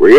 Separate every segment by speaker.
Speaker 1: we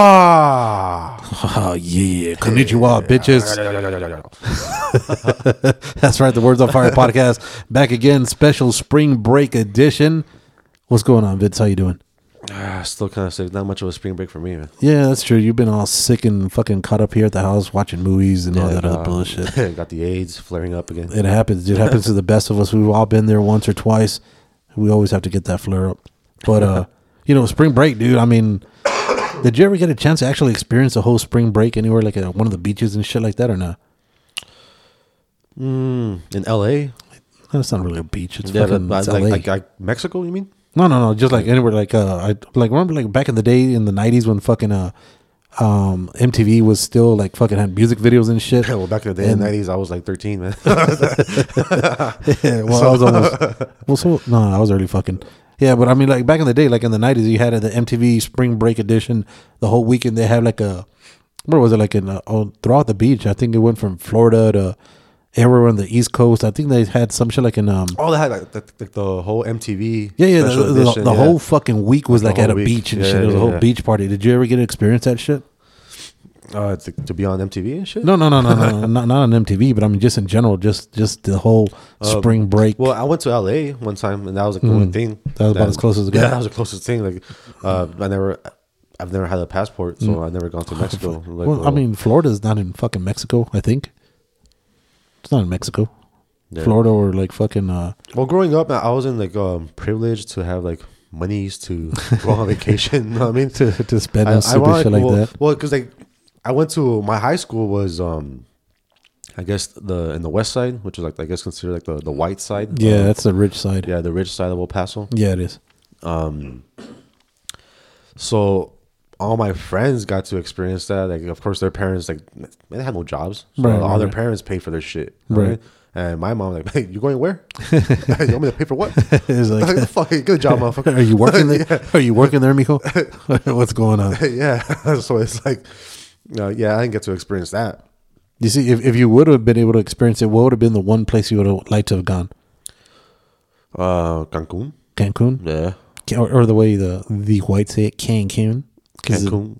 Speaker 2: Konnichiwa.
Speaker 3: Oh yeah, konnichiwa, bitches.
Speaker 2: That's right. The Words on Fire podcast back again. Special spring break edition. What's going on, Vince? How you doing?
Speaker 3: Ah, still kind of sick. Not much of a spring break for me, man.
Speaker 2: Yeah, that's true. You've been all sick and fucking caught up here at the house watching movies and all that
Speaker 3: Uh,
Speaker 2: other bullshit.
Speaker 3: got the AIDS flaring up again.
Speaker 2: It happens. It happens to the best of us. We've all been there once or twice. We always have to get that flare up. But uh, you know, spring break, dude. I mean, did you ever get a chance to actually experience a whole spring break anywhere, like at one of the beaches and shit like that, or not?
Speaker 3: In L.A.,
Speaker 2: That's not really a beach. It's
Speaker 3: yeah,
Speaker 2: fucking
Speaker 3: like,
Speaker 2: it's
Speaker 3: like,
Speaker 2: LA.
Speaker 3: like, like Mexico. You mean?
Speaker 2: No, no, no. Just like anywhere, like uh, I like remember like back in the day in the '90s when fucking uh, um, MTV was still like fucking had music videos and shit.
Speaker 3: well, back in the day, in the
Speaker 2: And-
Speaker 3: nineties, I was like thirteen, man. I
Speaker 2: Yeah, well, I was almost. Well, so no, I was early fucking. Yeah, but I mean, like back in the day, like in the '90s, you had the MTV Spring Break edition. The whole weekend they had like a, where was it? Like in uh, on, throughout the beach. I think it went from Florida to everywhere on the East Coast. I think they had some shit like in um.
Speaker 3: All they had like the, the, the whole MTV.
Speaker 2: Yeah, yeah. The,
Speaker 3: special
Speaker 2: the-
Speaker 3: edition,
Speaker 2: the
Speaker 3: yeah.
Speaker 2: whole fucking week was like
Speaker 3: whole
Speaker 2: at a
Speaker 3: week.
Speaker 2: beach and
Speaker 3: Yeah,
Speaker 2: shit. It was a
Speaker 3: yeah,
Speaker 2: whole
Speaker 3: yeah.
Speaker 2: beach party. Did you ever get to experience that shit?
Speaker 3: uh, to, to be on MTV and shit.
Speaker 2: No, no, no, no, no, not not on MTV, but I mean just in general, just just the whole spring break.
Speaker 3: Well, I went to L.A. one time, and that was like the only thing.
Speaker 2: Hmm. That was about as close as it
Speaker 3: Yeah,
Speaker 2: got.
Speaker 3: that was the closest thing. Like, uh, I never, I've never had a passport, so I've never gone to Mexico. Like,
Speaker 2: Hmm. well,
Speaker 3: well,
Speaker 2: I mean, Florida's not in fucking Mexico. I think it's not in Mexico.
Speaker 3: Yeah.
Speaker 2: Florida or like fucking uh,
Speaker 3: Well, growing up, I was in like um, privileged to have like monies to go on vacation. you know what I mean,
Speaker 2: to to spend on stupid shit like
Speaker 3: well,
Speaker 2: that.
Speaker 3: Well, because like I went to my high school was um, I guess the in the west side, which is like I guess considered like the, the white side.
Speaker 2: Yeah,
Speaker 3: Uh,
Speaker 2: that's the rich side. Oh. Yeah,
Speaker 3: yeah, the rich side of El Paso.
Speaker 2: it is.
Speaker 3: So all my friends got to experience that. Like, of course, their parents like they had no jobs. So
Speaker 2: Right,
Speaker 3: all
Speaker 2: right,
Speaker 3: their
Speaker 2: right.
Speaker 3: parents paid for their shit.
Speaker 2: Right.
Speaker 3: And my mom like, hey, you going where? you want me to pay for what?
Speaker 2: It's like,
Speaker 3: Fuck it, good job, motherfucker.
Speaker 2: are you working there? Are you working there, Mijo? What's going on?
Speaker 3: yeah. so it's like, uh, yeah, I didn't get to experience that.
Speaker 2: You see, if, if you would have been able to experience it, what would have been the one place you would have liked to have gone?
Speaker 3: Uh, Cancun.
Speaker 2: Cancun,
Speaker 3: Yeah.
Speaker 2: Can- or, or the way the the whites say it, Cancun. 'Cause it-
Speaker 3: Cancun.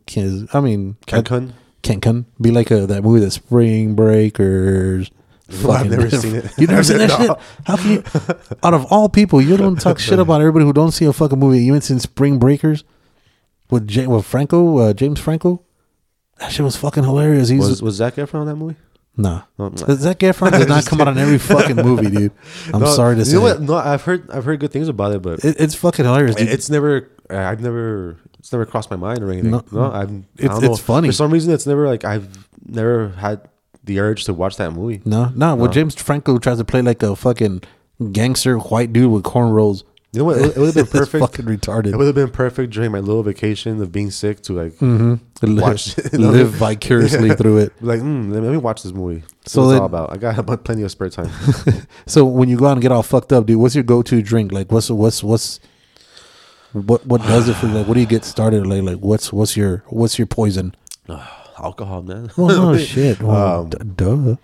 Speaker 2: 'cause, I mean, I-
Speaker 3: Cancun.
Speaker 2: Cancun. Be like a, that movie, The Spring Breakers.
Speaker 3: Well, I've never seen it.
Speaker 2: You never seen that shit? How can you? Out of all people, you don't talk shit about everybody who don't see a fucking movie. You ain't seen Spring Breakers with J- with Franco, uh, James Franco. That shit was fucking hilarious. He's
Speaker 3: Was Oh, was Zac Efron on that movie?
Speaker 2: nah.
Speaker 3: No, no.
Speaker 2: Zac Efron does not come out on every fucking movie, dude. I'm
Speaker 3: No,
Speaker 2: sorry to
Speaker 3: you
Speaker 2: say,
Speaker 3: know what? No, I've heard I've heard good things about it, but
Speaker 2: It, it's fucking hilarious. Dude.
Speaker 3: it's never. I've never. It's never crossed my mind or anything.
Speaker 2: No.
Speaker 3: No, I've. I
Speaker 2: It's-
Speaker 3: don't know.
Speaker 2: it's funny.
Speaker 3: For some reason, it's never like I've never had the urge to watch that movie.
Speaker 2: no, no. Well, James Franco tries to play like a fucking gangster white dude with cornrows.
Speaker 3: You know what? It, would have been
Speaker 2: It's
Speaker 3: perfect.
Speaker 2: fucking retarded.
Speaker 3: It would have been perfect during my little vacation of being sick to like watch it.
Speaker 2: live vicariously through it.
Speaker 3: Like, mm, let me watch this movie. So
Speaker 2: So
Speaker 3: it's
Speaker 2: then-
Speaker 3: all about. I got plenty of spare time.
Speaker 2: So when you go out and get all fucked up, dude, what's your go-to drink? Like, what's what's what's what what does it for you? Like, what do you get started? Like, like what's what's your what's your poison?
Speaker 3: Alcohol, man.
Speaker 2: Well, no shit. Well,
Speaker 3: Um,
Speaker 2: d- duh.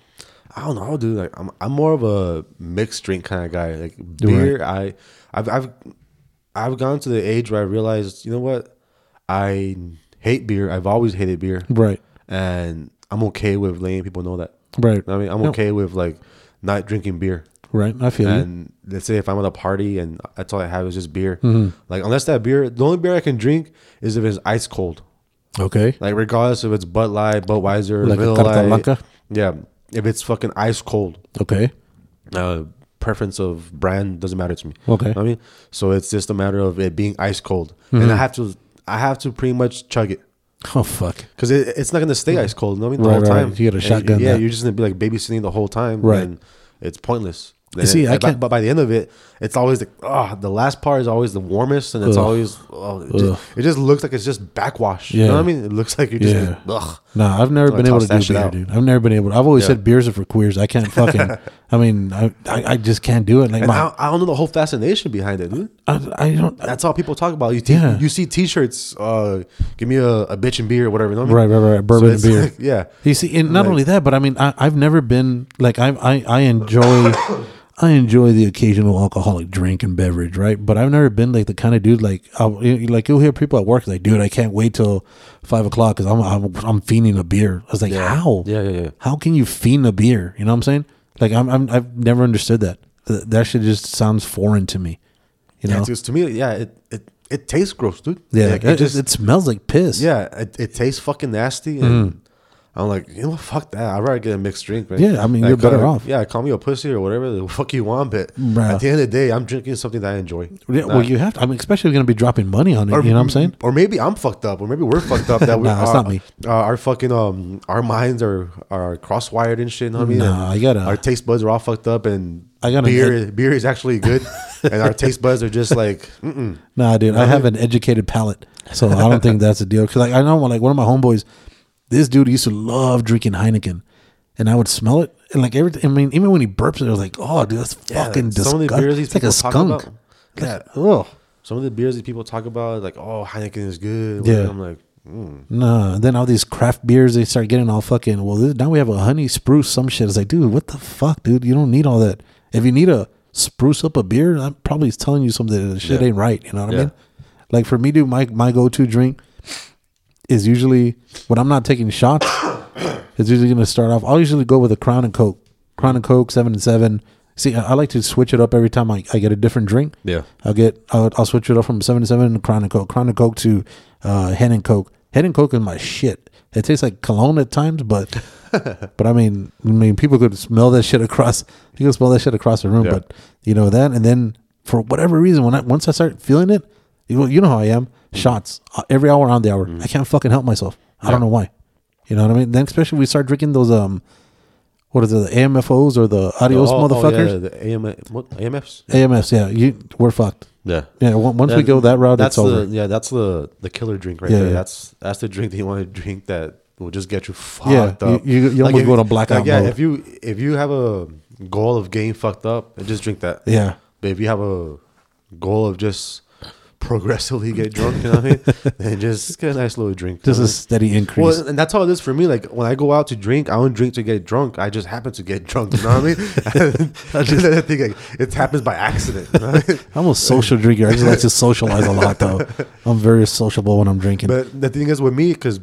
Speaker 3: I don't know, dude. Like I'm, I'm more of a mixed drink kind of guy. Like beer, I, I've, I've, I've gone to the age where I realized, you know what, I hate beer. I've always hated beer,
Speaker 2: Right,
Speaker 3: and I'm okay with letting people know that.
Speaker 2: right,
Speaker 3: I mean, I'm
Speaker 2: No.
Speaker 3: okay with like not drinking beer.
Speaker 2: right. I feel you.
Speaker 3: And let's say if I'm at a party and that's all I have is just beer.
Speaker 2: Mm-hmm.
Speaker 3: Like unless that beer, the only beer I can drink is if it's ice cold.
Speaker 2: Okay,
Speaker 3: Like regardless if it's Bud Light, Budweiser,
Speaker 2: Like a
Speaker 3: Miller
Speaker 2: Carta
Speaker 3: Lite.
Speaker 2: Blanca?
Speaker 3: Yeah, if it's fucking ice cold
Speaker 2: okay,
Speaker 3: uh, preference of brand doesn't matter to me.
Speaker 2: Okay.
Speaker 3: I mean, so it's just a matter of it being ice cold,
Speaker 2: Mm-hmm.
Speaker 3: and I have to, I have to pretty much chug it
Speaker 2: oh fuck,
Speaker 3: because it, it's not going to stay ice cold. You know what I mean, the
Speaker 2: Right,
Speaker 3: whole
Speaker 2: right,
Speaker 3: time.
Speaker 2: right. You gotta
Speaker 3: And
Speaker 2: shotgun
Speaker 3: Yeah,
Speaker 2: that.
Speaker 3: you're just going to be like babysitting the whole time.
Speaker 2: Right.
Speaker 3: and it's pointless. And
Speaker 2: see,
Speaker 3: it-
Speaker 2: I
Speaker 3: but-
Speaker 2: can't-
Speaker 3: But by the end of it, it's always the ah. the last part is always the warmest, and it's
Speaker 2: Ugh.
Speaker 3: always oh, it,
Speaker 2: Ugh.
Speaker 3: just, it just looks like it's just backwash. You
Speaker 2: Yeah.
Speaker 3: know what I mean? It looks like you just
Speaker 2: Yeah.
Speaker 3: ugh.
Speaker 2: Nah, I've never
Speaker 3: So I
Speaker 2: been able
Speaker 3: tossed
Speaker 2: to
Speaker 3: that
Speaker 2: do
Speaker 3: shit
Speaker 2: beer,
Speaker 3: out.
Speaker 2: dude. I've never been able. I've always
Speaker 3: Yeah.
Speaker 2: said beers are for queers. I can't fucking. I mean, I, I I just can't do it. Like
Speaker 3: And I,
Speaker 2: my,
Speaker 3: don't- I don't know the whole fascination behind it, dude.
Speaker 2: I, I don't.
Speaker 3: That's all people talk about. You t-
Speaker 2: Yeah.
Speaker 3: you see T-shirts. Uh, give me a, a bitch and beer, or whatever. You know what I
Speaker 2: Right,
Speaker 3: mean?
Speaker 2: right, right. Bourbon and
Speaker 3: it's
Speaker 2: beer.
Speaker 3: like, yeah.
Speaker 2: You see, and not
Speaker 3: Like-
Speaker 2: only that, but I mean, I, I've never been like I I, I enjoy. I enjoy the occasional alcoholic drink and beverage, right? But I've never been like the kind of dude like, I'll, you- you- like you'll hear people at work like, "Dude, I can't wait till five o'clock because I'm, I'm I'm fiending a beer." I was like, "How?
Speaker 3: Yeah, yeah, yeah.
Speaker 2: How can you fiend a beer?" You know what I'm saying? Like, I'm, I'm I've never understood that. Th- That shit just sounds foreign to me. You know?
Speaker 3: Yeah, it's- to me, yeah, it, it it tastes gross, dude.
Speaker 2: yeah,
Speaker 3: Like,
Speaker 2: it, just it smells like piss.
Speaker 3: Yeah, it, it tastes fucking nasty. And
Speaker 2: Mm.
Speaker 3: I'm like, you know what? Fuck that. I'd rather get a mixed drink, man.
Speaker 2: Yeah, I mean,
Speaker 3: Like,
Speaker 2: you're better
Speaker 3: call-
Speaker 2: off.
Speaker 3: Yeah, call me a pussy or whatever the fuck you want, but
Speaker 2: Bruh.
Speaker 3: at the end of the day, I'm drinking something that I enjoy.
Speaker 2: Yeah,
Speaker 3: Nah.
Speaker 2: well, you have to. I'm especially going to be dropping money on it. you know what I'm saying?
Speaker 3: Or maybe I'm fucked up, or maybe we're fucked up. That we,
Speaker 2: Nah, it's
Speaker 3: our,
Speaker 2: not me.
Speaker 3: uh, our fucking um, our minds are are crosswired and shit. You know what I mean,
Speaker 2: Nah,
Speaker 3: And
Speaker 2: I gotta-
Speaker 3: Our taste buds are all fucked up, and
Speaker 2: I gotta
Speaker 3: beer.
Speaker 2: admit-
Speaker 3: Beer is actually good, and our taste buds are just like, mm, mm-mm.
Speaker 2: Nah, dude, I have an educated palate, so I don't think that's a deal. Because like I know, like one of my homeboys, this dude used to love drinking Heineken, and I would smell it, and like everything. I mean, even when he burps, it I was like, oh, dude, that's fucking
Speaker 3: some of the
Speaker 2: disgusting.
Speaker 3: beers these
Speaker 2: It's like a
Speaker 3: people talk about-
Speaker 2: skunk.
Speaker 3: Yeah.
Speaker 2: Oh
Speaker 3: Some of the beers that people talk about, like, oh, Heineken is good.
Speaker 2: Yeah.
Speaker 3: I'm like, mm.
Speaker 2: nah. Then all these craft beers, they start getting all fucking. Well, this, now we have a honey spruce, some shit. It's like, dude, what the fuck, dude? You don't need all that. If you need a spruce up a beer, I'm probably telling you something. that shit
Speaker 3: Yeah.
Speaker 2: ain't right. You know what I
Speaker 3: Yeah.
Speaker 2: mean? Like for me, dude, my my go to drink is usually when I'm not taking shots. it's usually going to start off. I'll usually go with a Crown and Coke, Crown and Coke, seven and seven. See, I, I like to switch it up every time I, I get a different drink.
Speaker 3: Yeah.
Speaker 2: I'll get I'll, I'll switch it up from seven to seven to Crown and Coke, Crown and Coke to uh, Hen and Coke. Hen and Coke is my shit. It tastes like cologne at times, but but I mean, I mean, people could smell that shit across. You could smell that shit across the room,
Speaker 3: Yeah.
Speaker 2: but you know that. And then for whatever reason, when I once I start feeling it, you know, you know how I am. Shots uh, every hour on the hour.
Speaker 3: Mm.
Speaker 2: I can't fucking help myself. I don't know why. You know what I mean? Then especially we start drinking those um, what is it? The AMFOs or the adios
Speaker 3: Oh, oh,
Speaker 2: motherfuckers?
Speaker 3: yeah, the AM, what, AMFs?
Speaker 2: AMFs. Yeah, you we're fucked.
Speaker 3: Yeah.
Speaker 2: Yeah, on- once we go that route,
Speaker 3: that's
Speaker 2: it's
Speaker 3: the,
Speaker 2: over.
Speaker 3: Yeah, that's the, the killer drink right
Speaker 2: Yeah,
Speaker 3: there.
Speaker 2: yeah.
Speaker 3: That's that's the drink that you want to drink that will just get you fucked
Speaker 2: Yeah,
Speaker 3: up.
Speaker 2: you- you- you almost
Speaker 3: if-
Speaker 2: go to blackout
Speaker 3: yeah,
Speaker 2: mode.
Speaker 3: if you if you have a goal of getting fucked up, just drink that.
Speaker 2: Yeah.
Speaker 3: But if you have a goal of just progressively get drunk, you know what I mean? then just get a nice little drink. you
Speaker 2: Just
Speaker 3: know
Speaker 2: a
Speaker 3: what I mean?
Speaker 2: steady increase.
Speaker 3: Well, and that's how it is for me. Like when I go out to drink, I don't drink to get drunk. I just happen to get drunk. You know what I mean? I just I think like, it happens by accident. you know what I mean?
Speaker 2: I'm a social drinker. I just like to socialize a lot, though. I'm very sociable when I'm drinking.
Speaker 3: But the thing is with me, because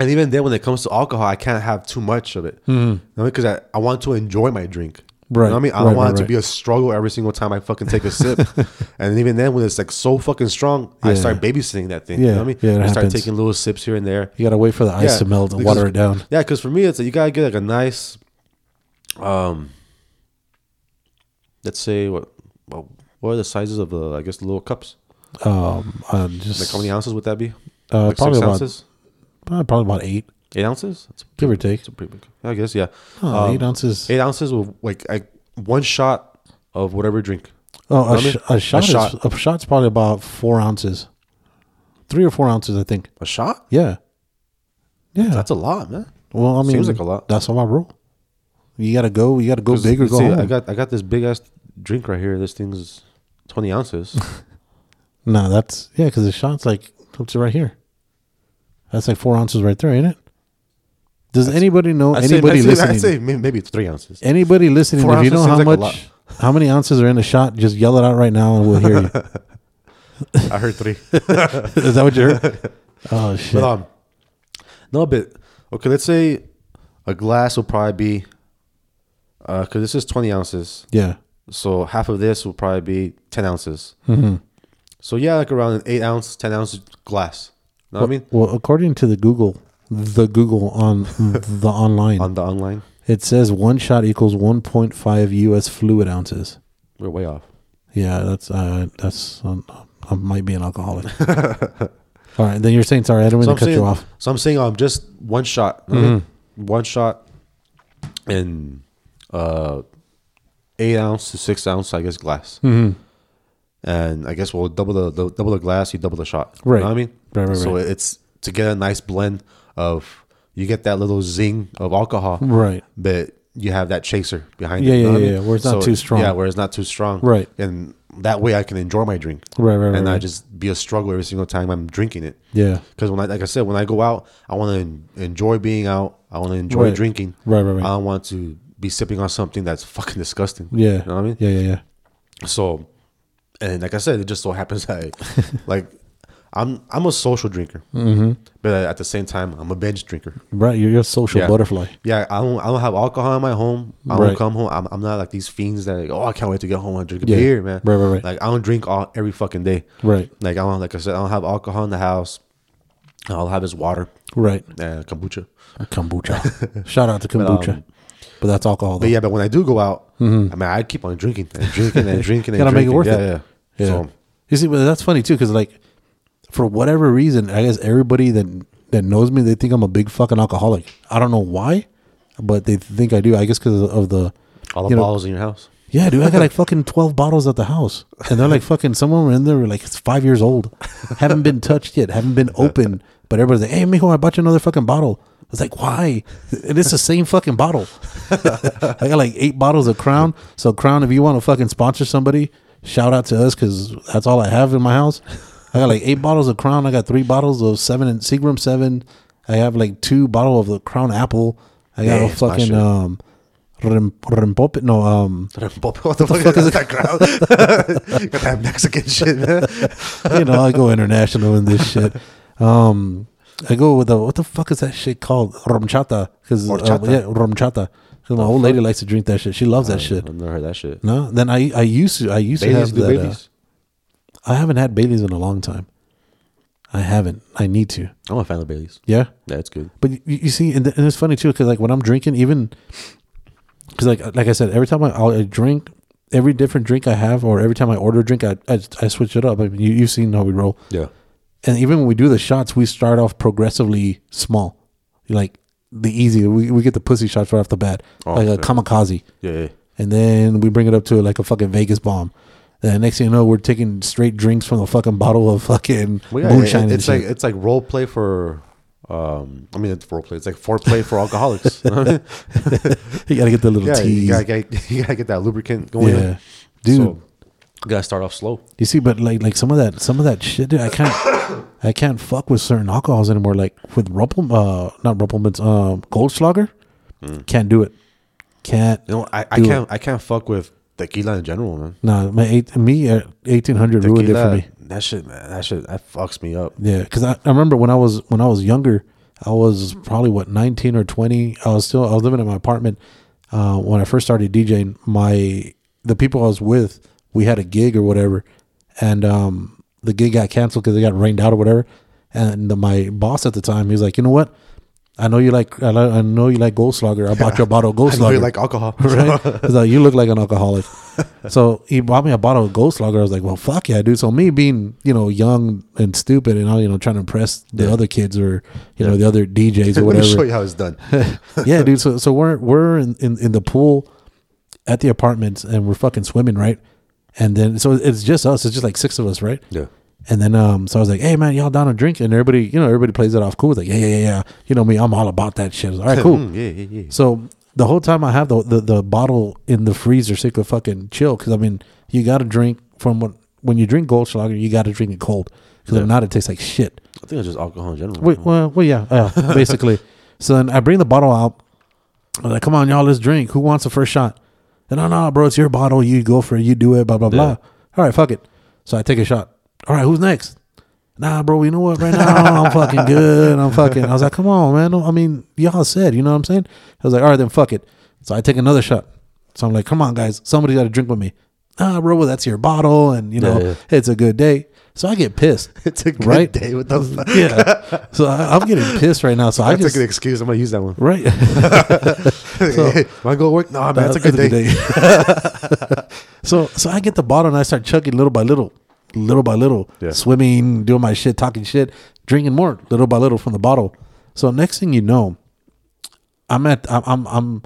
Speaker 3: and even then, when it comes to alcohol, I can't have too much of it. Because I, I want to enjoy my drink. You know
Speaker 2: Hmm. Right,
Speaker 3: what I mean, I
Speaker 2: right,
Speaker 3: don't want
Speaker 2: right,
Speaker 3: it to
Speaker 2: right.
Speaker 3: be a struggle every single time I fucking take a sip. and even then, when it's like so fucking strong, I
Speaker 2: Yeah.
Speaker 3: start babysitting that thing.
Speaker 2: Yeah,
Speaker 3: You know what I mean?
Speaker 2: yeah, it
Speaker 3: I start
Speaker 2: happens.
Speaker 3: taking little sips here and there.
Speaker 2: you got to wait for the ice to melt and water
Speaker 3: because-
Speaker 2: it down.
Speaker 3: Yeah, because for me, it's like you gotta get like a nice, um, let's say what, what what are the sizes of the I guess the little cups?
Speaker 2: Um, uh,
Speaker 3: Like
Speaker 2: just
Speaker 3: how many ounces would that be?
Speaker 2: Uh,
Speaker 3: like
Speaker 2: probably about-
Speaker 3: ounces,
Speaker 2: uh, probably about eight,
Speaker 3: eight ounces. That's
Speaker 2: give or take.
Speaker 3: a pretty big. I guess yeah.
Speaker 2: Oh,
Speaker 3: Um,
Speaker 2: eight ounces.
Speaker 3: Eight ounces with like I, one shot of whatever drink.
Speaker 2: oh, a,
Speaker 3: I mean,
Speaker 2: sh- a shot. is- A,
Speaker 3: shot.
Speaker 2: shot's probably about four ounces, three or four ounces, I think.
Speaker 3: A shot?
Speaker 2: Yeah, yeah.
Speaker 3: That's a lot, man.
Speaker 2: well, I mean,
Speaker 3: seems like a lot.
Speaker 2: That's how I roll. You got to go. You got to go
Speaker 3: 'Cause
Speaker 2: big or
Speaker 3: let's
Speaker 2: go
Speaker 3: see,
Speaker 2: home.
Speaker 3: I got I got this big ass drink right here. This thing's twenty ounces.
Speaker 2: No, that's yeah, because the shot's like it's right here. That's like four ounces right there, ain't it? Does anybody know
Speaker 3: I
Speaker 2: anybody
Speaker 3: say,
Speaker 2: listening?
Speaker 3: I say may- maybe it's three ounces.
Speaker 2: anybody listening?
Speaker 3: Four
Speaker 2: If you
Speaker 3: ounces
Speaker 2: know how
Speaker 3: seems like a
Speaker 2: much, how many ounces are in a shot, just yell it out right now, and we'll hear you.
Speaker 3: I heard three.
Speaker 2: Is that what you heard? Oh shit!
Speaker 3: But um, no, but okay. Let's say a glass will probably be uh, because this is twenty ounces.
Speaker 2: yeah,
Speaker 3: So half of this will probably be ten ounces. Mm-hmm. So yeah, like around an eight ounce, ten ounce glass. Know what I mean?
Speaker 2: well, according to the Google, the Google on the online,
Speaker 3: On the online,
Speaker 2: it says one shot equals one point five U.S. fluid ounces.
Speaker 3: we're way off.
Speaker 2: Yeah, that's uh, that's um, I might be an alcoholic. All right, then you're saying sorry. I didn't mean
Speaker 3: So
Speaker 2: to
Speaker 3: I'm
Speaker 2: cut
Speaker 3: saying,
Speaker 2: you off.
Speaker 3: so I'm saying, um, just one
Speaker 2: Mm-hmm.
Speaker 3: shot, know what I mean? one shot, and uh, eight ounce to six ounce, I guess, glass.
Speaker 2: Mm-hmm.
Speaker 3: And I guess we'll double the, the double the glass, you double the shot. You
Speaker 2: Right.
Speaker 3: know what I mean?
Speaker 2: Right, right,
Speaker 3: So
Speaker 2: right.
Speaker 3: it's to get a nice blend of you get that little zing of alcohol,
Speaker 2: Right.
Speaker 3: But you have that chaser behind
Speaker 2: Yeah,
Speaker 3: it. you know
Speaker 2: yeah,
Speaker 3: what I
Speaker 2: yeah,
Speaker 3: mean?
Speaker 2: yeah, where it's not too strong.
Speaker 3: Yeah, where it's not too strong,
Speaker 2: Right.
Speaker 3: And that way I can enjoy my drink,
Speaker 2: Right, right, right,
Speaker 3: and I
Speaker 2: right.
Speaker 3: just be a struggle every single time I'm drinking it.
Speaker 2: Yeah.
Speaker 3: Because when I, like I said, when I go out, I want to enjoy being out. I want to enjoy
Speaker 2: Right.
Speaker 3: drinking.
Speaker 2: Right, right, right.
Speaker 3: I don't want to be sipping on something that's fucking disgusting.
Speaker 2: Yeah.
Speaker 3: you know what I mean.
Speaker 2: Yeah, yeah, yeah.
Speaker 3: So, and like I said, it just so happens that, like, I'm I'm a social drinker, mm-hmm. but at the same time, I'm a binge drinker.
Speaker 2: Right. You're, you're a social
Speaker 3: Yeah.
Speaker 2: butterfly.
Speaker 3: Yeah, I don't I don't have alcohol in my home. I don't
Speaker 2: Right.
Speaker 3: come home. I'm, I'm not like these fiends that like, oh I can't wait to get home and drink a
Speaker 2: Yeah.
Speaker 3: beer, man.
Speaker 2: Right, right, right.
Speaker 3: Like I don't drink all every fucking day.
Speaker 2: Right.
Speaker 3: Like I don't like I said, I don't have alcohol in the house. All I have is water
Speaker 2: Right.
Speaker 3: and kombucha.
Speaker 2: Kombucha. Shout out to kombucha.
Speaker 3: um,
Speaker 2: but that's alcohol. Though.
Speaker 3: But yeah, but when I do go out, I mean, I keep on drinking and drinking and drinking and
Speaker 2: Mm-hmm. gotta make it
Speaker 3: drinking.
Speaker 2: worth
Speaker 3: yeah, yeah,
Speaker 2: it. Yeah.
Speaker 3: So
Speaker 2: you see, but that's funny too, because like, for whatever reason, I guess everybody that that knows me, they think I'm a big fucking alcoholic. I don't know why, but they think I do. I guess because of the
Speaker 3: all
Speaker 2: you
Speaker 3: the
Speaker 2: know,
Speaker 3: bottles in your house.
Speaker 2: Yeah, dude, I got like fucking twelve bottles at the house, and they're like fucking someone were in there like it's five years old, haven't been touched yet, haven't been opened. But everybody's like, "Hey, mijo, I bought you another fucking bottle." I was like, "Why?" And it's the same fucking bottle. I got like eight bottles of Crown. So Crown, if you want to fucking sponsor somebody, shout out to us because that's all I have in my house. I got like eight bottles of Crown. I got three bottles of Seven and Seagram Seven. I have like two bottle of the Crown Apple. I
Speaker 3: Damn,
Speaker 2: got a
Speaker 3: my shit.
Speaker 2: fucking um, Rim, Rimpope, no um.
Speaker 3: what the fuck is that crowd? Got that Mexican shit, man.
Speaker 2: you know, I go international in this shit. Um, I go with the what the fuck is that shit called? Romchata, because
Speaker 3: Horchata.
Speaker 2: yeah, romchata. 'Cause my old lady likes to drink that shit. She loves that shit.
Speaker 3: I've never heard that shit.
Speaker 2: No, then I I used to I used
Speaker 3: Babies
Speaker 2: to
Speaker 3: do
Speaker 2: have that. Uh,
Speaker 3: babies.
Speaker 2: I haven't had Bailey's in a long time. I haven't. I need to.
Speaker 3: I'm a fan of Bailey's.
Speaker 2: Yeah.
Speaker 3: That's good.
Speaker 2: But you, you see, and, th- and it's funny too, because like when I'm drinking, even because like like I said, every time I, I'll- I drink, every different drink I have, or every time I order a drink, I I, I switch it up. I mean, you, you've seen how we roll.
Speaker 3: Yeah.
Speaker 2: and even when we do the shots, we start off progressively small, like the easy. We, we get the pussy shots right off the bat,
Speaker 3: Oh,
Speaker 2: like a
Speaker 3: okay.
Speaker 2: kamikaze,
Speaker 3: Yeah. yeah.
Speaker 2: and then we bring it up to like a fucking Vegas bomb. And next thing you know, we're taking straight drinks from a fucking bottle of fucking
Speaker 3: Well, yeah,
Speaker 2: moonshine.
Speaker 3: it-
Speaker 2: and
Speaker 3: it's like
Speaker 2: shit.
Speaker 3: it's like role play for. Um, I mean, it's role play. It's like foreplay for alcoholics. You know what I mean?
Speaker 2: you gotta get the little
Speaker 3: yeah, you
Speaker 2: tease.
Speaker 3: gotta, get, you gotta get that lubricant going.
Speaker 2: yeah,
Speaker 3: on.
Speaker 2: dude.
Speaker 3: So, you gotta start off slow.
Speaker 2: You see, but like like some of that some of that shit, dude. I can't I can't fuck with certain alcohols anymore. Like with Rumpel, uh, not Rumpelman's, um, Goldschlager.
Speaker 3: Hmm.
Speaker 2: Can't do it. Can't.
Speaker 3: You know, I, I
Speaker 2: do it.
Speaker 3: can't I can't fuck with tequila in general, man.
Speaker 2: No, my eight, me at eighteen hundred ruined it
Speaker 3: Tequila,
Speaker 2: for me.
Speaker 3: that shit, man. That shit, that fucks me up.
Speaker 2: Yeah, because I, I remember when I was when I was younger, I was probably what nineteen or twenty. I was still I was living in my apartment uh, when I first started DJing. My the people I was with, we had a gig or whatever, and um, the gig got canceled because it got rained out or whatever. And the, my boss at the time, he was like, you know what? I know you like I, li- I know you like Goldschlager. I bought you a bottle of
Speaker 3: I know you
Speaker 2: Goldschlager.
Speaker 3: like alcohol,
Speaker 2: right? He's like, you look like an alcoholic. so he bought me a bottle of Ghost Lager. I was like, well, fuck yeah, dude. So me being, you know, young and stupid and all, you know, trying to impress the other kids or, you know, the other DJs or
Speaker 3: Let me show you
Speaker 2: whatever.
Speaker 3: how it's done.
Speaker 2: yeah, dude. So, so we're, we're in, in, in the pool at the apartments and we're fucking swimming, right? And then, so it's just us. It's just like six of us, right?
Speaker 3: Yeah.
Speaker 2: And then, um, so I was like, "Hey, man, y'all down to drink?" And everybody, you know, everybody plays it off cool. It's like, "Yeah, yeah, yeah, yeah." You know me, I'm all about that shit. I was like, all right, cool.
Speaker 3: Mm, yeah, yeah, yeah.
Speaker 2: So the whole time I have the the, the bottle in the freezer, so you could fucking chill. Because I mean, you got to drink from when when you drink Goldschlager, you got to drink it cold. Because if not, it tastes like shit.
Speaker 3: I think it's just alcohol in general.
Speaker 2: Wait, well, well, yeah, yeah basically. so then I bring the bottle out. I'm like, come on, y'all, let's drink. Who wants the first shot? And no, no, bro, it's your bottle. You go for it. You do it. Blah blah blah. All right, fuck it. So I take a shot. All right, who's next? Nah, bro, you know what? Right now, I'm fucking good. I'm fucking. I was like, come on, man. I mean, y'all said, you know what I'm saying? I was like, all right, then fuck it. So I take another shot. So I'm like, come on, guys, somebody got to drink with me. Nah, bro, well, that's your bottle, and you know,
Speaker 3: Yeah, yeah.
Speaker 2: it's a good day. So I get pissed.
Speaker 3: it's a good
Speaker 2: right?
Speaker 3: day. What the fuck?
Speaker 2: yeah. So I, I'm getting pissed right now. So I
Speaker 3: That's
Speaker 2: just
Speaker 3: a good excuse. I'm gonna use that one.
Speaker 2: right. So-
Speaker 3: hey, when I go to work, no, man, that's a good day.
Speaker 2: so so I get the bottle and I start chugging little by little, little by little,
Speaker 3: Yeah.
Speaker 2: swimming, doing my shit, talking shit, drinking more little by little from the bottle. So next thing you know, I'm at I'm I'm, I'm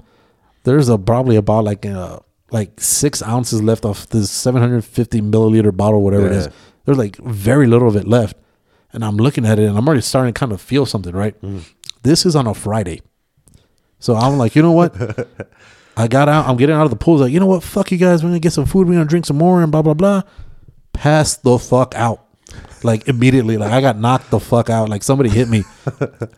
Speaker 2: there's a probably about like a like six ounces left off this 750 milliliter bottle, whatever it is.
Speaker 3: Yeah.
Speaker 2: There's like very little of it left. And I'm looking at it and I'm already starting to kind of feel something, right? This is on a Friday. So I'm like, you know what? I got out, I'm getting out of the pool. I was like, you know what? Fuck you guys. We're going to get some food. We're going to drink some more and blah, blah, blah. Pass the fuck out. Like immediately. Like I got knocked the fuck out. Like somebody hit me.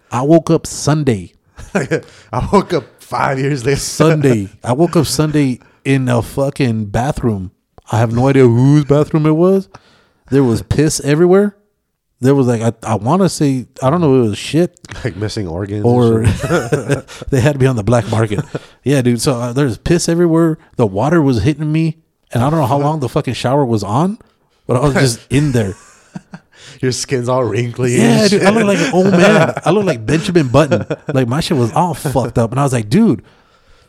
Speaker 2: I woke up Sunday.
Speaker 3: I woke up five years later.
Speaker 2: Sunday. I woke up Sunday in a fucking bathroom. I have no idea whose bathroom it was. There was piss everywhere. There was like I, I want to say I don't know if it was shit
Speaker 3: like missing organs. and
Speaker 2: or
Speaker 3: shit.
Speaker 2: they had to be on the black market. Yeah, dude. So uh, there's piss everywhere. The water was hitting me, and I don't know how long the fucking shower was on, but I was just in there.
Speaker 3: your skin's all wrinkly. and
Speaker 2: Yeah,
Speaker 3: shit.
Speaker 2: dude, I look like an old man. I look like Benjamin Button. Like my shit was all fucked up, and I was like, dude,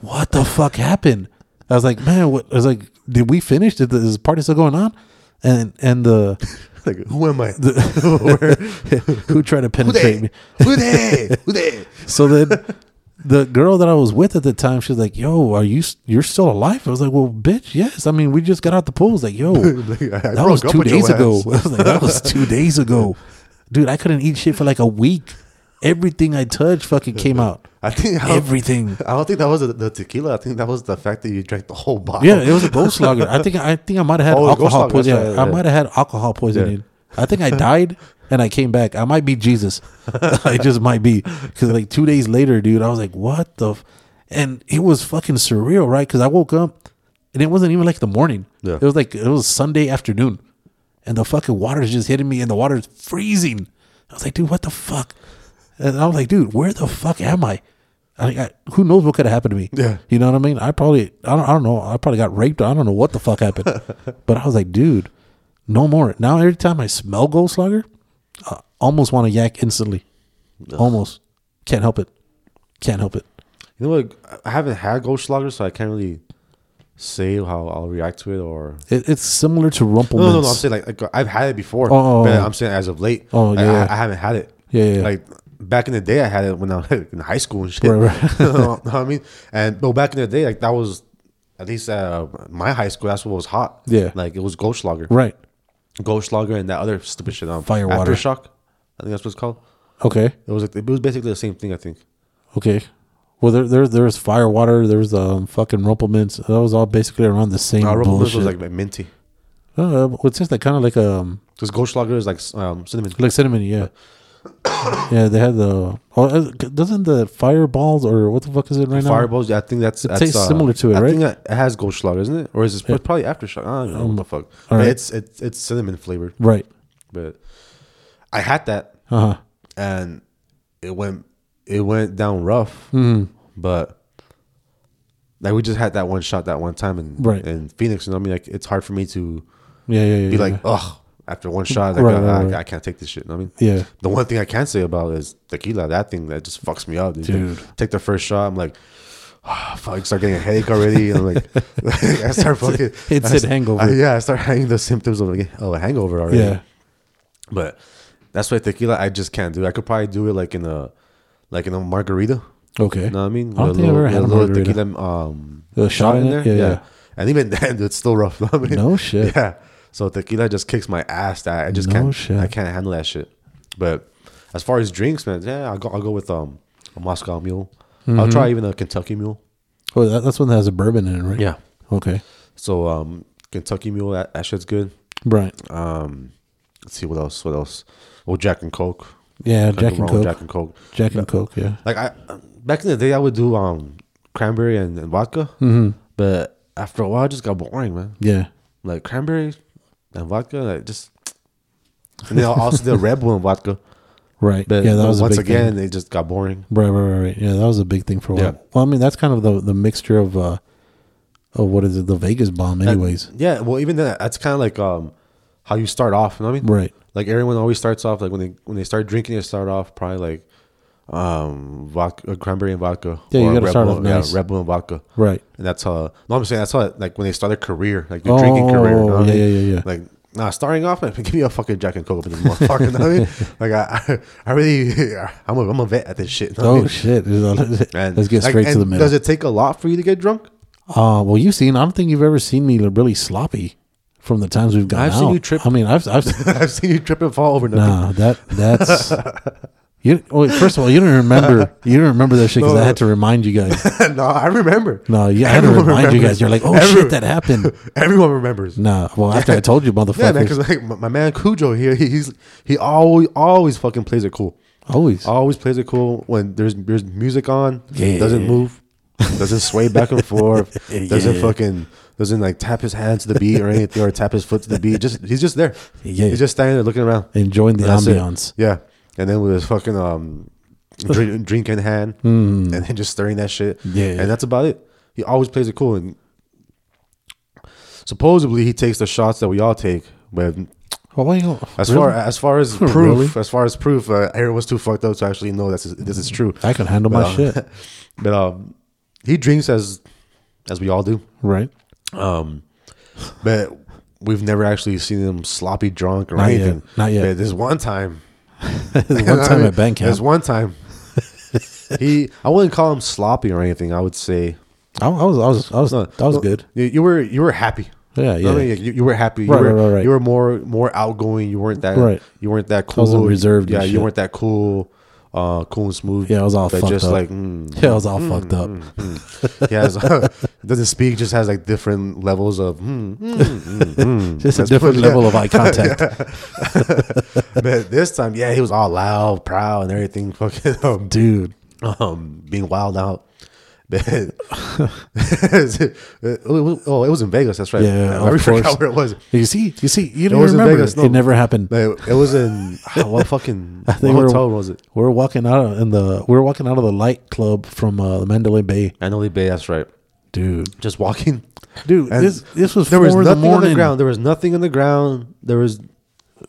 Speaker 2: what the fuck happened? I was like, man, what? I was like, did we finish? Did the, is the party still going on? And and the,
Speaker 3: Like, who am I?
Speaker 2: who tried to
Speaker 3: who
Speaker 2: penetrate
Speaker 3: they?
Speaker 2: me?
Speaker 3: Who they? Who they?
Speaker 2: So then the girl that I was with at the time, she was like, yo, are you s- you're still alive? I was like, well, bitch, yes. I mean, we just got out the pool. I was like, yo,
Speaker 3: I
Speaker 2: that
Speaker 3: broke
Speaker 2: was
Speaker 3: up
Speaker 2: two
Speaker 3: with your
Speaker 2: days ago.
Speaker 3: ass.
Speaker 2: I was like, that was two days ago, dude. I couldn't eat shit for like a week. Everything I touched fucking came out.
Speaker 3: I think I don't-
Speaker 2: Everything.
Speaker 3: I don't think that was the, the tequila. I think that was the fact that you drank the whole bottle.
Speaker 2: Yeah, it was a ghost lager. I think I think I might have had
Speaker 3: Oh, it was
Speaker 2: alcohol
Speaker 3: Ghost Lager,
Speaker 2: poisoning.
Speaker 3: that's right,
Speaker 2: I
Speaker 3: yeah.
Speaker 2: might have had alcohol poisoning. I think I died and I came back. I might be Jesus. I just might be because like two days later, dude, I was like, what the, f-? and it was fucking surreal, right? Because I woke up and it wasn't even like the morning.
Speaker 3: Yeah.
Speaker 2: It was like it was Sunday afternoon, and the fucking water's just hitting me, and the water's freezing. I was like, dude, what the fuck? And I was like, dude, where the fuck am I? I, I who knows what could have happened to me?
Speaker 3: Yeah.
Speaker 2: You know what I mean? I probably, I don't, I don't know. I probably got raped. I don't know what the fuck happened. but I was like, dude, no more. Now every time I smell Ghost Lager, I almost want to yak instantly. Almost. Can't help it. Can't help it.
Speaker 3: You know what? I haven't had Goldschlager, so I can't really say how I'll react to it or.
Speaker 2: it it's similar to Rumpelmans.
Speaker 3: No, no, no. I'm saying like, like, I've had it before,
Speaker 2: Oh, oh,
Speaker 3: but
Speaker 2: oh.
Speaker 3: I'm saying as of late,
Speaker 2: Oh,
Speaker 3: like,
Speaker 2: yeah.
Speaker 3: I, I haven't had it.
Speaker 2: Yeah, yeah.
Speaker 3: Like back in the day, I had it when I was in high school and shit.
Speaker 2: Right, right.
Speaker 3: you know what I mean? And but back in the day, like that was at least uh, my high school. That's what was hot.
Speaker 2: Yeah.
Speaker 3: like it was Goldschlager,
Speaker 2: Right.
Speaker 3: Goldschlager, and that other stupid shit. Um,
Speaker 2: Firewater.
Speaker 3: aftershock. I think that's what it's called.
Speaker 2: Okay.
Speaker 3: It was like, it was basically the same thing. I think.
Speaker 2: Okay. Well, there, there, there was Firewater. There was um, fucking Rumpelmans. That was all basically around the same
Speaker 3: No, Rumpelmilch
Speaker 2: bullshit.
Speaker 3: was like minty.
Speaker 2: Uh, it's just like kind of like um
Speaker 3: Because Goldschlager is like um, cinnamon.
Speaker 2: like cinnamon, yeah. yeah, they had the oh, uh, doesn't the fireballs or what the fuck is it right now?
Speaker 3: Fireballs, yeah, I think that's, that's
Speaker 2: tastes similar to it,
Speaker 3: I
Speaker 2: right?
Speaker 3: think that- it has Goldschlager, isn't it? Or is it it's probably aftershock? I don't know what the fuck. But
Speaker 2: right.
Speaker 3: It's it's it's cinnamon flavored,
Speaker 2: Right.
Speaker 3: but I had that
Speaker 2: Uh huh.
Speaker 3: and it went it went down rough.
Speaker 2: Mm-hmm.
Speaker 3: But like we just had that one shot that one time in
Speaker 2: Right.
Speaker 3: in Phoenix, you know what I mean? Like it's hard for me to
Speaker 2: Yeah, yeah, yeah.
Speaker 3: be like,
Speaker 2: yeah.
Speaker 3: ugh, after one shot, like,
Speaker 2: Right,
Speaker 3: uh,
Speaker 2: right,
Speaker 3: I,
Speaker 2: right.
Speaker 3: I can't take this shit. You know what I mean,
Speaker 2: Yeah.
Speaker 3: The one thing I can say about is tequila. That thing that just fucks me up, dude.
Speaker 2: Dude.
Speaker 3: Take the first shot, I'm like, ah, fuck, start getting a headache already. And I'm like, I start fucking.
Speaker 2: it's
Speaker 3: I
Speaker 2: a
Speaker 3: st-
Speaker 2: hangover.
Speaker 3: I- yeah, I start having the symptoms of like, oh, a hangover already.
Speaker 2: Yeah.
Speaker 3: But that's why tequila, I just can't do. it. I could probably do it like in a, like in a margarita.
Speaker 2: Okay.
Speaker 3: You know what I mean?
Speaker 2: I don't
Speaker 3: With a
Speaker 2: think I've
Speaker 3: little-
Speaker 2: ever had
Speaker 3: with
Speaker 2: a margarita.
Speaker 3: tequila, um,
Speaker 2: The shot in it? Yeah, yeah.
Speaker 3: And even then, it's still rough. you know what I mean?
Speaker 2: No shit.
Speaker 3: Yeah. So tequila just kicks my ass. That I just
Speaker 2: No
Speaker 3: can't.
Speaker 2: shit.
Speaker 3: I can't handle that shit. But as far as drinks, man, yeah, I'll go. I'll go with um a Moscow Mule. I'll
Speaker 2: Mm-hmm.
Speaker 3: try even a Kentucky Mule.
Speaker 2: Oh, that, that's one that has a bourbon in it, right?
Speaker 3: Yeah.
Speaker 2: Okay.
Speaker 3: So um Kentucky Mule, that, that shit's good.
Speaker 2: Right.
Speaker 3: Um, let's see what else. What else? Oh, Jack and Coke.
Speaker 2: Yeah,
Speaker 3: Can't
Speaker 2: Jack
Speaker 3: go
Speaker 2: and
Speaker 3: wrong with
Speaker 2: Coke.
Speaker 3: Jack and Coke.
Speaker 2: Jack and Coke. Yeah.
Speaker 3: Like I back in the day, I would do um cranberry and, and vodka. Mm-hmm. But after a while, it just got boring, man.
Speaker 2: Yeah.
Speaker 3: like cranberry and vodka, like just. And then also the Red Bull and vodka,
Speaker 2: Right.
Speaker 3: but
Speaker 2: yeah. That was
Speaker 3: once
Speaker 2: a big thing.
Speaker 3: again it just got boring.
Speaker 2: Right, right, right, right. Yeah, that was a big thing for a while.
Speaker 3: Yeah.
Speaker 2: Well, I mean, that's kind of the the mixture of uh of what is it, the Vegas bomb, anyways.
Speaker 3: Yeah, well, even then, that's kind of like um how you start off. You know what I mean?
Speaker 2: Right.
Speaker 3: Like everyone always starts off like when they when they start drinking, they start off probably like um vodka, uh, cranberry and vodka.
Speaker 2: Yeah, you
Speaker 3: or
Speaker 2: gotta
Speaker 3: Red
Speaker 2: start
Speaker 3: Bull,
Speaker 2: off
Speaker 3: yeah,
Speaker 2: nice.
Speaker 3: Red Bull and vodka.
Speaker 2: Right.
Speaker 3: And that's how. No, I'm saying that's how like when they start their career, like their drinking career. you know
Speaker 2: Oh,
Speaker 3: what I
Speaker 2: yeah,
Speaker 3: mean?
Speaker 2: yeah, yeah.
Speaker 3: Like nah, starting off, man, give me a fucking Jack and Coke up in this motherfucker. you know what I mean? Like I, I, I really, I'm a, I'm a vet at this shit. you know what I
Speaker 2: Oh
Speaker 3: mean?
Speaker 2: shit!
Speaker 3: And,
Speaker 2: Let's get
Speaker 3: like,
Speaker 2: straight to
Speaker 3: and
Speaker 2: the middle.
Speaker 3: Does it take a lot for you to get drunk?
Speaker 2: Uh, well, you've seen. I don't think you've ever seen me really sloppy from the times we've gone
Speaker 3: I've
Speaker 2: out.
Speaker 3: seen you trip-
Speaker 2: I mean, I've, I've
Speaker 3: I've seen you trip and fall over nothing.
Speaker 2: nah. That that's. You, oh, wait, first of all, you don't remember. You don't remember that shit because I had to remind you guys.
Speaker 3: no, I remember.
Speaker 2: No, yeah, I had to
Speaker 3: Everyone
Speaker 2: remind you
Speaker 3: remembers.
Speaker 2: guys. You're like, oh
Speaker 3: Everyone-
Speaker 2: shit, that happened.
Speaker 3: Everyone remembers.
Speaker 2: Nah. Well, after I told you,
Speaker 3: Yeah, man,
Speaker 2: motherfuckers,
Speaker 3: because like my, my man Cujo here, he, he's he always always fucking plays it cool.
Speaker 2: always.
Speaker 3: Always plays it cool when there's there's music on.
Speaker 2: Yeah.
Speaker 3: Doesn't move. Doesn't sway back and forth. Doesn't
Speaker 2: Yeah.
Speaker 3: fucking doesn't like tap his hand to the beat or anything or tap his foot to the beat. Just he's just there.
Speaker 2: Yeah.
Speaker 3: He's just standing there looking around.
Speaker 2: Enjoying the
Speaker 3: That's it.
Speaker 2: ambiance.
Speaker 3: Yeah. And then with his fucking um drink, drink in hand and then just stirring that shit.
Speaker 2: Hmm. Yeah.
Speaker 3: And that's about it. He always plays it cool and supposedly he takes the shots that we all take, but
Speaker 2: Well, why you-
Speaker 3: as
Speaker 2: really?
Speaker 3: far as far as proof,
Speaker 2: Really?
Speaker 3: as far as proof, uh, everyone's too fucked up to actually know that this is true.
Speaker 2: I can handle my
Speaker 3: But, uh,
Speaker 2: shit,
Speaker 3: But um, he drinks as as we all do.
Speaker 2: right?
Speaker 3: Um, but we've never actually seen him sloppy drunk or
Speaker 2: Not yet.
Speaker 3: anything.
Speaker 2: Not yet.
Speaker 3: But this one time,
Speaker 2: one time at bank
Speaker 3: This
Speaker 2: camp,
Speaker 3: one time, he I wouldn't call him sloppy or anything. I would say
Speaker 2: I, I was, I was, I was,
Speaker 3: no,
Speaker 2: that was
Speaker 3: no,
Speaker 2: good.
Speaker 3: You, you were you were happy.
Speaker 2: Yeah,
Speaker 3: I
Speaker 2: yeah.
Speaker 3: mean, you, you were happy. You
Speaker 2: Right,
Speaker 3: were
Speaker 2: right, right, right.
Speaker 3: you were more more outgoing. You weren't that
Speaker 2: Right.
Speaker 3: you weren't that cool.
Speaker 2: wasn't reserved
Speaker 3: Yeah,
Speaker 2: and
Speaker 3: you
Speaker 2: shit.
Speaker 3: weren't that cool. Uh, cool and smooth.
Speaker 2: Yeah, I was all
Speaker 3: But
Speaker 2: fucked
Speaker 3: just
Speaker 2: up.
Speaker 3: like Mm-hmm. mm,
Speaker 2: Yeah, I was all fucked up.
Speaker 3: he has doesn't speak. Just has like different levels of. Mm, mm, mm, mm.
Speaker 2: Just a
Speaker 3: That's
Speaker 2: different
Speaker 3: pretty-
Speaker 2: level of eye contact.
Speaker 3: But this time, yeah, he was all loud, proud, and everything. Fucking um,
Speaker 2: Dude,
Speaker 3: um, being wild out. But it was- oh, it was in Vegas. That's right.
Speaker 2: Yeah,
Speaker 3: I
Speaker 2: of
Speaker 3: already
Speaker 2: course.
Speaker 3: forgot where it was.
Speaker 2: you see, you see, you don't
Speaker 3: was in
Speaker 2: remember.
Speaker 3: Vegas, no.
Speaker 2: It never happened.
Speaker 3: Like, it was in oh, what fucking what
Speaker 2: think we're-
Speaker 3: hotel was it?
Speaker 2: We were walking out in the we were walking out of the light club from uh, Mandalay Bay,
Speaker 3: Annalee Bay. That's right.
Speaker 2: dude.
Speaker 3: Just walking.
Speaker 2: Dude,
Speaker 3: And
Speaker 2: this this was
Speaker 3: There was
Speaker 2: four in
Speaker 3: nothing
Speaker 2: the
Speaker 3: on
Speaker 2: morning.
Speaker 3: the ground. There was nothing on the ground. There was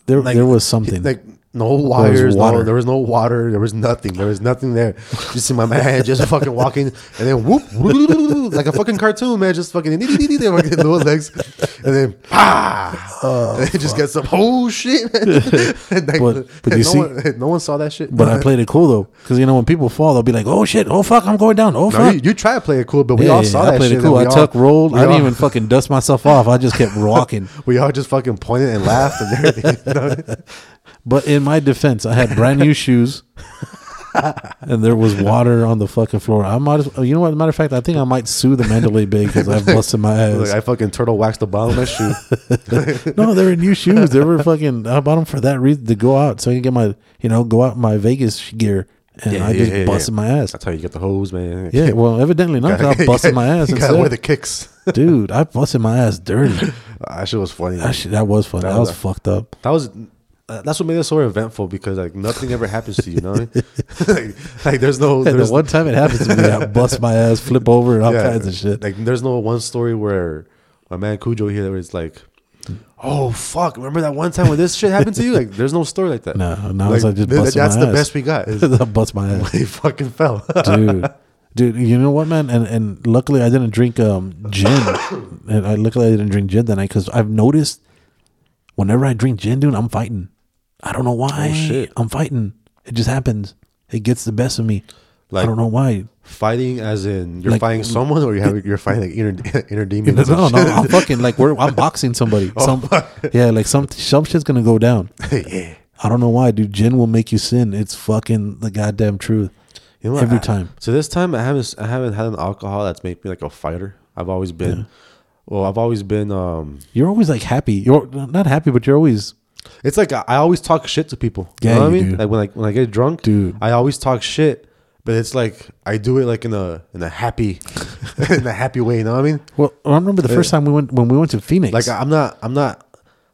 Speaker 2: There,
Speaker 3: like
Speaker 2: there was something.
Speaker 3: Like no wires.
Speaker 2: water.
Speaker 3: No, there was no water. There was nothing. There was nothing there. Just see my man just fucking walking and then whoop like a fucking cartoon man just fucking they fucking little legs and then ah and it just gets some oh shit. Man. And, like,
Speaker 2: But- but you
Speaker 3: no
Speaker 2: see-
Speaker 3: one, no one saw that shit.
Speaker 2: but I played it cool though, because you know when people fall, they'll be like, "Oh shit! Oh fuck! I'm going down! Oh
Speaker 3: No,
Speaker 2: fuck!"
Speaker 3: you, you try to play it cool, but we
Speaker 2: Yeah,
Speaker 3: all
Speaker 2: yeah,
Speaker 3: saw
Speaker 2: I
Speaker 3: that
Speaker 2: played
Speaker 3: shit.
Speaker 2: it
Speaker 3: and
Speaker 2: cool.
Speaker 3: we
Speaker 2: I
Speaker 3: all-
Speaker 2: tuck rolled.
Speaker 3: we
Speaker 2: I
Speaker 3: all-
Speaker 2: didn't even fucking dust myself off. I just kept walking.
Speaker 3: We all just fucking pointed and laughed and everything. you know?
Speaker 2: But in my defense, I had brand new shoes, and there was water on the fucking floor. I might, as, you know what? Matter of fact, I think I might sue the Mandalay Bay because I've busted my
Speaker 3: Like,
Speaker 2: ass.
Speaker 3: I fucking turtle waxed the bottom of my shoe.
Speaker 2: No, they were new shoes. They were fucking. I bought them for that reason to go out so I can get my, you know, go out in my Vegas gear, and
Speaker 3: Yeah,
Speaker 2: I
Speaker 3: yeah,
Speaker 2: just
Speaker 3: yeah, yeah.
Speaker 2: busted my ass.
Speaker 3: That's how you get the hose, man.
Speaker 2: Yeah, well, evidently not. 'cause I busted my ass.
Speaker 3: You gotta wear
Speaker 2: Instead.
Speaker 3: the kicks.
Speaker 2: Dude, I busted my ass dirty.
Speaker 3: That shit was funny.
Speaker 2: That, shit, that was fun. That,
Speaker 3: That was
Speaker 2: was,
Speaker 3: a-
Speaker 2: fucked up.
Speaker 3: That was uh, that's what made it so eventful because like nothing ever happens to you, you know? what I mean? like, like there's no
Speaker 2: And
Speaker 3: there's
Speaker 2: the one time it happens to me, I bust my ass, flip over, and all
Speaker 3: yeah,
Speaker 2: kinds of shit.
Speaker 3: Like there's no one story where my man Cujo here was like, "Oh fuck, remember that one time when this shit happened to you?" Like there's no story like that.
Speaker 2: No, no, it's like just
Speaker 3: th-
Speaker 2: busting
Speaker 3: that's
Speaker 2: my
Speaker 3: the
Speaker 2: ass.
Speaker 3: best we got. Is
Speaker 2: I bust my ass.
Speaker 3: he fucking fell.
Speaker 2: dude dude you know what man and and luckily i didn't drink um gin and i luckily i didn't drink gin that night because i've noticed whenever i drink gin dude i'm fighting i don't know why
Speaker 3: Oh, shit.
Speaker 2: i'm fighting it just happens it gets the best of me
Speaker 3: Like-
Speaker 2: i don't know why
Speaker 3: fighting as in you're
Speaker 2: Like-
Speaker 3: fighting someone or you have you're fighting like inner inner demon.
Speaker 2: no, no, no, I'm fucking like we're, I'm boxing somebody.
Speaker 3: Oh,
Speaker 2: Some, yeah, like some some shit's gonna go down.
Speaker 3: yeah.
Speaker 2: I don't know why, dude. Gin will make you sin. It's fucking the goddamn truth.
Speaker 3: You know what?
Speaker 2: Every
Speaker 3: I-
Speaker 2: time.
Speaker 3: So this time I haven't I haven't had an alcohol that's made me like a fighter. I've always been well, I've always been um
Speaker 2: You're always like happy. You're not happy, but you're always
Speaker 3: it's like I, I always talk shit to people. You
Speaker 2: Yeah,
Speaker 3: know what
Speaker 2: you
Speaker 3: I mean?
Speaker 2: do.
Speaker 3: Like when I when I get drunk,
Speaker 2: Dude.
Speaker 3: I always talk shit, but it's like I do it like in a in a happy in a happy way, you know what I mean?
Speaker 2: Well, I remember the first time we went when we went to Phoenix.
Speaker 3: Like uh, I'm not I'm not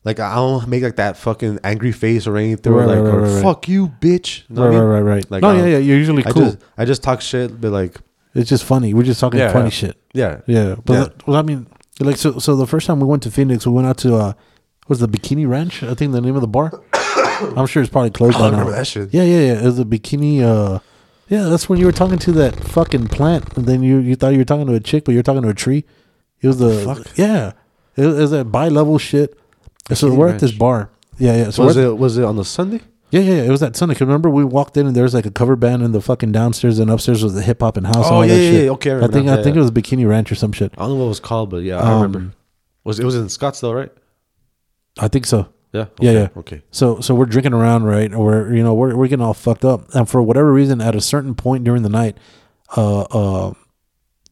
Speaker 3: like I don't make like that fucking angry face or anything or
Speaker 2: Right,
Speaker 3: like
Speaker 2: right,
Speaker 3: or,
Speaker 2: right, right, right.
Speaker 3: fuck you bitch. You know what I
Speaker 2: Right,
Speaker 3: mean?
Speaker 2: right, right, right. No,
Speaker 3: I-
Speaker 2: yeah, yeah, you're usually
Speaker 3: I
Speaker 2: cool.
Speaker 3: just, I just talk shit, but like
Speaker 2: it's just funny. We're just talking
Speaker 3: Yeah,
Speaker 2: funny
Speaker 3: yeah.
Speaker 2: shit.
Speaker 3: yeah.
Speaker 2: Yeah, but
Speaker 3: Yeah.
Speaker 2: that- well, I mean, like so. So the first time we went to Phoenix, we went out to uh, was the Bikini Ranch? I think the name of the bar. I'm sure it's probably closed.
Speaker 3: Oh,
Speaker 2: by
Speaker 3: I
Speaker 2: now.
Speaker 3: remember that shit.
Speaker 2: Yeah, yeah, yeah. It was a bikini. Uh, yeah, that's when you were talking to that fucking plant, and then you you thought you were talking to a chick, but you're talking to a tree. It was the yeah. It was, it was that bi level shit. so we're at this
Speaker 3: Ranch.
Speaker 2: bar. Yeah, yeah. So
Speaker 3: Was
Speaker 2: we're at-
Speaker 3: it was it on a Sunday?
Speaker 2: Yeah, yeah, it was that Sonic. Remember, we walked in and there was like a cover band in the fucking downstairs and upstairs was the hip hop and house. and
Speaker 3: Oh,
Speaker 2: all
Speaker 3: yeah,
Speaker 2: that
Speaker 3: yeah,
Speaker 2: shit.
Speaker 3: yeah, okay, I
Speaker 2: I,
Speaker 3: remember
Speaker 2: think
Speaker 3: now,
Speaker 2: I think
Speaker 3: yeah.
Speaker 2: it was Bikini Ranch or some shit.
Speaker 3: I don't know what it was called, but yeah,
Speaker 2: Um,
Speaker 3: I remember. Was it was in Scottsdale, right?
Speaker 2: I think so.
Speaker 3: Yeah.
Speaker 2: Yeah,
Speaker 3: okay,
Speaker 2: yeah.
Speaker 3: Okay.
Speaker 2: So, so we're drinking around, right? And We're you know we're we're getting all fucked up, and for whatever reason, at a certain point during the night, uh, uh,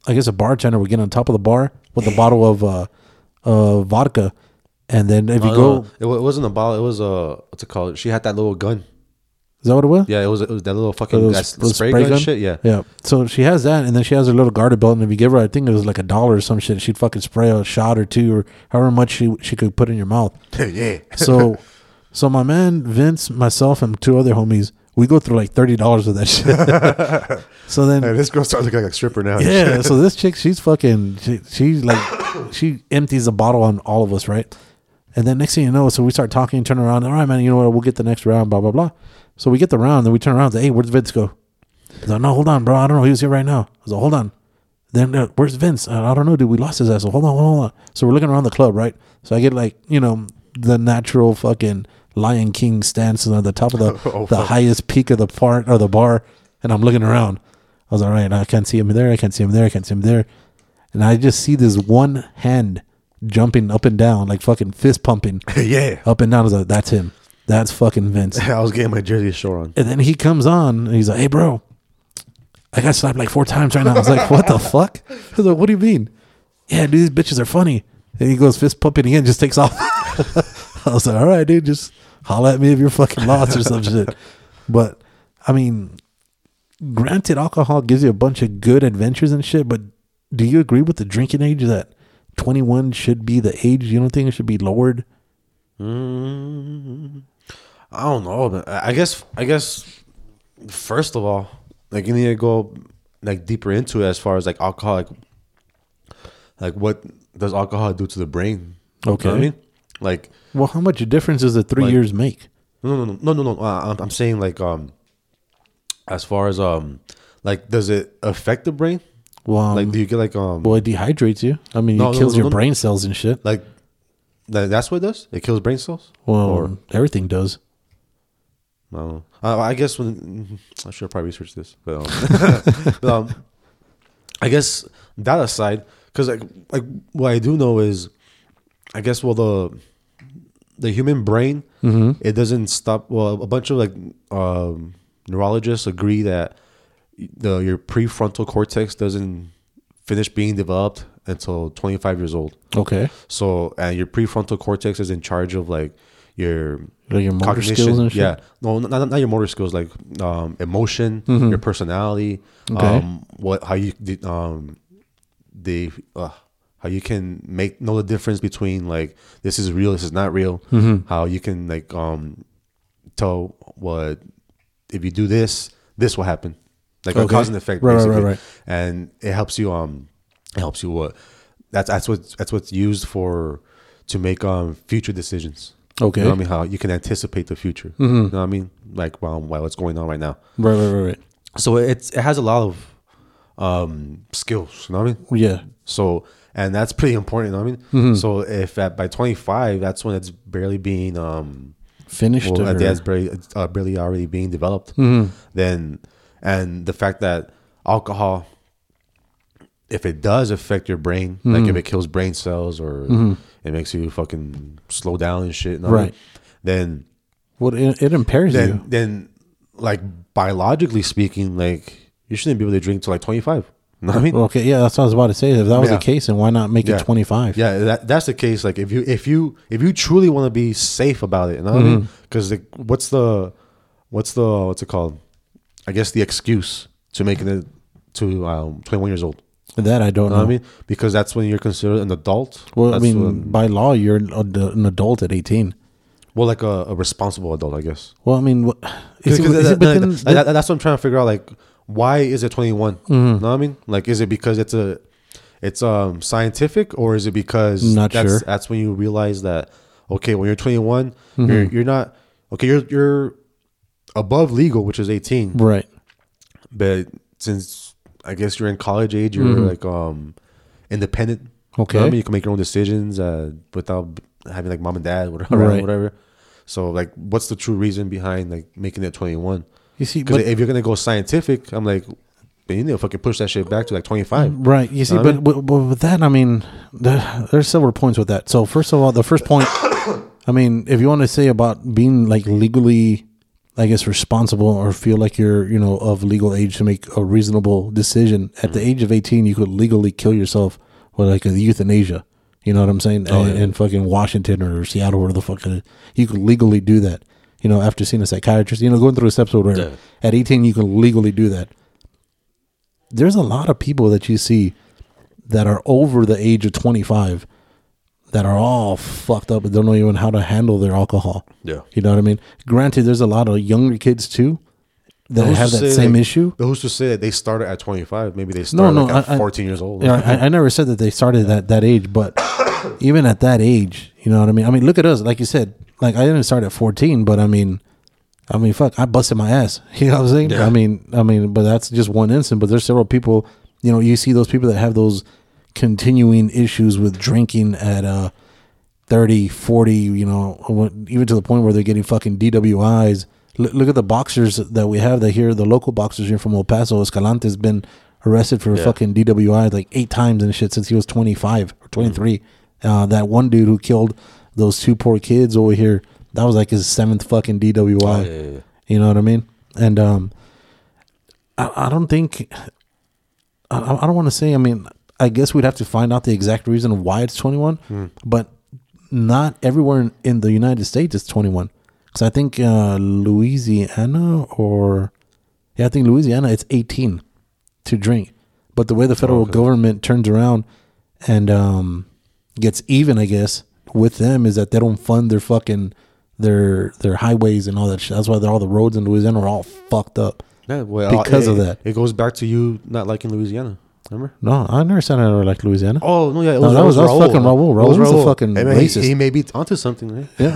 Speaker 2: I guess a bartender would get on top of the bar with a bottle of uh, uh, vodka, and then if you
Speaker 3: No,
Speaker 2: go,
Speaker 3: no, Uh, it, wa- it wasn't a ball. It was a what's it called? She had that little gun.
Speaker 2: is that what it was?
Speaker 3: Yeah, it was, it was that little fucking
Speaker 2: Those-
Speaker 3: that
Speaker 2: those
Speaker 3: spray, gun, shit. Yeah.
Speaker 2: yeah. So she has that, and then she has her little garter belt. And if you give her, I think it was like a dollar or some shit, she'd fucking spray a shot or two or however much she she could put in your mouth.
Speaker 3: yeah.
Speaker 2: So, so my man Vince, myself, and two other homies, we go through like thirty dollars of that shit. so
Speaker 3: Hey,
Speaker 2: then,
Speaker 3: this girl starts looking like a stripper now.
Speaker 2: yeah. So this chick, she's fucking, she, she's like, she empties the bottle on all of us, right? And then next thing you know, so we start talking, turn around. All right, man, you know what? We'll get the next round, blah blah blah. So we get the round, then we turn around. Say, hey, where's Vince go? He's like, no, hold on, bro. I don't know. He was here right now. I was like, hold on. Then uh, where's Vince? Uh, I don't know, dude. We lost his ass. So hold on, hold on. So we're looking around the club, right? So I get like, you know, the natural fucking Lion King stance on the top of the the highest peak of the part of the bar, and I'm looking around. I was all right. I can't see him there. I can't see him there. I can't see him there. And I just see this one hand jumping up and down, like fucking fist pumping
Speaker 3: yeah.
Speaker 2: up and down. I was like, that's him. That's fucking Vince.
Speaker 3: I was getting my Jersey Shore on.
Speaker 2: And then he comes on and he's like, hey, bro, I got slapped like four times right now. I was like, what the fuck? I was like, what do you mean? Yeah, dude, these bitches are funny. And he goes fist pumping again, just takes off. I was like, all right, dude, just holla at me if you're fucking lost or some shit. But I mean, granted, alcohol gives you a bunch of good adventures and shit, but do you agree with the drinking age that 21 should be the age? You don't think it should be lowered?
Speaker 3: I don't know, but I I guess I guess first of all, like you need to go like deeper into it as far as like alcohol, like like what does alcohol do to the brain? You know what
Speaker 2: Okay.
Speaker 3: I mean, like
Speaker 2: Well, how much difference does the three
Speaker 3: Like-
Speaker 2: years make?
Speaker 3: no, no, no, no, no, no. Uh, I'm, I'm saying like um, as far as um, like does it affect the brain?
Speaker 2: Well, um,
Speaker 3: Like do you get like um,
Speaker 2: Well, it dehydrates you. I mean,
Speaker 3: No,
Speaker 2: it
Speaker 3: no,
Speaker 2: kills
Speaker 3: no,
Speaker 2: your
Speaker 3: no.
Speaker 2: brain cells and shit.
Speaker 3: like that, that's what it does? It kills brain cells.
Speaker 2: Well,
Speaker 3: or
Speaker 2: everything does.
Speaker 3: I don't know. I, Uh, I guess when mm, I should probably research this, but, um, but, um, I guess that aside, because like like what I do know is, I guess well the the human brain it doesn't stop. Well, a bunch of like um, neurologists agree that the your prefrontal cortex doesn't finish being developed until 25 years old.
Speaker 2: Okay.
Speaker 3: So and your prefrontal cortex is in charge of like your
Speaker 2: Like your motor
Speaker 3: cognition.
Speaker 2: skills and shit?
Speaker 3: Yeah, no, not, not your motor skills, like um, emotion, your personality,
Speaker 2: Mm-hmm. Okay.
Speaker 3: um, what how you the, um, the uh, how you can make know the difference between like this is real, this is not real.
Speaker 2: Mm-hmm.
Speaker 3: How you can like um, tell what if you do this, this will happen, like a
Speaker 2: Okay.
Speaker 3: cause and effect,
Speaker 2: Right, right, right,
Speaker 3: basically.
Speaker 2: right.
Speaker 3: And it helps you um, it helps you what that's that's what that's what's used for to make um future decisions.
Speaker 2: Okay.
Speaker 3: You know what I mean? How you can anticipate the future. You know what I mean? Like, well, well, what's going on right now?
Speaker 2: Right, right, right,
Speaker 3: So it's it has a lot of um, skills. You know what I mean?
Speaker 2: right. Yeah.
Speaker 3: So and that's pretty important. You know what I mean? So if at by twenty five, that's when it's barely being um,
Speaker 2: Finished.
Speaker 3: well,
Speaker 2: or-
Speaker 3: at the- that's barely it's, uh, barely already being developed. Then and the fact that alcohol, if it does affect your brain, like if it kills brain cells or it makes you fucking slow down and shit, you know what I mean?
Speaker 2: Right.
Speaker 3: Then
Speaker 2: well, it, it impairs
Speaker 3: then
Speaker 2: you.
Speaker 3: then like biologically speaking, like you shouldn't be able to drink till like twenty five. You know what I mean?
Speaker 2: Okay. Yeah. That's what I was about to say. If that was
Speaker 3: Yeah.
Speaker 2: the case, then why not make
Speaker 3: Yeah.
Speaker 2: it 25?
Speaker 3: Yeah, that, that's the case. Like if you if you if you truly want to be safe about it, you know what I mean?
Speaker 2: Mm-hmm.
Speaker 3: Because like, what's the what's the what's it called? I guess the excuse to making it to um, twenty one years old.
Speaker 2: That I don't
Speaker 3: You
Speaker 2: know.
Speaker 3: know what I mean? Because that's when you're considered an adult.
Speaker 2: Mm-hmm. Well, I
Speaker 3: That's
Speaker 2: mean,
Speaker 3: when-
Speaker 2: by law, you're an ad- an adult at 18.
Speaker 3: well, like a, a responsible adult, I guess.
Speaker 2: Well, I mean, what, is
Speaker 3: Cause,
Speaker 2: it,
Speaker 3: 'cause
Speaker 2: is
Speaker 3: that-
Speaker 2: it within
Speaker 3: that- that- that's what I'm trying to figure out. Like, why is it 21?
Speaker 2: Mm-hmm.
Speaker 3: Know what I mean? Like, is it because it's a, it's um scientific, or is it because
Speaker 2: Not
Speaker 3: that's,
Speaker 2: sure.
Speaker 3: That's when you realize that okay, when you're 21,
Speaker 2: Mm-hmm.
Speaker 3: you're you're not okay. You're you're above legal, which is 18,
Speaker 2: right?
Speaker 3: but since I guess you're in college age, you're like um independent. You know what I
Speaker 2: Mm-hmm. Okay.
Speaker 3: mean? you can make your own decisions uh, without having like mom and dad, whatever,
Speaker 2: Right.
Speaker 3: whatever. So like, what's the true reason behind like making it 21?
Speaker 2: You see,
Speaker 3: Because
Speaker 2: but
Speaker 3: if you're gonna go scientific, I'm like, then you need to fucking push that shit back to like 25.
Speaker 2: Right. You see,
Speaker 3: I
Speaker 2: but,
Speaker 3: mean-
Speaker 2: but, but with that, I mean, there, there's several points with that. So, first of all, the first point, I mean, if you want to say about being like legally, I guess, responsible or feel like you're, you know, of legal age to make a reasonable decision, at the age of 18, you could legally kill yourself with like a euthanasia. You know what I'm saying? in, in fucking Washington or Seattle, where the fuck it is. You could legally do that. You know, after seeing a psychiatrist, you know, going through the steps where
Speaker 3: Yeah.
Speaker 2: at 18, you can legally do that there's a lot of people that you see that are over the age of 25 that are all fucked up and don't know even how to handle their alcohol.
Speaker 3: Yeah.
Speaker 2: You know what I mean? Granted, there's a lot of younger kids too that
Speaker 3: Who's
Speaker 2: have
Speaker 3: to
Speaker 2: that
Speaker 3: say,
Speaker 2: same
Speaker 3: like,
Speaker 2: issue.
Speaker 3: Who's to say that they started at 25? Maybe they started
Speaker 2: no,
Speaker 3: like,
Speaker 2: I- I-
Speaker 3: at 14 years old.
Speaker 2: Yeah, I, I never said that they started at that age, but even at that age, you know what I mean? I mean, look at us. Like you said, like I didn't start at 14, but I mean, I mean, fuck, I busted my ass. You know what I'm saying? I mean, I mean, but that's just one instant. But there's several people, you know, you see those people that have those continuing issues with drinking at uh 30, 40, you know, or what- even to the point where they're getting fucking DWIs. L- look at the boxers that we have that here, the local boxers here from El Paso. Escalante's been arrested for fucking DWI like eight times and shit since he was 25 or 23. Uh, that one dude who killed those two poor kids over here, that was like his seventh fucking DWI. You know what I mean? And um, I, I don't think I, I don't want to say. I mean, I guess we'd have to find out the exact reason why it's 21, but not everywhere in, in the United States is 21. Because I think uh, Louisiana or yeah, I think Louisiana it's 18 to drink, but the way the federal government turns around and um, gets even, I guess, with them is that they don't fund their fucking their their highways and all that shit. That's why they're, all the roads in Louisiana are all fucked up.
Speaker 3: Yeah, well,
Speaker 2: Because
Speaker 3: it-
Speaker 2: of that.
Speaker 3: It goes back to you not liking Louisiana. Remember?
Speaker 2: No, I never said I never liked Louisiana.
Speaker 3: Oh, no, yeah. It
Speaker 2: No, that was- that was
Speaker 3: Raul.
Speaker 2: fucking Raul.
Speaker 3: It
Speaker 2: Raul was a fucking
Speaker 3: Hey, man, he-
Speaker 2: racist.
Speaker 3: He, may be onto something, right?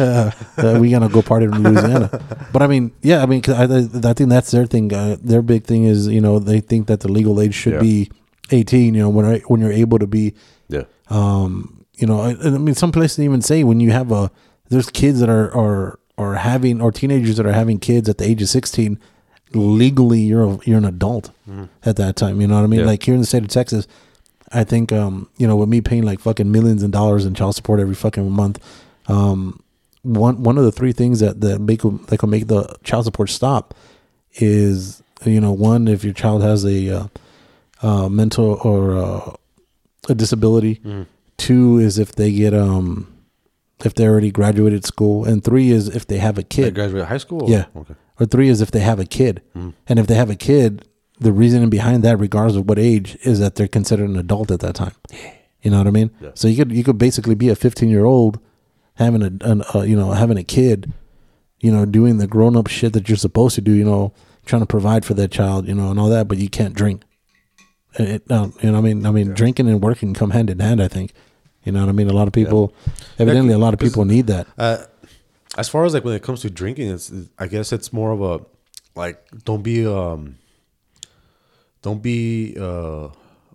Speaker 2: uh, we gonna go party in Louisiana. But I mean, yeah, I mean, 'cause I, I think that's their thing. Uh, their big thing is, you know, they think that the legal age should
Speaker 3: Yeah.
Speaker 2: be eighteen. You know, when I, when you're able to be,
Speaker 3: Yeah.
Speaker 2: um, you know, I, I mean, some places even say when you have a there's kids that are are are having or teenagers that are having kids at the age of sixteen. Legally, you're a, you're an adult at that time. You know what I mean?
Speaker 3: Yeah.
Speaker 2: Like here in the state of Texas, I think um, you know, with me paying like fucking millions of dollars in child support every fucking month, um, one one of the three things that that make that can make the child support stop is you know one if your child has a uh, uh, mental or uh, a disability. Two is if they get um if they already graduated school, and three is if they have a
Speaker 3: They
Speaker 2: kid.
Speaker 3: graduated high school?
Speaker 2: Yeah.
Speaker 3: Okay. Mm.
Speaker 2: Or three is if they have a kid. And if they have a kid, the reasoning behind that, regardless of what age, is that they're considered an adult at that time. You know what I mean?
Speaker 3: Yeah.
Speaker 2: So you could you could basically be a 15 year old having a, an, uh you know having a kid, you know doing the grown up shit that you're supposed to do. You know trying to provide for that child, you know, and all that, but you can't drink. And It, um, you know, what I mean, I mean, drinking and working come hand in hand. I think, you know what I mean. A lot of people, evidently, a lot of people need that.
Speaker 3: Uh, As far as like when it comes to drinking, it's I guess it's more of a like don't be um don't be uh,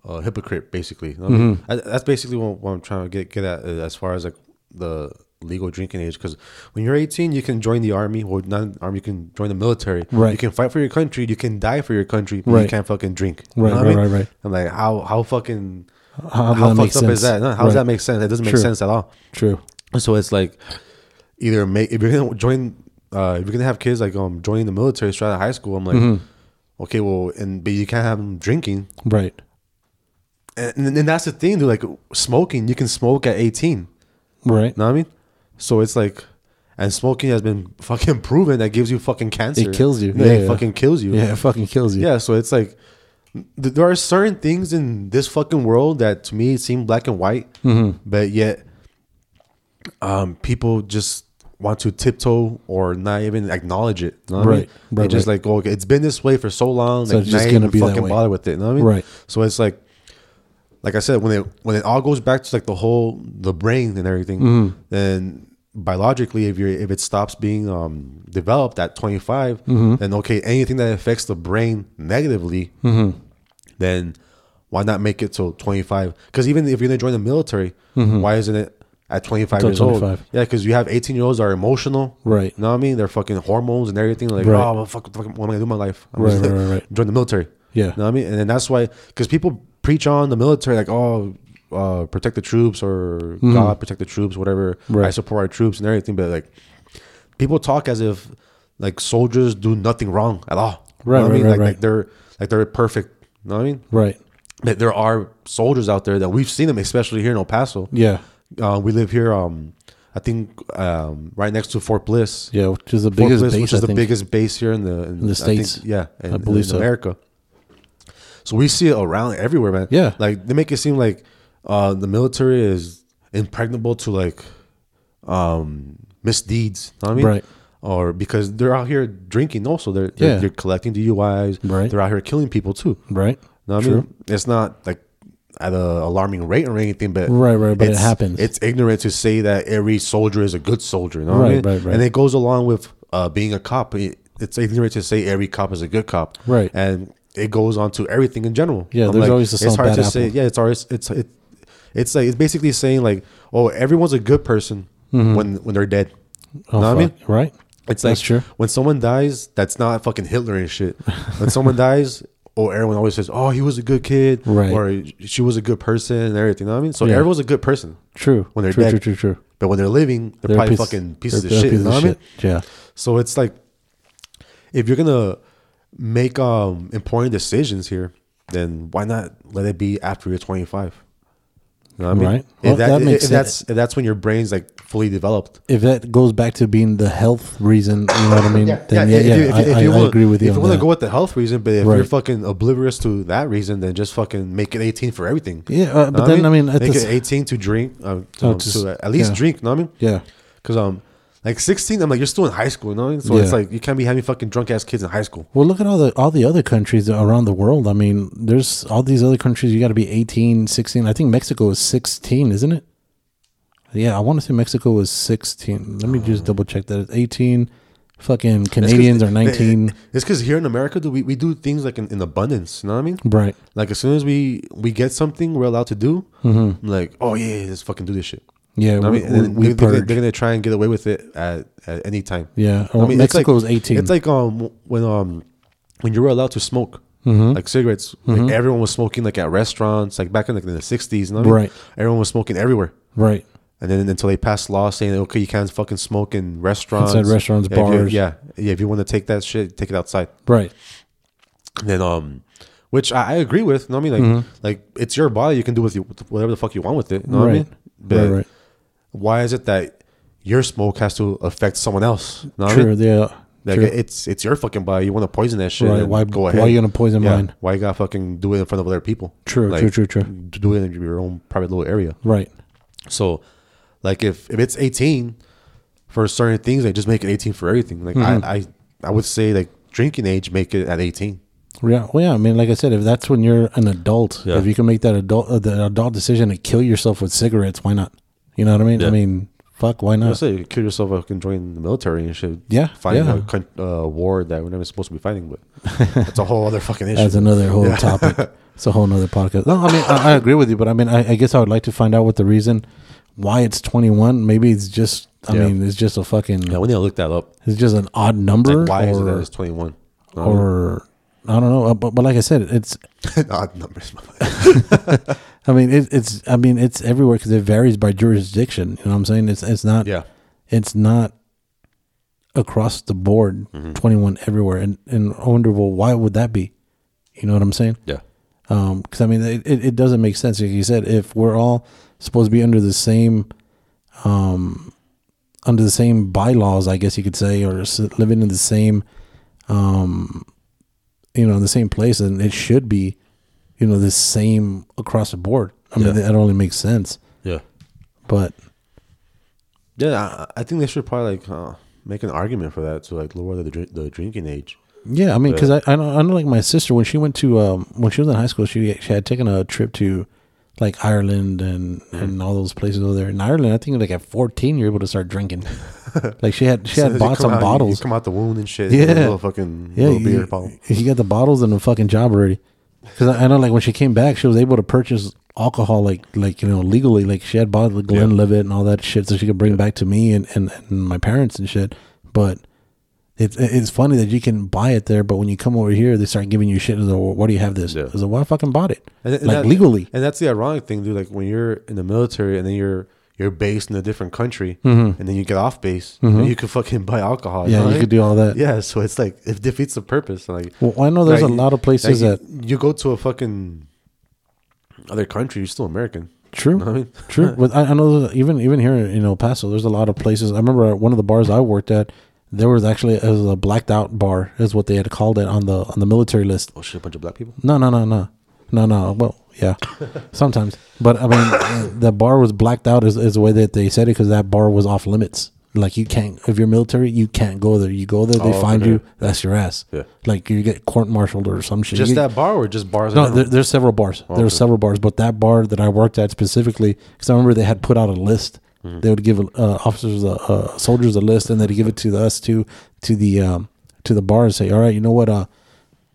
Speaker 3: a hypocrite basically. You know what I mean?
Speaker 2: Mm-hmm.
Speaker 3: I- that's basically what, what I'm trying to get get at uh, as far as like the legal drinking age because when you're 18 you can join the army or not the army you can join the military
Speaker 2: Right.
Speaker 3: you can fight for your country you can die for your country but you
Speaker 2: Right.
Speaker 3: can't fucking drink
Speaker 2: Right,
Speaker 3: what
Speaker 2: right, right, right.
Speaker 3: i'm like how how fucking how,
Speaker 2: How does that make
Speaker 3: fucked up
Speaker 2: sense?
Speaker 3: is that no, how does
Speaker 2: Right.
Speaker 3: that make sense it doesn't make
Speaker 2: True.
Speaker 3: sense at all
Speaker 2: True.
Speaker 3: so it's like either make if you're gonna join uh if you're gonna have kids like um joining the military straight out of high school i'm like
Speaker 2: Mm-hmm.
Speaker 3: okay well and but you can't have them drinking
Speaker 2: Right.
Speaker 3: and, and, and that's the thing dude like smoking you can smoke at 18
Speaker 2: Right.
Speaker 3: know what i mean so it's like and smoking has been fucking proven that gives you fucking cancer
Speaker 2: It kills you.
Speaker 3: yeah,
Speaker 2: Yeah,
Speaker 3: it
Speaker 2: yeah.
Speaker 3: fucking kills you
Speaker 2: Yeah, it fucking kills you.
Speaker 3: yeah so it's like th- there are certain things in this fucking world that to me seem black and white
Speaker 2: Mm-hmm.
Speaker 3: but yet um people just want to tiptoe or not even acknowledge it you know what I mean?
Speaker 2: Right, right,
Speaker 3: they just
Speaker 2: right.
Speaker 3: like oh, okay, it's been this way for so long
Speaker 2: So
Speaker 3: like,
Speaker 2: it's just
Speaker 3: not
Speaker 2: gonna
Speaker 3: even
Speaker 2: be that
Speaker 3: fucking
Speaker 2: way.
Speaker 3: bother with it you know what I mean?
Speaker 2: Right.
Speaker 3: so it's like like I said, when it when it all goes back to like the whole the brain and everything,
Speaker 2: Mm-hmm.
Speaker 3: then biologically, if you're if it stops being um, developed at 25,
Speaker 2: Mm-hmm.
Speaker 3: then okay, anything that affects the brain negatively,
Speaker 2: Mm-hmm. Mm-hmm.
Speaker 3: then why not make it till 25? Because even if you're gonna join the military, why isn't it at 25
Speaker 2: Until
Speaker 3: years
Speaker 2: 25.
Speaker 3: old. Yeah, because you have 18 year olds that are emotional.
Speaker 2: Right.
Speaker 3: You know what I mean? They're fucking hormones and everything. Like,
Speaker 2: Right.
Speaker 3: oh, well, fuck, fuck, what am I going to do with my life? I'm
Speaker 2: Right,
Speaker 3: just
Speaker 2: right, right, right.
Speaker 3: Join the military.
Speaker 2: Yeah.
Speaker 3: You know what I mean? And then that's why, because people preach on the military, like, oh, uh, protect the troops or God protect the troops, whatever.
Speaker 2: Mm-hmm. Right.
Speaker 3: I support our troops and everything. But like, people talk as if like soldiers do nothing wrong at all. You
Speaker 2: Right,
Speaker 3: know what
Speaker 2: right,
Speaker 3: I mean?
Speaker 2: right,
Speaker 3: like,
Speaker 2: right.
Speaker 3: like they're like they're perfect. You know what I mean?
Speaker 2: Right.
Speaker 3: that there are soldiers out there that we've seen them, especially here in El Paso.
Speaker 2: Yeah.
Speaker 3: Uh, we live here. Um, I think um, right next to Fort Bliss.
Speaker 2: Yeah, which is the
Speaker 3: Fort
Speaker 2: biggest
Speaker 3: Bliss,
Speaker 2: base.
Speaker 3: which is
Speaker 2: I
Speaker 3: the
Speaker 2: think.
Speaker 3: biggest base here in the in
Speaker 2: the
Speaker 3: I think-
Speaker 2: States.
Speaker 3: yeah,
Speaker 2: I
Speaker 3: in,
Speaker 2: believe
Speaker 3: in
Speaker 2: so.
Speaker 3: America. So we see it around everywhere, man.
Speaker 2: Yeah.
Speaker 3: like they make it seem like uh, the military is impregnable to like um, misdeeds. know what I mean,
Speaker 2: Right.
Speaker 3: Or because they're out here drinking, also they're they're,
Speaker 2: Yeah.
Speaker 3: they're collecting DUIs.
Speaker 2: Right.
Speaker 3: They're out here killing people too.
Speaker 2: Right.
Speaker 3: No, I
Speaker 2: True.
Speaker 3: mean it's not like at an alarming rate or anything, but
Speaker 2: Right, right, but it
Speaker 3: it's-
Speaker 2: happens.
Speaker 3: It's ignorant to say that every soldier is a good soldier. You know
Speaker 2: Right,
Speaker 3: what I mean?
Speaker 2: right, right.
Speaker 3: And it goes along with uh, being a cop. It- It's ignorant to say every cop is a good cop.
Speaker 2: Right.
Speaker 3: and it goes on to everything in general.
Speaker 2: Yeah, there's always
Speaker 3: it's
Speaker 2: some
Speaker 3: hard
Speaker 2: bad
Speaker 3: to
Speaker 2: apple.
Speaker 3: say. Yeah, it's always it's it, it's like it's basically saying like, oh, everyone's a good person when when they're dead.
Speaker 2: Mm-hmm. Oh,
Speaker 3: know what I mean?
Speaker 2: fuck. Right.
Speaker 3: It's like
Speaker 2: That's true.
Speaker 3: when someone dies, that's not fucking Hitler and shit. When someone dies, or everyone always says, "Oh, he was a good kid,"
Speaker 2: Right.
Speaker 3: or "She was a good person," and everything. You know what I mean, so
Speaker 2: Yeah.
Speaker 3: everyone's a good person
Speaker 2: True.
Speaker 3: when they're
Speaker 2: true,
Speaker 3: dead.
Speaker 2: True. True. True.
Speaker 3: But when they're living, they're,
Speaker 2: They're
Speaker 3: probably
Speaker 2: piece-
Speaker 3: fucking pieces
Speaker 2: they're
Speaker 3: of shit. You
Speaker 2: pieces
Speaker 3: know what I mean?
Speaker 2: shit. Yeah.
Speaker 3: So it's like if you're gonna make um important decisions here, then why not let it be after you're 25? You know what I mean?
Speaker 2: Right.
Speaker 3: If,
Speaker 2: Well,
Speaker 3: that,
Speaker 2: that makes
Speaker 3: if
Speaker 2: sense.
Speaker 3: that's if that's when your brain's like fully developed.
Speaker 2: If that goes back to being the health reason, you know what I mean? then yeah,
Speaker 3: if
Speaker 2: yeah,
Speaker 3: you- if
Speaker 2: I,
Speaker 3: you- if
Speaker 2: I,
Speaker 3: you
Speaker 2: I
Speaker 3: wanna-
Speaker 2: agree with you.
Speaker 3: If you
Speaker 2: on
Speaker 3: want to
Speaker 2: that.
Speaker 3: go with the health reason, but if you're
Speaker 2: Right.
Speaker 3: fucking oblivious to that reason, then just fucking make it 18 for everything.
Speaker 2: Yeah, uh,
Speaker 3: Know
Speaker 2: but
Speaker 3: what
Speaker 2: then, I mean, at
Speaker 3: make
Speaker 2: this-
Speaker 3: it 18 to drink, uh, to,
Speaker 2: Oh,
Speaker 3: um,
Speaker 2: just-
Speaker 3: to at least
Speaker 2: yeah.
Speaker 3: drink. Know what I mean?
Speaker 2: yeah.
Speaker 3: Because um, like 16, I'm like you're still in high school. You know what I mean? So it's
Speaker 2: Yeah.
Speaker 3: like you can't be having fucking drunk ass kids in high school.
Speaker 2: Well, look at all the all the other countries around the world. I mean, there's all these other countries. You got to be 18, 16. I think Mexico is 16, isn't it? Yeah, I want to say Mexico was 16. Let me just double check that. It's 18. Fucking
Speaker 3: It's 'cause-
Speaker 2: Canadians are
Speaker 3: it-
Speaker 2: 19.
Speaker 3: it- It's because here in America, do we, we do things like in, in abundance. You know what I mean?
Speaker 2: Right.
Speaker 3: Like as soon as we we get something we're allowed to do,
Speaker 2: Mm-hmm.
Speaker 3: I'm like oh yeah, yeah, let's fucking do this shit.
Speaker 2: Yeah,
Speaker 3: You know what I
Speaker 2: we-
Speaker 3: mean, And
Speaker 2: we
Speaker 3: they, they're, gonna,
Speaker 2: purge.
Speaker 3: they're gonna try and get away with it at, at any time.
Speaker 2: Yeah,
Speaker 3: I
Speaker 2: well,
Speaker 3: mean, it's
Speaker 2: Mexico
Speaker 3: like-
Speaker 2: is 18.
Speaker 3: It's like um when um when you were allowed to smoke.
Speaker 2: Mm-hmm.
Speaker 3: Like cigarettes, like everyone was smoking like at restaurants, like back in like in the sixties, you know what I mean?
Speaker 2: Right.
Speaker 3: Everyone was smoking everywhere,
Speaker 2: Right.
Speaker 3: and then until they passed laws saying okay, you can't fucking smoke in restaurants,
Speaker 2: Inside restaurants,
Speaker 3: Yeah, if you-
Speaker 2: bars.
Speaker 3: yeah, yeah. If you want to take that shit, take it outside.
Speaker 2: Right.
Speaker 3: And then um, which I, I agree with. You know what I mean? Like
Speaker 2: Mm-hmm.
Speaker 3: like it's your body, you can do with you whatever the fuck you want with it. You know what I
Speaker 2: Right.
Speaker 3: mean? But
Speaker 2: right. Right.
Speaker 3: why is it that your smoke has to affect someone else? You know what I mean?
Speaker 2: True. Yeah.
Speaker 3: Like
Speaker 2: true.
Speaker 3: it's it's your fucking body. You want to poison that shit?
Speaker 2: Right,
Speaker 3: then
Speaker 2: why-
Speaker 3: go
Speaker 2: why
Speaker 3: ahead?
Speaker 2: you gonna poison mine?
Speaker 3: Why you gotta fucking do it in front of other people?
Speaker 2: True,
Speaker 3: Like,
Speaker 2: true, true, true.
Speaker 3: Do it in your own private little area.
Speaker 2: right.
Speaker 3: So, like if if it's eighteen for certain things, they just make it eighteen for everything. Like
Speaker 2: Mm-hmm.
Speaker 3: I, I I would say like drinking age make it at eighteen.
Speaker 2: Yeah. Well, yeah. I mean, like I said, if that's when you're an adult,
Speaker 3: Yeah.
Speaker 2: if you can make that adult uh, the adult decision to kill yourself with cigarettes, why not? You know what I mean? I
Speaker 3: Yeah.
Speaker 2: mean, fuck, why
Speaker 3: I
Speaker 2: not?
Speaker 3: say you kill yourself fucking join the military and shit.
Speaker 2: Yeah,
Speaker 3: fight
Speaker 2: yeah.
Speaker 3: a con- uh, war that we're never supposed to be fighting, but that's a whole other fucking issue.
Speaker 2: That's another whole topic. It's a whole nother podcast. No, I mean, I, I agree with you, but I mean, I, I guess I would like to find out what the reason why it's 21. Maybe it's just, I
Speaker 3: Yeah.
Speaker 2: mean, it's just a fucking,
Speaker 3: yeah, we need to look that up.
Speaker 2: it's just an odd number.
Speaker 3: Like, why
Speaker 2: or,
Speaker 3: is it that it's twenty one?
Speaker 2: or I don't know. uh, But, but like I said, it's,
Speaker 3: odd numbers.
Speaker 2: I mean, it, it's. I mean, it's everywhere because it varies by jurisdiction. You know what I'm saying? It's it's not.
Speaker 3: yeah.
Speaker 2: It's not across the board. 21 everywhere, and and I wonder, well, why would that be? You know what I'm saying?
Speaker 3: Yeah.
Speaker 2: because Um, I mean, it, it, it doesn't make sense. Like you said, if we're all supposed to be under the same, um, under the same bylaws, I guess you could say, or s- living in the same, um, you know, in the same place, then it should be, you know, the same across the board. I mean, that only makes sense.
Speaker 3: Yeah.
Speaker 2: But
Speaker 3: Yeah, I, I think they should probably like uh, make an argument for that to like lower the drink, the drinking age.
Speaker 2: yeah, I mean, because I, I know, I know, like my sister when she went to um when she was in high school, she she had taken a trip to. Like Ireland and
Speaker 3: Hmm.
Speaker 2: and all those places over there. In Ireland, I think like at fourteen, you're able to start drinking. like she had she
Speaker 3: As
Speaker 2: had
Speaker 3: you
Speaker 2: bought
Speaker 3: come
Speaker 2: some
Speaker 3: out, you-
Speaker 2: bottles.
Speaker 3: You come out the wound and shit.
Speaker 2: Yeah.
Speaker 3: Yeah, little fucking
Speaker 2: Yeah,
Speaker 3: little beer
Speaker 2: you,
Speaker 3: bottle.
Speaker 2: you got the bottles and the fucking job already. Because I, I know, like when she came back, she was able to purchase alcohol like like you know legally like she had bought the Glenn Levitt and all that shit so she could bring it back to me and, and, and my parents and shit but it's it's funny that you can buy it there but when you come over here they start giving you shit as a what do you have this
Speaker 3: Yeah.
Speaker 2: as a well I fucking bought it
Speaker 3: And- and
Speaker 2: like
Speaker 3: that-
Speaker 2: legally
Speaker 3: And that's the ironic thing, dude. Like when you're in the military and then you're you're based in a different country, and then you get off base, and you can fucking buy alcohol.
Speaker 2: Yeah,
Speaker 3: know
Speaker 2: you
Speaker 3: what I
Speaker 2: could
Speaker 3: mean?
Speaker 2: do all that.
Speaker 3: Yeah, so it's like it defeats the purpose. Like,
Speaker 2: Well, I know there's
Speaker 3: like,
Speaker 2: a lot of places
Speaker 3: like,
Speaker 2: that
Speaker 3: you, you go to a fucking other country, you're still American.
Speaker 2: True,
Speaker 3: know what I mean?
Speaker 2: true. But I, I know that even even here in El Paso, there's a lot of places. I remember at one of the bars I worked at, there was actually it was a blacked out bar, is what they had called it on the on the military list.
Speaker 3: Oh shit, a bunch of black people.
Speaker 2: No, no, no, no, no, no. Well, yeah, sometimes. But I mean, uh, the bar was blacked out is, is the way that they said it because that bar was off limits. Like you can't, if you're military, you can't go there. You go there, they
Speaker 3: Oh,
Speaker 2: find
Speaker 3: okay.
Speaker 2: you. That's your ass.
Speaker 3: Yeah.
Speaker 2: Like you get court martialed or some shit.
Speaker 3: Just
Speaker 2: You-
Speaker 3: that bar or just bars? in
Speaker 2: no,
Speaker 3: general?
Speaker 2: there, there's several bars. There were several bars, but that bar that I worked at specifically, because I remember they had put out a list. They would give uh, officers, a, uh, soldiers a list, and they'd give it to us to to the um, to the bar and say, "All right, you know what? Uh,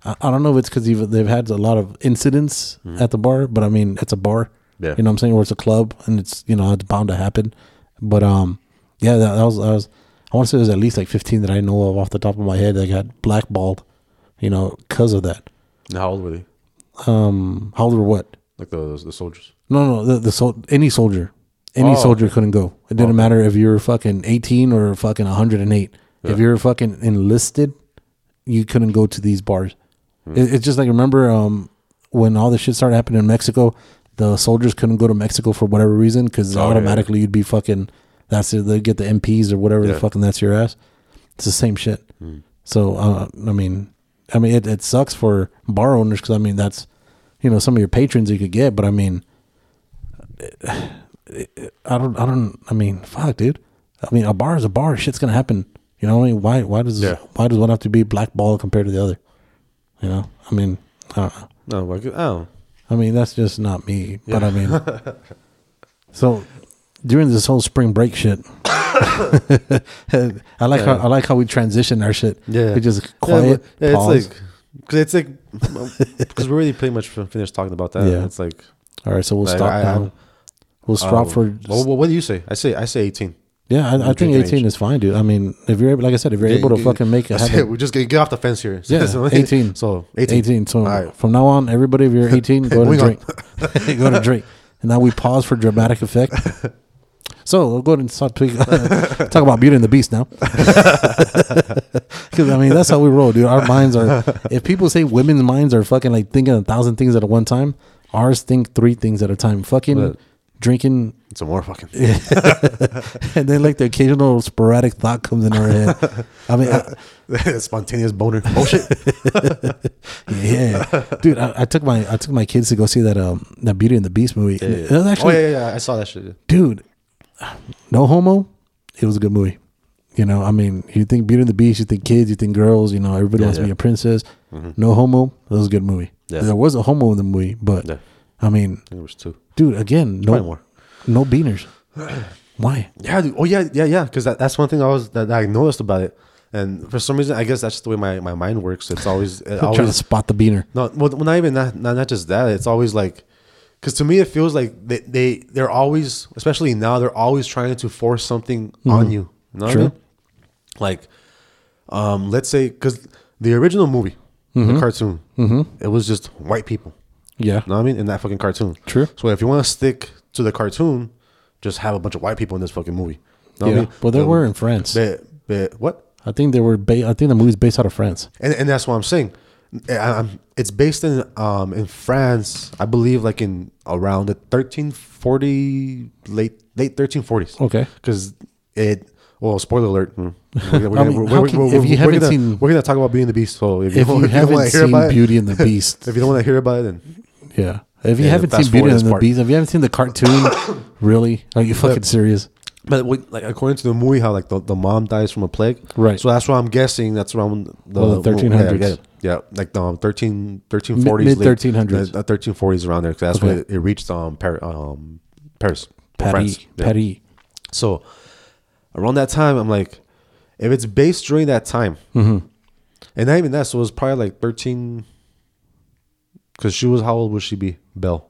Speaker 2: I, I don't know if it's because they've had a lot of incidents at the bar, but I mean, it's a bar.
Speaker 3: Yeah.
Speaker 2: You know what I'm saying? Or it's a club, and it's you know it's bound to happen. But um, yeah, that, that was I was I want to say there's at least like 15 that I know of off the top of my head that got blackballed, you know, because of that.
Speaker 3: And how old were they?
Speaker 2: Um, how old were what?
Speaker 3: Like the the soldiers.
Speaker 2: No, no, the, the sol- any soldier, any
Speaker 3: Oh.
Speaker 2: soldier couldn't go. It didn't matter if you were fucking eighteen or fucking hundred and eight. If you were fucking enlisted, you couldn't go to these bars.
Speaker 3: Hmm.
Speaker 2: It, it's just like remember um, when all this shit started happening in Mexico, the soldiers couldn't go to Mexico for whatever reason because
Speaker 3: Oh, yeah.
Speaker 2: automatically you'd be fucking. That's it. They get the MPs or whatever the fucking that's your ass. It's the same shit.
Speaker 3: Hmm.
Speaker 2: So uh, I mean, I mean it, it sucks for bar owners because I mean that's you know some of your patrons you could get, but I mean. I don't, I don't, I mean, fuck, dude. I mean, a bar is a bar. Shit's gonna happen. You know what I mean? Why, why does,
Speaker 3: Yeah.
Speaker 2: why does one have to be blackballed compared to the other? You know, I mean, I don't know.
Speaker 3: No, like oh,
Speaker 2: I mean, that's just not me. But I mean, so during this whole spring break shit, I like how I like how we transition our shit. we just quiet.
Speaker 3: Yeah, it's
Speaker 2: pause.
Speaker 3: like because it's like because we're already pretty much fin- finished talking about that.
Speaker 2: Yeah.
Speaker 3: it's like
Speaker 2: All right, so we'll
Speaker 3: like,
Speaker 2: stop
Speaker 3: I-
Speaker 2: now.
Speaker 3: I'm-
Speaker 2: we'll stop
Speaker 3: um,
Speaker 2: for
Speaker 3: well, well, what do you say? I say I say eighteen.
Speaker 2: yeah. I, I think
Speaker 3: drinking
Speaker 2: eighteen
Speaker 3: age.
Speaker 2: is fine, dude. I mean, if you're able, like I said, if you're able to fucking make it
Speaker 3: That's
Speaker 2: happen,
Speaker 3: We're just gonna get off the fence here.
Speaker 2: Yeah,
Speaker 3: So,
Speaker 2: 18.
Speaker 3: So
Speaker 2: 18.
Speaker 3: 18.
Speaker 2: So
Speaker 3: All right.
Speaker 2: from now on, everybody, if you're 18, go to
Speaker 3: Moving on.
Speaker 2: drink. go to drink. And now we pause for dramatic effect. So we'll go ahead and start to, uh, talk about Beauty and the Beast now. Because, I mean, that's how we roll, dude. Our minds are, if people say women's minds are fucking like thinking a thousand things at one time, ours think three things at a time. Fucking
Speaker 3: Right.
Speaker 2: drinking,
Speaker 3: It's a more fucking.
Speaker 2: and then like the occasional sporadic thought comes in our head. I mean, I,
Speaker 3: spontaneous boner. Oh shit.
Speaker 2: Yeah, dude, I, I took my I took my kids to go see that um that Beauty and the Beast movie. And It was
Speaker 3: oh
Speaker 2: actually,
Speaker 3: yeah, yeah, yeah. I saw that shit. yeah.
Speaker 2: dude, no homo, it was a good movie. You know, I mean, you think Beauty and the Beast, you think kids, you think girls, you know, everybody wants to
Speaker 3: yeah. Mm-hmm.
Speaker 2: be a princess. No homo, it was a good movie.
Speaker 3: Yeah.
Speaker 2: There was a homo in the movie, but
Speaker 3: Yeah.
Speaker 2: I mean,
Speaker 3: There was two.
Speaker 2: dude, again, no
Speaker 3: Probably more.
Speaker 2: no beaners. Why?
Speaker 3: Yeah. Dude. Oh yeah, yeah, yeah. Because that, that's one thing I was that I noticed about it. And for some reason, I guess that's just the way my, my mind works. It's always it
Speaker 2: I'm trying to
Speaker 3: always
Speaker 2: spot the beaner.
Speaker 3: No, well, not even that. Not, not just that. It's always like, because to me, it feels like they, they they're always, especially now, they're always trying to force something on you. You know what I
Speaker 2: Mm-hmm. True.
Speaker 3: mean? Like, um, let's say because the original movie,
Speaker 2: Mm-hmm.
Speaker 3: the cartoon, it was just white people.
Speaker 2: Yeah,
Speaker 3: You know what I mean? In that fucking cartoon.
Speaker 2: True.
Speaker 3: So if you want to stick to the cartoon, just have a bunch of white people in this fucking movie. You know
Speaker 2: yeah.
Speaker 3: what I mean?
Speaker 2: Well, there
Speaker 3: But-
Speaker 2: were in France.
Speaker 3: but- but what?
Speaker 2: I think they were. Ba- I think the movie's based out of France.
Speaker 3: and and that's what I'm saying. I- I'm- it's based in um in France, I believe, like in around the 1340 late late 1340s.
Speaker 2: Okay.
Speaker 3: because it. Well, spoiler alert. mm. We're gonna-
Speaker 2: I mean,
Speaker 3: we're-
Speaker 2: how
Speaker 3: we're-
Speaker 2: can-
Speaker 3: we're-
Speaker 2: if you
Speaker 3: we're
Speaker 2: haven't
Speaker 3: gonna-
Speaker 2: seen-
Speaker 3: we're gonna talk about Beauty and the Beast. So if,
Speaker 2: If
Speaker 3: don't- don't
Speaker 2: you
Speaker 3: wanna
Speaker 2: haven't
Speaker 3: hear
Speaker 2: seen
Speaker 3: about it-
Speaker 2: Beauty and the Beast,
Speaker 3: if you don't want to hear about it, then
Speaker 2: Yeah. If you
Speaker 3: Yeah,
Speaker 2: haven't
Speaker 3: fast
Speaker 2: seen Beauty
Speaker 3: forward
Speaker 2: and
Speaker 3: this
Speaker 2: the
Speaker 3: part.
Speaker 2: Beast, if you haven't seen the cartoon, really? Are you fucking serious?
Speaker 3: but we, like according to the movie, how like the, the mom dies from a plague,
Speaker 2: Right.
Speaker 3: So that's what I'm guessing. That's around the
Speaker 2: Well, the
Speaker 3: yeah,
Speaker 2: 1300s.
Speaker 3: Yeah, yeah, like the um, 13, 1340s,
Speaker 2: Mid-
Speaker 3: late-
Speaker 2: 1300s.
Speaker 3: the- the 1340s around there. 'cause that's
Speaker 2: Okay.
Speaker 3: when it, it reached um, Par- um Paris,
Speaker 2: Patty.
Speaker 3: Yeah.
Speaker 2: Patty.
Speaker 3: So around that time, I'm like, if it's based during that time,
Speaker 2: Mm-hmm.
Speaker 3: and not even that, so it was probably like 13. Because she was how old would she be? Belle.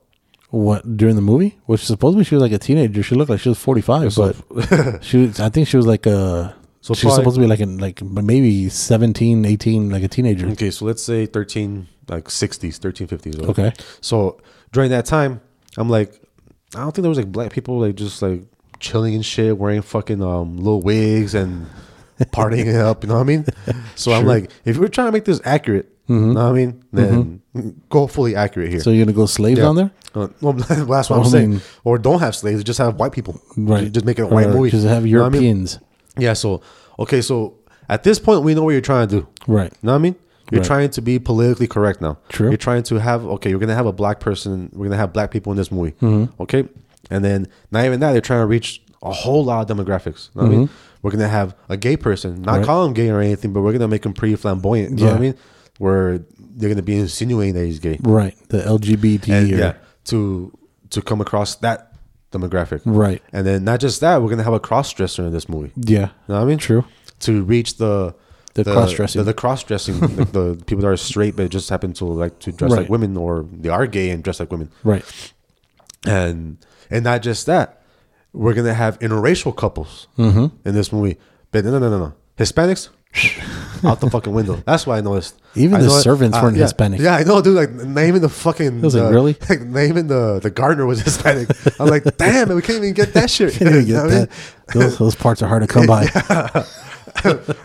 Speaker 2: what during the movie, which supposedly she was like a teenager. She looked like she was forty five,
Speaker 3: So-
Speaker 2: but she was, I think she was like uh
Speaker 3: So
Speaker 2: she
Speaker 3: probably-
Speaker 2: was supposed to be like in like maybe 17, 18, like a teenager.
Speaker 3: Okay, so let's say 13, like 60s, 1350s. right?
Speaker 2: Okay.
Speaker 3: So during that time, I'm like, I don't think there was like black people like just like chilling and shit, wearing fucking um little wigs and partying it up. You know what I mean? So I'm like, if we're trying to make this accurate, you know what I mean? Then go fully accurate here.
Speaker 2: Mm-hmm. So you're gonna go slaves
Speaker 3: Yeah.
Speaker 2: on there,
Speaker 3: Uh, well, that's what
Speaker 2: I
Speaker 3: I'm saying.
Speaker 2: mean-
Speaker 3: or don't have slaves, just have white people. Just, just make it a
Speaker 2: Or
Speaker 3: white movie.
Speaker 2: Just have
Speaker 3: You know what I mean?
Speaker 2: Europeans,
Speaker 3: Yeah, so okay, so at this point we know what you're trying to do.
Speaker 2: Right.
Speaker 3: You know what I mean? You're
Speaker 2: Right.
Speaker 3: trying to be politically correct now.
Speaker 2: True.
Speaker 3: You're trying to have okay, you're gonna have a black person, we're gonna have black people in this movie.
Speaker 2: Mm-hmm.
Speaker 3: Okay? And then not even that, they're trying to reach a whole lot of demographics. You know
Speaker 2: Mm-hmm.
Speaker 3: what I mean? We're gonna have a gay person, not call him gay or anything, but we're gonna make him pretty flamboyant. You know what I
Speaker 2: Yeah.
Speaker 3: mean? Where they're gonna be insinuating that he's gay.
Speaker 2: right? The LGBT,
Speaker 3: And,
Speaker 2: or,
Speaker 3: yeah. To to come across that demographic.
Speaker 2: Right.
Speaker 3: And then not just that, we're gonna have a cross dresser in this movie.
Speaker 2: yeah,
Speaker 3: You know what I mean?
Speaker 2: True.
Speaker 3: To reach the
Speaker 2: The cross-dressing.
Speaker 3: the, the cross dressing, like the people that are straight but just happen to like to dress
Speaker 2: Right.
Speaker 3: like women, or they are gay and dress like women,
Speaker 2: right,
Speaker 3: and and not just that, we're gonna have interracial couples
Speaker 2: Mm-hmm.
Speaker 3: in this movie. But no, no, no, no, no. Hispanics out the fucking window. That's what I noticed.
Speaker 2: Even
Speaker 3: I
Speaker 2: the
Speaker 3: know-
Speaker 2: servants weren't
Speaker 3: yeah,
Speaker 2: Hispanic.
Speaker 3: Yeah, I know, dude. Like naming the fucking.
Speaker 2: was like,
Speaker 3: uh,
Speaker 2: really?
Speaker 3: Like naming the the gardener was Hispanic. I'm like, damn, man, we can't even get that shit.
Speaker 2: Can't even
Speaker 3: You know
Speaker 2: get
Speaker 3: what I mean?
Speaker 2: that. Those, those parts are hard to come by.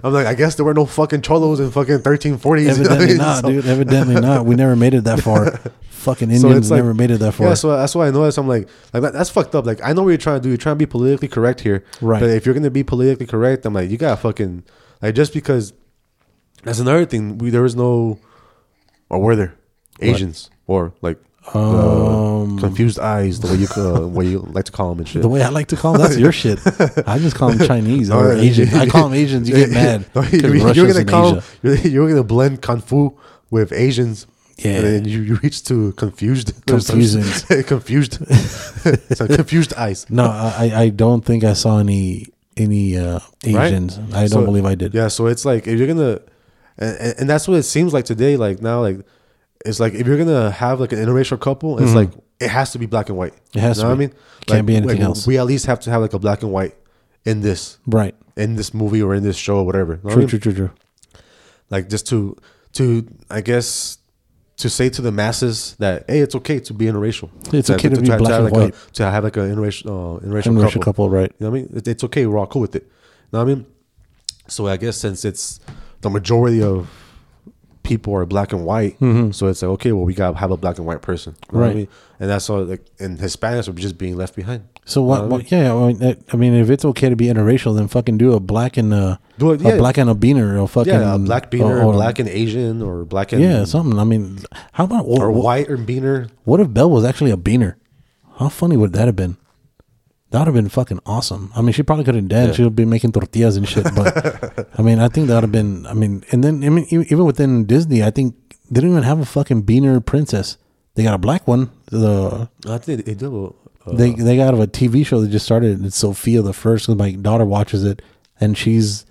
Speaker 3: I'm like, I guess there were no fucking cholos in fucking 1340s. you know what I
Speaker 2: Evidently
Speaker 3: mean?
Speaker 2: not,
Speaker 3: So-
Speaker 2: dude. Evidently not. We never made it that far. Fucking Indians
Speaker 3: like-
Speaker 2: never made it that far.
Speaker 3: Yeah, so that's why I noticed. I'm like, like that, that's fucked up. Like I know what you're trying to do. You're trying to be politically correct here,
Speaker 2: Right.
Speaker 3: But if you're gonna be politically correct, I'm like, you gotta fucking like just because. That's another thing. We there was no, or were there, Asians or like
Speaker 2: Um,
Speaker 3: uh, confused eyes, the way you uh, what you like to call them and shit.
Speaker 2: the way I like to call them, that's your shit. I just call them Chinese or Asian. I call them Asians. You get mad.
Speaker 3: No,
Speaker 2: 'cause
Speaker 3: you, are
Speaker 2: Russians
Speaker 3: gonna
Speaker 2: in
Speaker 3: call.
Speaker 2: Asia.
Speaker 3: You're, you're gonna blend kung fu with Asians.
Speaker 2: Yeah.
Speaker 3: and then you, you reach to confused,
Speaker 2: Confusions.
Speaker 3: confused, so confused eyes.
Speaker 2: No, I, I don't think I saw any any uh,
Speaker 3: right?
Speaker 2: Asians. I
Speaker 3: So-
Speaker 2: don't believe I did.
Speaker 3: Yeah, so it's like if you're gonna, and, and- and that's what it seems like today. Like now, like it's like if you're gonna have like an interracial couple, it's like it has to be black and white.
Speaker 2: Mm-hmm. It has
Speaker 3: You know
Speaker 2: to
Speaker 3: what I
Speaker 2: be.
Speaker 3: mean,
Speaker 2: Can't
Speaker 3: Like-
Speaker 2: be anything
Speaker 3: like,
Speaker 2: else.
Speaker 3: We at least have to have like a black and white in this,
Speaker 2: Right.
Speaker 3: in this movie or in this show or whatever. You know what I
Speaker 2: True,
Speaker 3: mean?
Speaker 2: true, true, true.
Speaker 3: Like just to to I guess. To say to the masses that hey, it's okay to be interracial.
Speaker 2: It's okay to be
Speaker 3: have-
Speaker 2: black
Speaker 3: have
Speaker 2: and
Speaker 3: like
Speaker 2: white.
Speaker 3: A, to have like an interracial uh, interracial,
Speaker 2: Interracial
Speaker 3: couple.
Speaker 2: couple, right.
Speaker 3: You know what I mean? It, it's okay. We're all cool with it. You know what I mean? So I guess since it's the majority of people are black and white, so it's like okay, well, we gotta have a black and white person, You know what I
Speaker 2: Mm-hmm.
Speaker 3: mean?
Speaker 2: Right.
Speaker 3: And that's all. Like, and Hispanics are just being left behind.
Speaker 2: So what?
Speaker 3: Um,
Speaker 2: what yeah, I mean, that- I mean, if it's okay to be interracial, then fucking do a black and a,
Speaker 3: Do it, yeah.
Speaker 2: a black and a beaner, or fucking
Speaker 3: Yeah, a black beaner,
Speaker 2: or- or-
Speaker 3: black and Asian, or black and
Speaker 2: yeah, something. I mean, how about what,
Speaker 3: or
Speaker 2: what,
Speaker 3: white or beaner.
Speaker 2: if Belle was actually a beaner? How funny would that have been? That would have been fucking awesome. I mean, she probably could have danced. She would be making tortillas and shit. But I mean, I think that would have been. I mean, and then I mean, e- even within Disney, I think they didn't even have a fucking beaner princess. They got a black one. The
Speaker 3: I think they do. Uh,
Speaker 2: they they got out of a TV show that just started. It's Sophia the first. 'cause my daughter watches it, and she's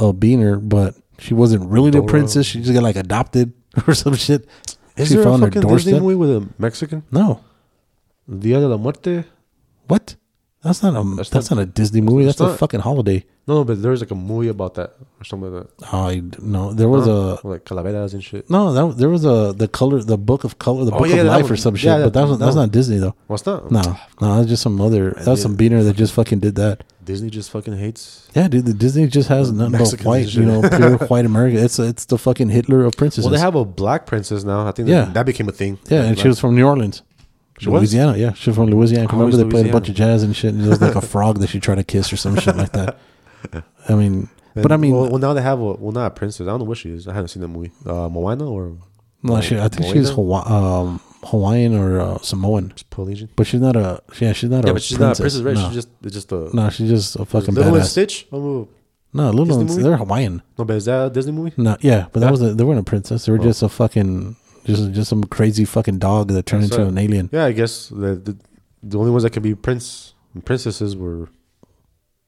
Speaker 2: a beaner, but she wasn't really the
Speaker 3: Dora.
Speaker 2: princess. She just got like adopted or some shit.
Speaker 3: is
Speaker 2: she
Speaker 3: there a
Speaker 2: found her
Speaker 3: fucking Disney
Speaker 2: doorstep?
Speaker 3: movie with a Mexican?
Speaker 2: No,
Speaker 3: Dia de la Muerte.
Speaker 2: what? That's not a that's, not, a Disney movie. That's
Speaker 3: that's
Speaker 2: a
Speaker 3: not-
Speaker 2: fucking holiday. Oh,
Speaker 3: No, no, but there's like a movie about that or something like that.
Speaker 2: I no, there was a
Speaker 3: Or, like calaveras and shit.
Speaker 2: no. That, there was a the color, the book of color, the book
Speaker 3: Oh, yeah,
Speaker 2: of
Speaker 3: that
Speaker 2: life
Speaker 3: one.
Speaker 2: or some
Speaker 3: Yeah,
Speaker 2: shit.
Speaker 3: yeah,
Speaker 2: but that was, that's
Speaker 3: no.
Speaker 2: not Disney though.
Speaker 3: What's that?
Speaker 2: No, no, that's just some other. That was some beaner that just fucking did that.
Speaker 3: Disney just fucking hates.
Speaker 2: Yeah, dude, the Disney just has nothing
Speaker 3: Mexicans
Speaker 2: but white,
Speaker 3: and
Speaker 2: you know, pure white America. It's it's the fucking Hitler of princesses.
Speaker 3: Well, they have a black princess now. I think
Speaker 2: Yeah.
Speaker 3: that, that became a thing.
Speaker 2: yeah, and she was from New Orleans.
Speaker 3: She was?
Speaker 2: Louisiana, yeah. She was from Louisiana.
Speaker 3: Oh,
Speaker 2: Remember
Speaker 3: it's
Speaker 2: they played a bunch of jazz and shit and it was like a frog that she tried to kiss or some shit like that. I mean but I mean
Speaker 3: well, well, now they have a well, not a princess. I don't know what she is. I haven't seen that movie. Uh, Moana or
Speaker 2: no, she, I think she's Hawa- um, Hawaiian or uh, Samoan.
Speaker 3: Polynesian.
Speaker 2: But she's not a yeah, she's not
Speaker 3: Yeah,
Speaker 2: a
Speaker 3: but she's not a
Speaker 2: princess.
Speaker 3: princess, right?
Speaker 2: No.
Speaker 3: She's just it's just a
Speaker 2: no, she's just a fucking
Speaker 3: Little and
Speaker 2: badass.
Speaker 3: Stitch. Oh,
Speaker 2: No, Little
Speaker 3: Disney
Speaker 2: and
Speaker 3: movie?
Speaker 2: they're Hawaiian.
Speaker 3: no, but is that a Disney movie?
Speaker 2: No, yeah, but that was a, they weren't a princess. They
Speaker 3: Oh.
Speaker 2: were just a fucking just just some crazy fucking dog that turned into
Speaker 3: right.
Speaker 2: an alien.
Speaker 3: Yeah, I guess the the, the only ones that could be prince and princesses were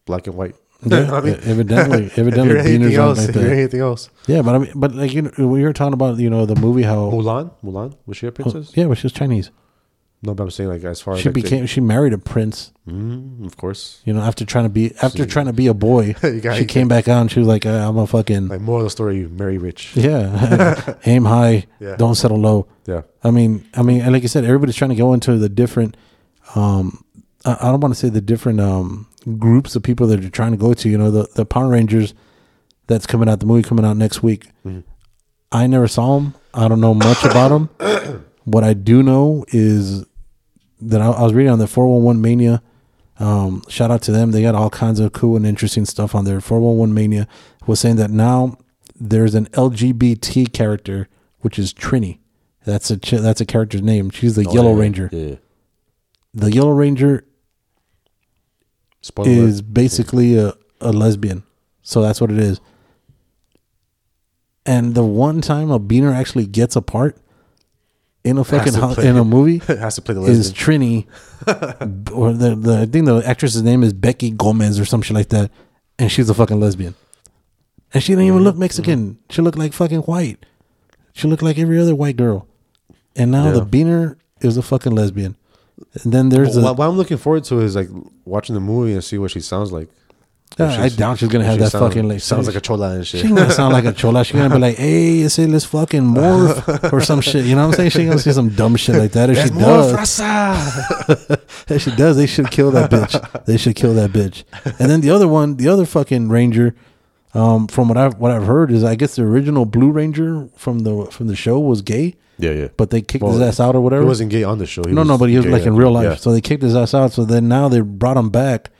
Speaker 3: black and white.
Speaker 2: Yeah,
Speaker 3: I mean,
Speaker 2: e- evidently,
Speaker 3: if
Speaker 2: evidently,
Speaker 3: you're anything
Speaker 2: beaners aren't
Speaker 3: else,
Speaker 2: like
Speaker 3: if you're
Speaker 2: that.
Speaker 3: anything else,
Speaker 2: Yeah, but I mean, but like you know, we were talking about you know the movie how
Speaker 3: Mulan, Mulan was she a princess?
Speaker 2: yeah, but she was Chinese.
Speaker 3: No, but I'm saying like as far
Speaker 2: Oh, She
Speaker 3: as like,
Speaker 2: became she married a prince.
Speaker 3: the- mm, of course,
Speaker 2: You know, after trying to be after trying to be a boy,
Speaker 3: You got-
Speaker 2: she came back out and she was like, "Uh, "I'm a fucking
Speaker 3: like more of the story, you marry rich.
Speaker 2: yeah, aim high,
Speaker 3: Yeah.
Speaker 2: don't settle low."
Speaker 3: Yeah,
Speaker 2: I mean, I mean, and like you said, everybody's trying to go into the different. Um, I, I don't want to say the different um groups of people that you're trying to go to. You know, the the Power Rangers that's coming out, the movie coming out next week. I never saw them. I don't know much about them. What I do know is that I, I was reading on the 411 Mania. Um, shout out to them. They got all kinds of cool and interesting stuff on there. 411 Mania was saying that now there's an LGBT character, which is Trini. That's a ch- that's a character's name. She's the Yellow
Speaker 3: Oh, yeah,
Speaker 2: Ranger.
Speaker 3: Yeah.
Speaker 2: The Yellow Ranger
Speaker 3: Spoiler.
Speaker 2: is
Speaker 3: Is,
Speaker 2: basically a, a lesbian. So that's what it is. And the one time a beaner actually gets a part in a fucking
Speaker 3: to
Speaker 2: ho-
Speaker 3: play-
Speaker 2: in a movie
Speaker 3: has to play the
Speaker 2: is
Speaker 3: lesbian.
Speaker 2: Trini, b- or the, the I think the actress's name is Becky Gomez or some shit like that, and she's a fucking lesbian, and she didn't even look Mexican. She looked like fucking white. She looked like every other white girl, and now the
Speaker 3: Yeah.
Speaker 2: beaner is a fucking lesbian. And then there's
Speaker 3: Well,
Speaker 2: a
Speaker 3: what I'm looking forward to is like watching the movie and see what she sounds like.
Speaker 2: Yeah,
Speaker 3: If
Speaker 2: I doubt she's gonna
Speaker 3: if
Speaker 2: have
Speaker 3: she
Speaker 2: that
Speaker 3: sounds-
Speaker 2: fucking, like,
Speaker 3: sounds
Speaker 2: she-
Speaker 3: like a chola and shit.
Speaker 2: She ain't gonna sound like a chola. She gonna be like, "Hey, you say let's fucking morph or some shit." You know what I'm saying? She gonna say some dumb shit like that. If she does, if she does, they should kill that bitch. They should kill that bitch. And then the other one, the other fucking ranger, um, from what I've what I've heard is, I guess the original Blue Ranger from the from the show was gay,
Speaker 3: Yeah, yeah.
Speaker 2: but they kicked
Speaker 3: Well,
Speaker 2: his ass out or
Speaker 3: he
Speaker 2: whatever.
Speaker 3: wasn't gay on the show.
Speaker 2: no, no, but he was
Speaker 3: gay
Speaker 2: like in real life.
Speaker 3: yeah.
Speaker 2: So they kicked his ass out. So then now they brought him back,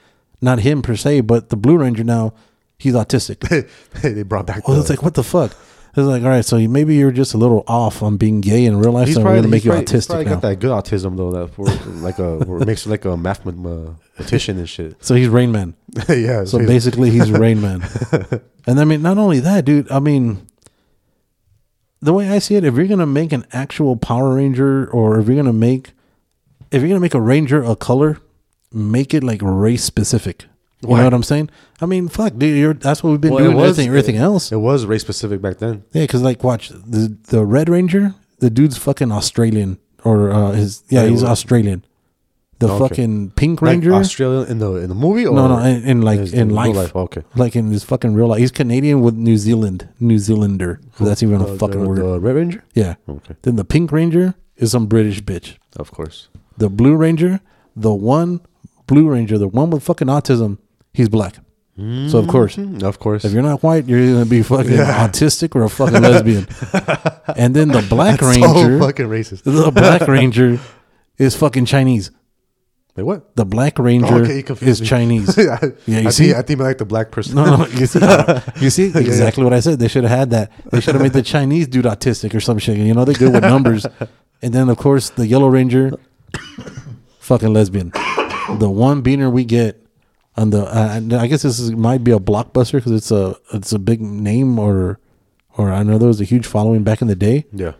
Speaker 2: not him per se, but the Blue Ranger now he's autistic.
Speaker 3: they brought back.
Speaker 2: Well,
Speaker 3: the-
Speaker 2: it's like what the fuck. It's like all right, so you- maybe you're just a little off on being gay in real life,
Speaker 3: he's
Speaker 2: so we're
Speaker 3: probably
Speaker 2: gonna make you
Speaker 3: he's probably, he's
Speaker 2: autistic
Speaker 3: probably
Speaker 2: now.
Speaker 3: got that good autism though. That for, like a where it makes you like a mathematician and shit.
Speaker 2: So he's Rain Man.
Speaker 3: yeah.
Speaker 2: So basically, he's Rain Man. and I mean, not only that, dude. I mean, the way I see it, if you're gonna make an actual Power Ranger, or if you're gonna make, if you're gonna make a Ranger a color, make it like race specific. You
Speaker 3: Why?
Speaker 2: know what I'm saying? I mean, fuck, dude. You're, that's what we've been doing. everything, everything
Speaker 3: it-
Speaker 2: else.
Speaker 3: It was race specific back then.
Speaker 2: Yeah, because like, watch the the Red Ranger. The dude's fucking Australian, or uh, his yeah,
Speaker 3: Wait,
Speaker 2: he's
Speaker 3: what?
Speaker 2: Australian. The
Speaker 3: Okay.
Speaker 2: fucking Pink
Speaker 3: Like,
Speaker 2: Ranger.
Speaker 3: Australian in the in the movie. Or
Speaker 2: no, no, in, in like
Speaker 3: his-
Speaker 2: in
Speaker 3: real
Speaker 2: life,
Speaker 3: Okay.
Speaker 2: like in his fucking real life. He's Canadian with New Zealand, New Zealander. If that's even
Speaker 3: The-
Speaker 2: a fucking
Speaker 3: Oh, Uh, the,
Speaker 2: word.
Speaker 3: The Red Ranger.
Speaker 2: yeah.
Speaker 3: Okay.
Speaker 2: Then the Pink Ranger is some British bitch.
Speaker 3: Of course.
Speaker 2: The Blue Ranger, the one Blue Ranger, the one with fucking autism, he's black. So of course,
Speaker 3: Mm, Of course.
Speaker 2: if you're not white, you're either gonna be fucking autistic or a fucking lesbian. and then the Black
Speaker 3: so
Speaker 2: Ranger,
Speaker 3: fucking racist.
Speaker 2: the Black Ranger is fucking Chinese.
Speaker 3: Wait, what?
Speaker 2: The Black Ranger
Speaker 3: Oh, Okay, you
Speaker 2: is
Speaker 3: confused me.
Speaker 2: Chinese.
Speaker 3: yeah,
Speaker 2: Yeah,
Speaker 3: I
Speaker 2: you
Speaker 3: think-
Speaker 2: see?
Speaker 3: I think I like the black person.
Speaker 2: No, no, you see, you see exactly what I said. They should have had that. They should have made the Chinese dude autistic or some shit. You know, they're good with numbers. And then, of course, the Yellow Ranger, fucking lesbian. The one beaner we get on the, uh, and I guess this is, might be a blockbuster because it's a it's a big name or or I know there was a huge following back in the day.
Speaker 3: Yeah.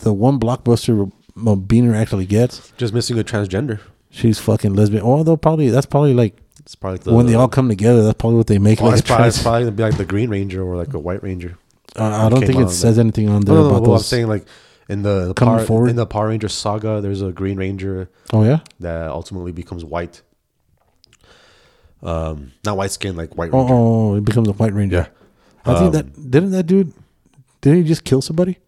Speaker 2: The one blockbuster uh, beaner actually gets,
Speaker 3: Just missing a transgender.
Speaker 2: she's fucking lesbian. Although probably that's probably like
Speaker 3: It's probably the,
Speaker 2: when they all come together, that's probably what they make.
Speaker 3: Oh,
Speaker 2: like
Speaker 3: it's,
Speaker 2: a
Speaker 3: probably, it's
Speaker 2: trans-
Speaker 3: probably gonna be like the Green Ranger or like a White Ranger.
Speaker 2: Uh, I I don't
Speaker 3: came
Speaker 2: think
Speaker 3: out
Speaker 2: it
Speaker 3: on
Speaker 2: says anything on
Speaker 3: No,
Speaker 2: there
Speaker 3: no, no,
Speaker 2: about
Speaker 3: Oh, well, I'm
Speaker 2: those.
Speaker 3: saying like in the, the
Speaker 2: Coming
Speaker 3: Power,
Speaker 2: forward?
Speaker 3: in the Power Ranger saga, there's a Green Ranger
Speaker 2: oh yeah.
Speaker 3: that ultimately becomes white. Um, not white skin, like White
Speaker 2: Oh,
Speaker 3: Ranger.
Speaker 2: oh, it becomes a white ranger.
Speaker 3: Yeah.
Speaker 2: I think that didn't that dude. Didn't he just kill somebody?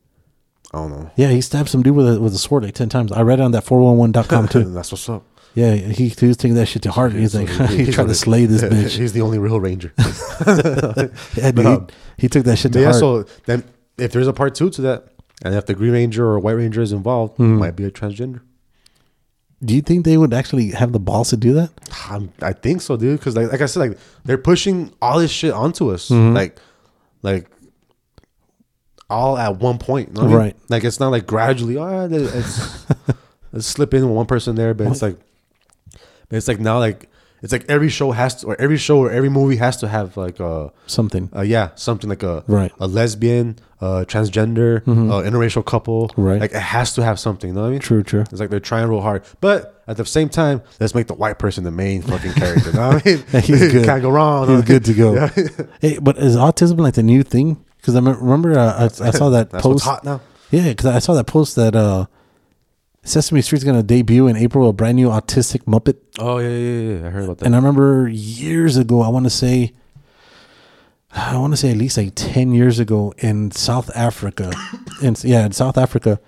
Speaker 3: I don't know.
Speaker 2: Yeah, he stabbed some dude with a with a sword like ten times. I read it on that 411.com too.
Speaker 3: That's what's up.
Speaker 2: yeah, he, he was taking that shit to heart. He's like, he tried to slay this bitch.
Speaker 3: He's the only real Ranger.
Speaker 2: Yeah, dude,
Speaker 3: No.
Speaker 2: he, he took that shit to
Speaker 3: But yeah,
Speaker 2: heart.
Speaker 3: so then if there's a part two to that, and if the Green Ranger or White Ranger is involved,
Speaker 2: Mm.
Speaker 3: might be a transgender.
Speaker 2: Do you think they would actually have the balls to do that?
Speaker 3: I'm, I think so, dude. Because like, like I said, like they're pushing all this shit onto us, like, like all at one point, you know what I mean?
Speaker 2: Right.
Speaker 3: Like it's not like gradually. Ah, let- let's, let's slip in one person there, but it's like, but it's like now, like it's like every show has to, or every show or every movie has to have like a.
Speaker 2: Something.
Speaker 3: Uh, yeah, something like a
Speaker 2: Right. Mm-hmm.
Speaker 3: a lesbian, uh, transgender, uh, interracial couple.
Speaker 2: Right.
Speaker 3: Like it has to have something. You know what I mean?
Speaker 2: True, true.
Speaker 3: It's like they're trying real hard, but at the same time, let's make the white person the main fucking character. you know what I mean?
Speaker 2: He's good.
Speaker 3: Can't go wrong.
Speaker 2: He's good to go.
Speaker 3: Yeah.
Speaker 2: Hey, but is autism like the new thing? Because I me- remember uh, I, I saw that
Speaker 3: That's what's
Speaker 2: post.
Speaker 3: hot now.
Speaker 2: Yeah, because I saw that post that uh, Sesame Street's gonna debut in April a brand new autistic Muppet.
Speaker 3: Oh yeah, yeah, yeah. I heard about that.
Speaker 2: And I remember years ago, I want to say, I want to say at least like ten years ago in South Africa, in yeah, in South Africa,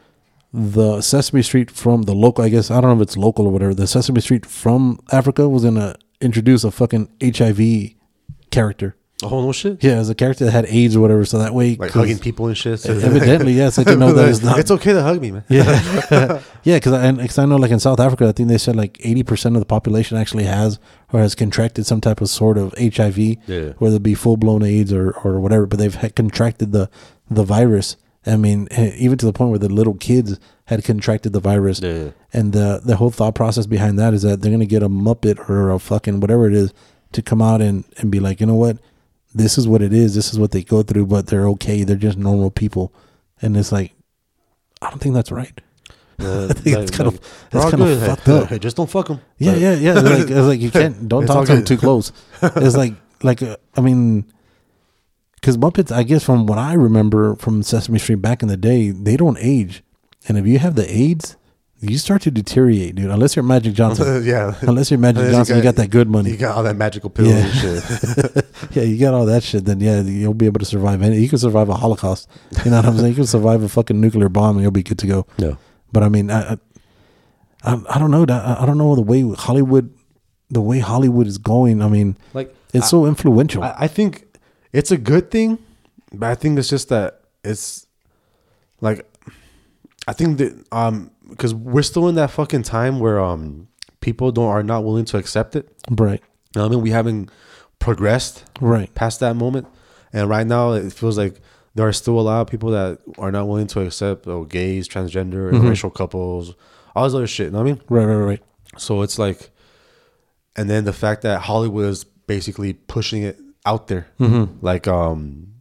Speaker 2: the Sesame Street from the local, I guess I don't know if it's local or whatever. The Sesame Street from Africa was gonna introduce a fucking HIV character.
Speaker 3: oh no shit.
Speaker 2: Yeah, it was a character that had AIDS or whatever. So that way,
Speaker 3: Like
Speaker 2: 'cause-
Speaker 3: hugging people and shit. So
Speaker 2: Evidently, yes, I didn't know that is not.
Speaker 3: It's okay to hug me, man.
Speaker 2: yeah, yeah, because I, and- 'cause I know, like in South Africa, I think they said like eighty percent of the population actually has or has contracted some type of sort of HIV,
Speaker 3: Yeah.
Speaker 2: whether it be full blown AIDS or or whatever. But they've had contracted the the virus. I mean, eh, even to the point where the little kids had contracted the virus,
Speaker 3: Yeah.
Speaker 2: and the the whole thought process behind that is that they're gonna get a Muppet or a fucking whatever it is to come out and and be like, you know what, this is what it is, this is what they go through, but they're okay, they're just normal people, and it's like, I don't think that's right.
Speaker 3: Uh,
Speaker 2: I think it's kind of-
Speaker 3: we're
Speaker 2: it's
Speaker 3: all
Speaker 2: kind of
Speaker 3: good. Hey,
Speaker 2: fucked up.
Speaker 3: hey, just don't fuck them.
Speaker 2: Yeah, yeah, yeah. It's like, it's like you can't don't
Speaker 3: It's all
Speaker 2: talk to them
Speaker 3: good.
Speaker 2: too close. It's like like uh, I mean, because Muppets, I guess from what I remember from Sesame Street back in the day, they don't age, and if you have the AIDS, you start to deteriorate, dude. Unless you're Magic Johnson,
Speaker 3: yeah.
Speaker 2: Unless you're Magic
Speaker 3: Unless
Speaker 2: Johnson, you got that good money.
Speaker 3: You got all that magical pills
Speaker 2: Yeah.
Speaker 3: and shit.
Speaker 2: yeah, you got all that shit. Then yeah, you'll be able to survive. Any, you can survive a Holocaust. You know what I'm saying? You can survive a fucking nuclear bomb, and you'll be good to go.
Speaker 3: no.
Speaker 2: But I mean, I, I, I I don't know. I I don't know the way Hollywood, the way Hollywood is going. I mean,
Speaker 3: Like
Speaker 2: it's so influential.
Speaker 3: I, I think it's a good thing, but I think it's just that it's like I think that um because we're still in that fucking time where um people don't are not willing to accept it.
Speaker 2: right,
Speaker 3: You know what I mean, we haven't progressed
Speaker 2: right,
Speaker 3: past that moment, and right now it feels like there are still a lot of people that are not willing to accept oh gays, transgender, interracial couples, all this other shit. You know what I mean?
Speaker 2: right, right, right.
Speaker 3: So it's like, and then the fact that Hollywood is basically pushing it out there,
Speaker 2: Mm-hmm.
Speaker 3: like um,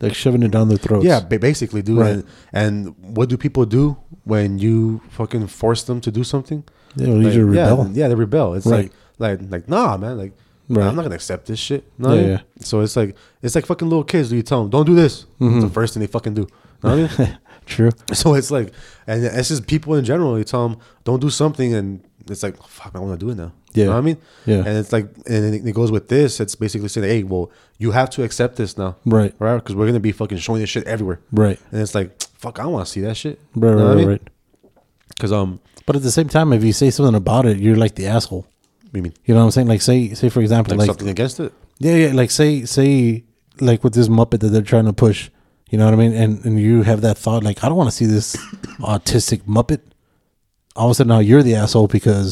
Speaker 2: Like shoving it down their throats.
Speaker 3: yeah, ba- basically, dude.
Speaker 2: Right.
Speaker 3: And, and what do people do when you fucking force them to do something?
Speaker 2: yeah, well, you
Speaker 3: Like,
Speaker 2: just rebel.
Speaker 3: Yeah, yeah, they rebel. It's
Speaker 2: Right.
Speaker 3: like, like, like, nah, man. Like,
Speaker 2: Right.
Speaker 3: I'm not gonna accept this shit. No,
Speaker 2: Yeah,
Speaker 3: yeah,
Speaker 2: yeah.
Speaker 3: So it's like, it's like fucking little kids. Do you tell them don't do this? It's
Speaker 2: Mm-hmm.
Speaker 3: the first thing they fucking do. Know what I mean?
Speaker 2: True.
Speaker 3: So it's like, and it's just people in general. You tell them don't do something, and it's like, fuck, I want to do it now.
Speaker 2: Yeah.
Speaker 3: you know what I mean,
Speaker 2: Yeah.
Speaker 3: And it's like, and it- it goes with this. It's basically saying, hey, well, you have to accept this now,
Speaker 2: Right.
Speaker 3: Right, because we're gonna be fucking showing this shit everywhere,
Speaker 2: Right.
Speaker 3: And it's like, fuck, I want to see that shit,
Speaker 2: Right, right, right, right.
Speaker 3: Because um,
Speaker 2: But at the same time, if you say something about it, you're like the asshole.
Speaker 3: what do you mean
Speaker 2: You know what I'm saying? Like say say for example,
Speaker 3: like,
Speaker 2: like,
Speaker 3: something against it?
Speaker 2: yeah, yeah, like say say like with this Muppet that they're trying to push. You know what I mean? And and you have that thought like, I don't want to see this autistic Muppet. all of a sudden now you're the asshole because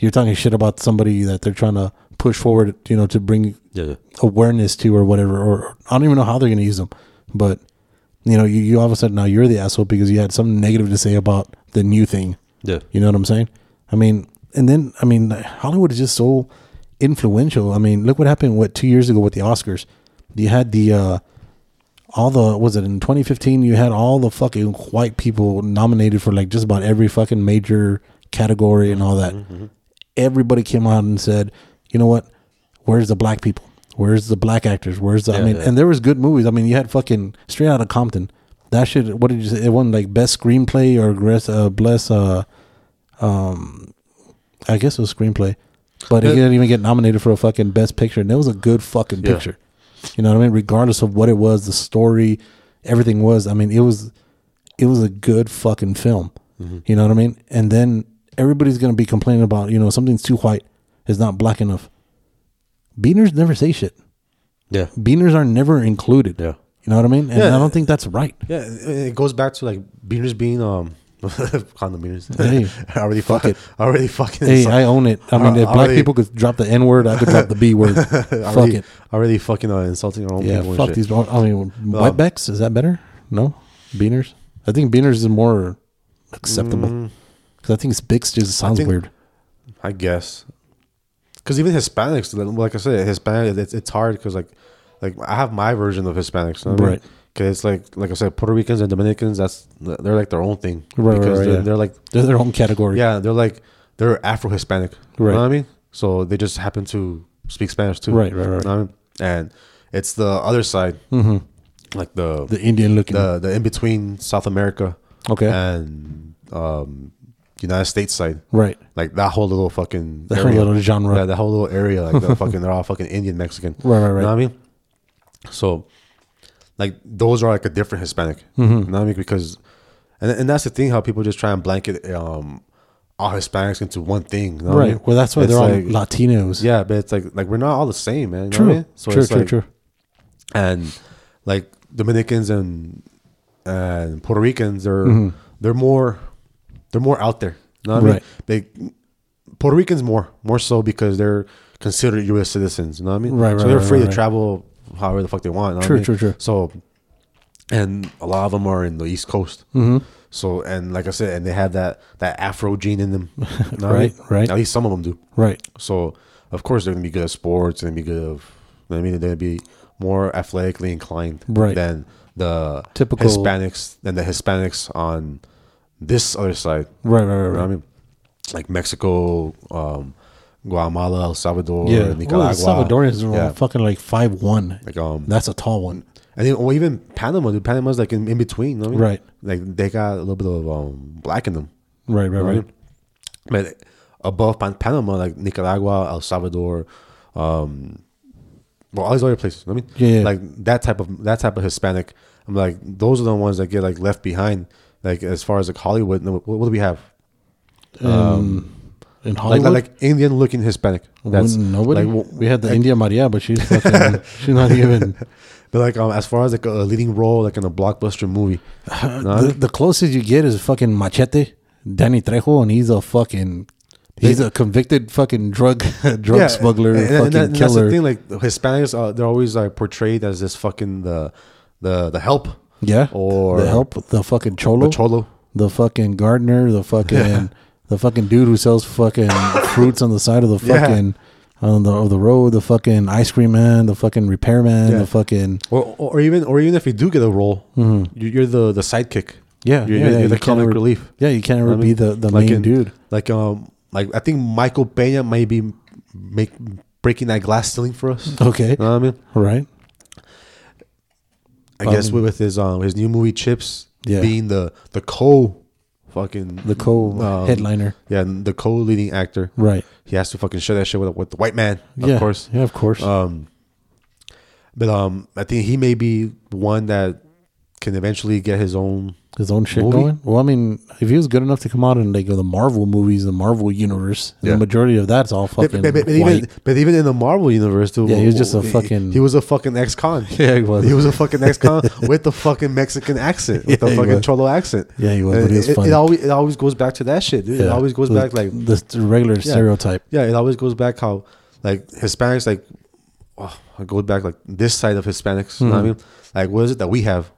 Speaker 2: you're talking shit about somebody that they're trying to push forward, you know, to bring
Speaker 3: Yeah.
Speaker 2: awareness to or whatever. Or, or I don't even know how they're going to use them, but you know, you, you all of a sudden now you're the asshole because you had something negative to say about the new thing.
Speaker 3: Yeah.
Speaker 2: You know what I'm saying? I mean, and then I mean, Hollywood is just so influential. I mean, look what happened what two years ago with the Oscars. You had the uh, all the was it in 2015? You had all the fucking white people nominated for like just about every fucking major category and all that.
Speaker 3: Mm-hmm,
Speaker 2: Everybody came out and said, you know what? Where's the black people? Where's the black actors? Where's the I
Speaker 3: Yeah,
Speaker 2: mean,
Speaker 3: yeah.
Speaker 2: and there was good movies. I mean, you had fucking Straight Outta Compton. That shit. What did you say? It won like best screenplay or bless, uh, bless, uh, I guess it was screenplay, but it
Speaker 3: Yeah.
Speaker 2: didn't even get nominated for a fucking best picture, and it was a good fucking
Speaker 3: Yeah.
Speaker 2: picture. You know what I mean? Regardless of what it was, the story, everything was. I mean, it was, it was a good fucking film.
Speaker 3: Mm-hmm.
Speaker 2: You know what I mean? And then everybody's gonna be complaining about you know something's too white, it's not black enough. Beaners never say shit.
Speaker 3: Yeah.
Speaker 2: Beaners are never included.
Speaker 3: Yeah.
Speaker 2: You know what I mean? And
Speaker 3: Yeah.
Speaker 2: I don't think that's right.
Speaker 3: Yeah, and it goes back to like beaners being um condom beaners.
Speaker 2: Hey,
Speaker 3: I already
Speaker 2: fuck
Speaker 3: fuck
Speaker 2: it.
Speaker 3: it. I already fucking.
Speaker 2: Hey,
Speaker 3: insult-
Speaker 2: I own it. I mean,
Speaker 3: Uh,
Speaker 2: if black
Speaker 3: already-
Speaker 2: people could drop the N word, I could drop the B word. Fuck
Speaker 3: already,
Speaker 2: it.
Speaker 3: Already fucking uh, insulting our own
Speaker 2: Yeah,
Speaker 3: people.
Speaker 2: fuck
Speaker 3: and shit.
Speaker 2: these. I mean, whitebacks is that better? No, beaners. I think beaners is more acceptable because I think Spix just sounds
Speaker 3: Mm. think-
Speaker 2: weird.
Speaker 3: I guess. Because even Hispanics, like like I said, Hispanic, it's, it's hard because like, like I have my version of Hispanics, you know what I mean?
Speaker 2: Right.
Speaker 3: 'Cause it's like, like I said, Puerto Ricans and Dominicans, that's they're like their own thing.
Speaker 2: Right, right,
Speaker 3: because
Speaker 2: right,
Speaker 3: they're,
Speaker 2: yeah.
Speaker 3: they're like,
Speaker 2: They're their own category.
Speaker 3: yeah, they're like they're Afro Hispanic.
Speaker 2: Right.
Speaker 3: You know what I mean? So they just happen to speak Spanish too.
Speaker 2: Right, right, Mm-hmm. right.
Speaker 3: You know what I mean? And it's the other side, like the uh,
Speaker 2: the Indian looking.
Speaker 3: the the in between South America
Speaker 2: okay,
Speaker 3: and um United States side.
Speaker 2: Right.
Speaker 3: Like that whole little fucking
Speaker 2: That whole little genre.
Speaker 3: Yeah, that whole little area. Like the fucking they're all fucking Indian Mexican.
Speaker 2: Right, right,
Speaker 3: You
Speaker 2: right.
Speaker 3: know what I mean? So like those are like a different Hispanic.
Speaker 2: Mm-hmm.
Speaker 3: You know what I mean? Because and and that's the thing how people just try and blanket um all Hispanics into one thing. you know what I mean?
Speaker 2: Well, that's why
Speaker 3: It's
Speaker 2: they're all
Speaker 3: like-
Speaker 2: Latinos.
Speaker 3: Yeah, but it's like like we're not all the same, man. You know what I
Speaker 2: True.
Speaker 3: mean? So
Speaker 2: true.
Speaker 3: it's
Speaker 2: True.
Speaker 3: like-
Speaker 2: true.
Speaker 3: and like Dominicans and and Puerto Ricans are they're more they're more out there. You know what
Speaker 2: Mm-hmm. Right.
Speaker 3: I mean? They Puerto Ricans more more so because they're considered U.S. citizens. You know what I mean?
Speaker 2: Right, right,
Speaker 3: So they're
Speaker 2: right,
Speaker 3: free
Speaker 2: right,
Speaker 3: to
Speaker 2: right.
Speaker 3: travel however the fuck they want. you know what I
Speaker 2: True,
Speaker 3: mean?
Speaker 2: true, true.
Speaker 3: So and a lot of them are in the East Coast. Mm-hmm. So and like I said, and they have that that Afro gene in them. You know what I
Speaker 2: Right,
Speaker 3: mean?
Speaker 2: right.
Speaker 3: At least some of them do.
Speaker 2: Right.
Speaker 3: So of course they're gonna be good at sports. They're gonna be good. Of, you know what I mean, they're gonna be more athletically inclined
Speaker 2: Right.
Speaker 3: than the
Speaker 2: Typical-
Speaker 3: Hispanics than the Hispanics on this other side.
Speaker 2: Right. Right. Right.
Speaker 3: You know
Speaker 2: right.
Speaker 3: what I mean, like Mexico, um, Guatemala, El Salvador,
Speaker 2: yeah.
Speaker 3: Nicaragua.
Speaker 2: Well, the Salvadorians are all
Speaker 3: yeah.
Speaker 2: fucking like five one.
Speaker 3: Like, um,
Speaker 2: that's a tall one.
Speaker 3: and then, or even Panama. Dude, Panama's like in, in between. You know what I mean?
Speaker 2: Right.
Speaker 3: Like they got a little bit of um, black in them.
Speaker 2: Right. Right.
Speaker 3: You know what I mean?
Speaker 2: Right.
Speaker 3: But above Pan- Panama, like Nicaragua, El Salvador, um, well, all these other places. you know what I mean,
Speaker 2: Yeah, yeah.
Speaker 3: like that type of that type of Hispanic. I'm like, those are the ones that get like left behind. Like as far as like Hollywood, no, what, what do we have?
Speaker 2: In
Speaker 3: Like
Speaker 2: Hollywood,
Speaker 3: like, like Indian looking Hispanic. That's
Speaker 2: wouldn't- nobody.
Speaker 3: Like, w-
Speaker 2: we had the India Maria, but she's fucking, she's not even.
Speaker 3: but like um, as far as like a leading role, like in a blockbuster movie, you know what I
Speaker 2: The,
Speaker 3: mean?
Speaker 2: the closest you get is fucking Machete, Danny Trejo, and he's a fucking. He's a convicted fucking drug drug
Speaker 3: Yeah,
Speaker 2: smuggler,
Speaker 3: and- and
Speaker 2: fucking
Speaker 3: that- and
Speaker 2: killer.
Speaker 3: That's the thing, like the Hispanics, uh, they're always like portrayed as this fucking the the the help.
Speaker 2: Yeah.
Speaker 3: Or-
Speaker 2: the help the fucking cholo,
Speaker 3: The cholo.
Speaker 2: the fucking gardener, the fucking the fucking dude who sells fucking fruits on the side of the
Speaker 3: Yeah.
Speaker 2: fucking on the of the road, the fucking ice cream man, the fucking repairman,
Speaker 3: Yeah.
Speaker 2: the fucking
Speaker 3: or, or even or even if you do get a role, you- you're the the sidekick.
Speaker 2: Mm-hmm.
Speaker 3: you're,
Speaker 2: yeah, yeah,
Speaker 3: you're-
Speaker 2: yeah,
Speaker 3: you're
Speaker 2: you
Speaker 3: the
Speaker 2: can't
Speaker 3: comic
Speaker 2: ever-
Speaker 3: relief.
Speaker 2: Yeah, you can't
Speaker 3: You know
Speaker 2: ever
Speaker 3: what I
Speaker 2: be
Speaker 3: mean?
Speaker 2: the the
Speaker 3: Like
Speaker 2: main
Speaker 3: in-
Speaker 2: dude.
Speaker 3: Like um, like I think Michael Pena might be make breaking that glass ceiling for us. You
Speaker 2: Okay,
Speaker 3: know what I mean?
Speaker 2: right?
Speaker 3: I guess with, with his um his new movie Chips
Speaker 2: Yeah.
Speaker 3: being the the co fucking
Speaker 2: The co
Speaker 3: um,
Speaker 2: headliner,
Speaker 3: yeah the co leading actor
Speaker 2: right?
Speaker 3: he has to fucking share that shit with with the white man of
Speaker 2: yeah,
Speaker 3: course
Speaker 2: yeah, of course.
Speaker 3: Um, but um, I think he may be one that can eventually get his own.
Speaker 2: His own shit
Speaker 3: movie?
Speaker 2: going. Well, I mean, if he was good enough to come out in like the Marvel movies, the Marvel universe,
Speaker 3: Yeah.
Speaker 2: the majority of that's all
Speaker 3: But,
Speaker 2: fucking
Speaker 3: but- but
Speaker 2: white.
Speaker 3: even, but even in the Marvel universe, dude,
Speaker 2: Yeah, he was just a
Speaker 3: he-
Speaker 2: fucking-
Speaker 3: He was a fucking ex-con.
Speaker 2: Yeah, he was.
Speaker 3: He was a fucking ex-con with the fucking Mexican accent, with
Speaker 2: Yeah,
Speaker 3: the
Speaker 2: he
Speaker 3: fucking
Speaker 2: was.
Speaker 3: cholo accent.
Speaker 2: Yeah, he was,
Speaker 3: And
Speaker 2: but he was
Speaker 3: it,
Speaker 2: funny.
Speaker 3: It always it always goes back to that shit, dude. It
Speaker 2: Yeah.
Speaker 3: always goes
Speaker 2: The-
Speaker 3: back like
Speaker 2: the st- regular
Speaker 3: Yeah.
Speaker 2: stereotype.
Speaker 3: Yeah, it always goes back how like Hispanics like oh, it goes back like this side of Hispanics. You know what I mean? Like what is it that we have?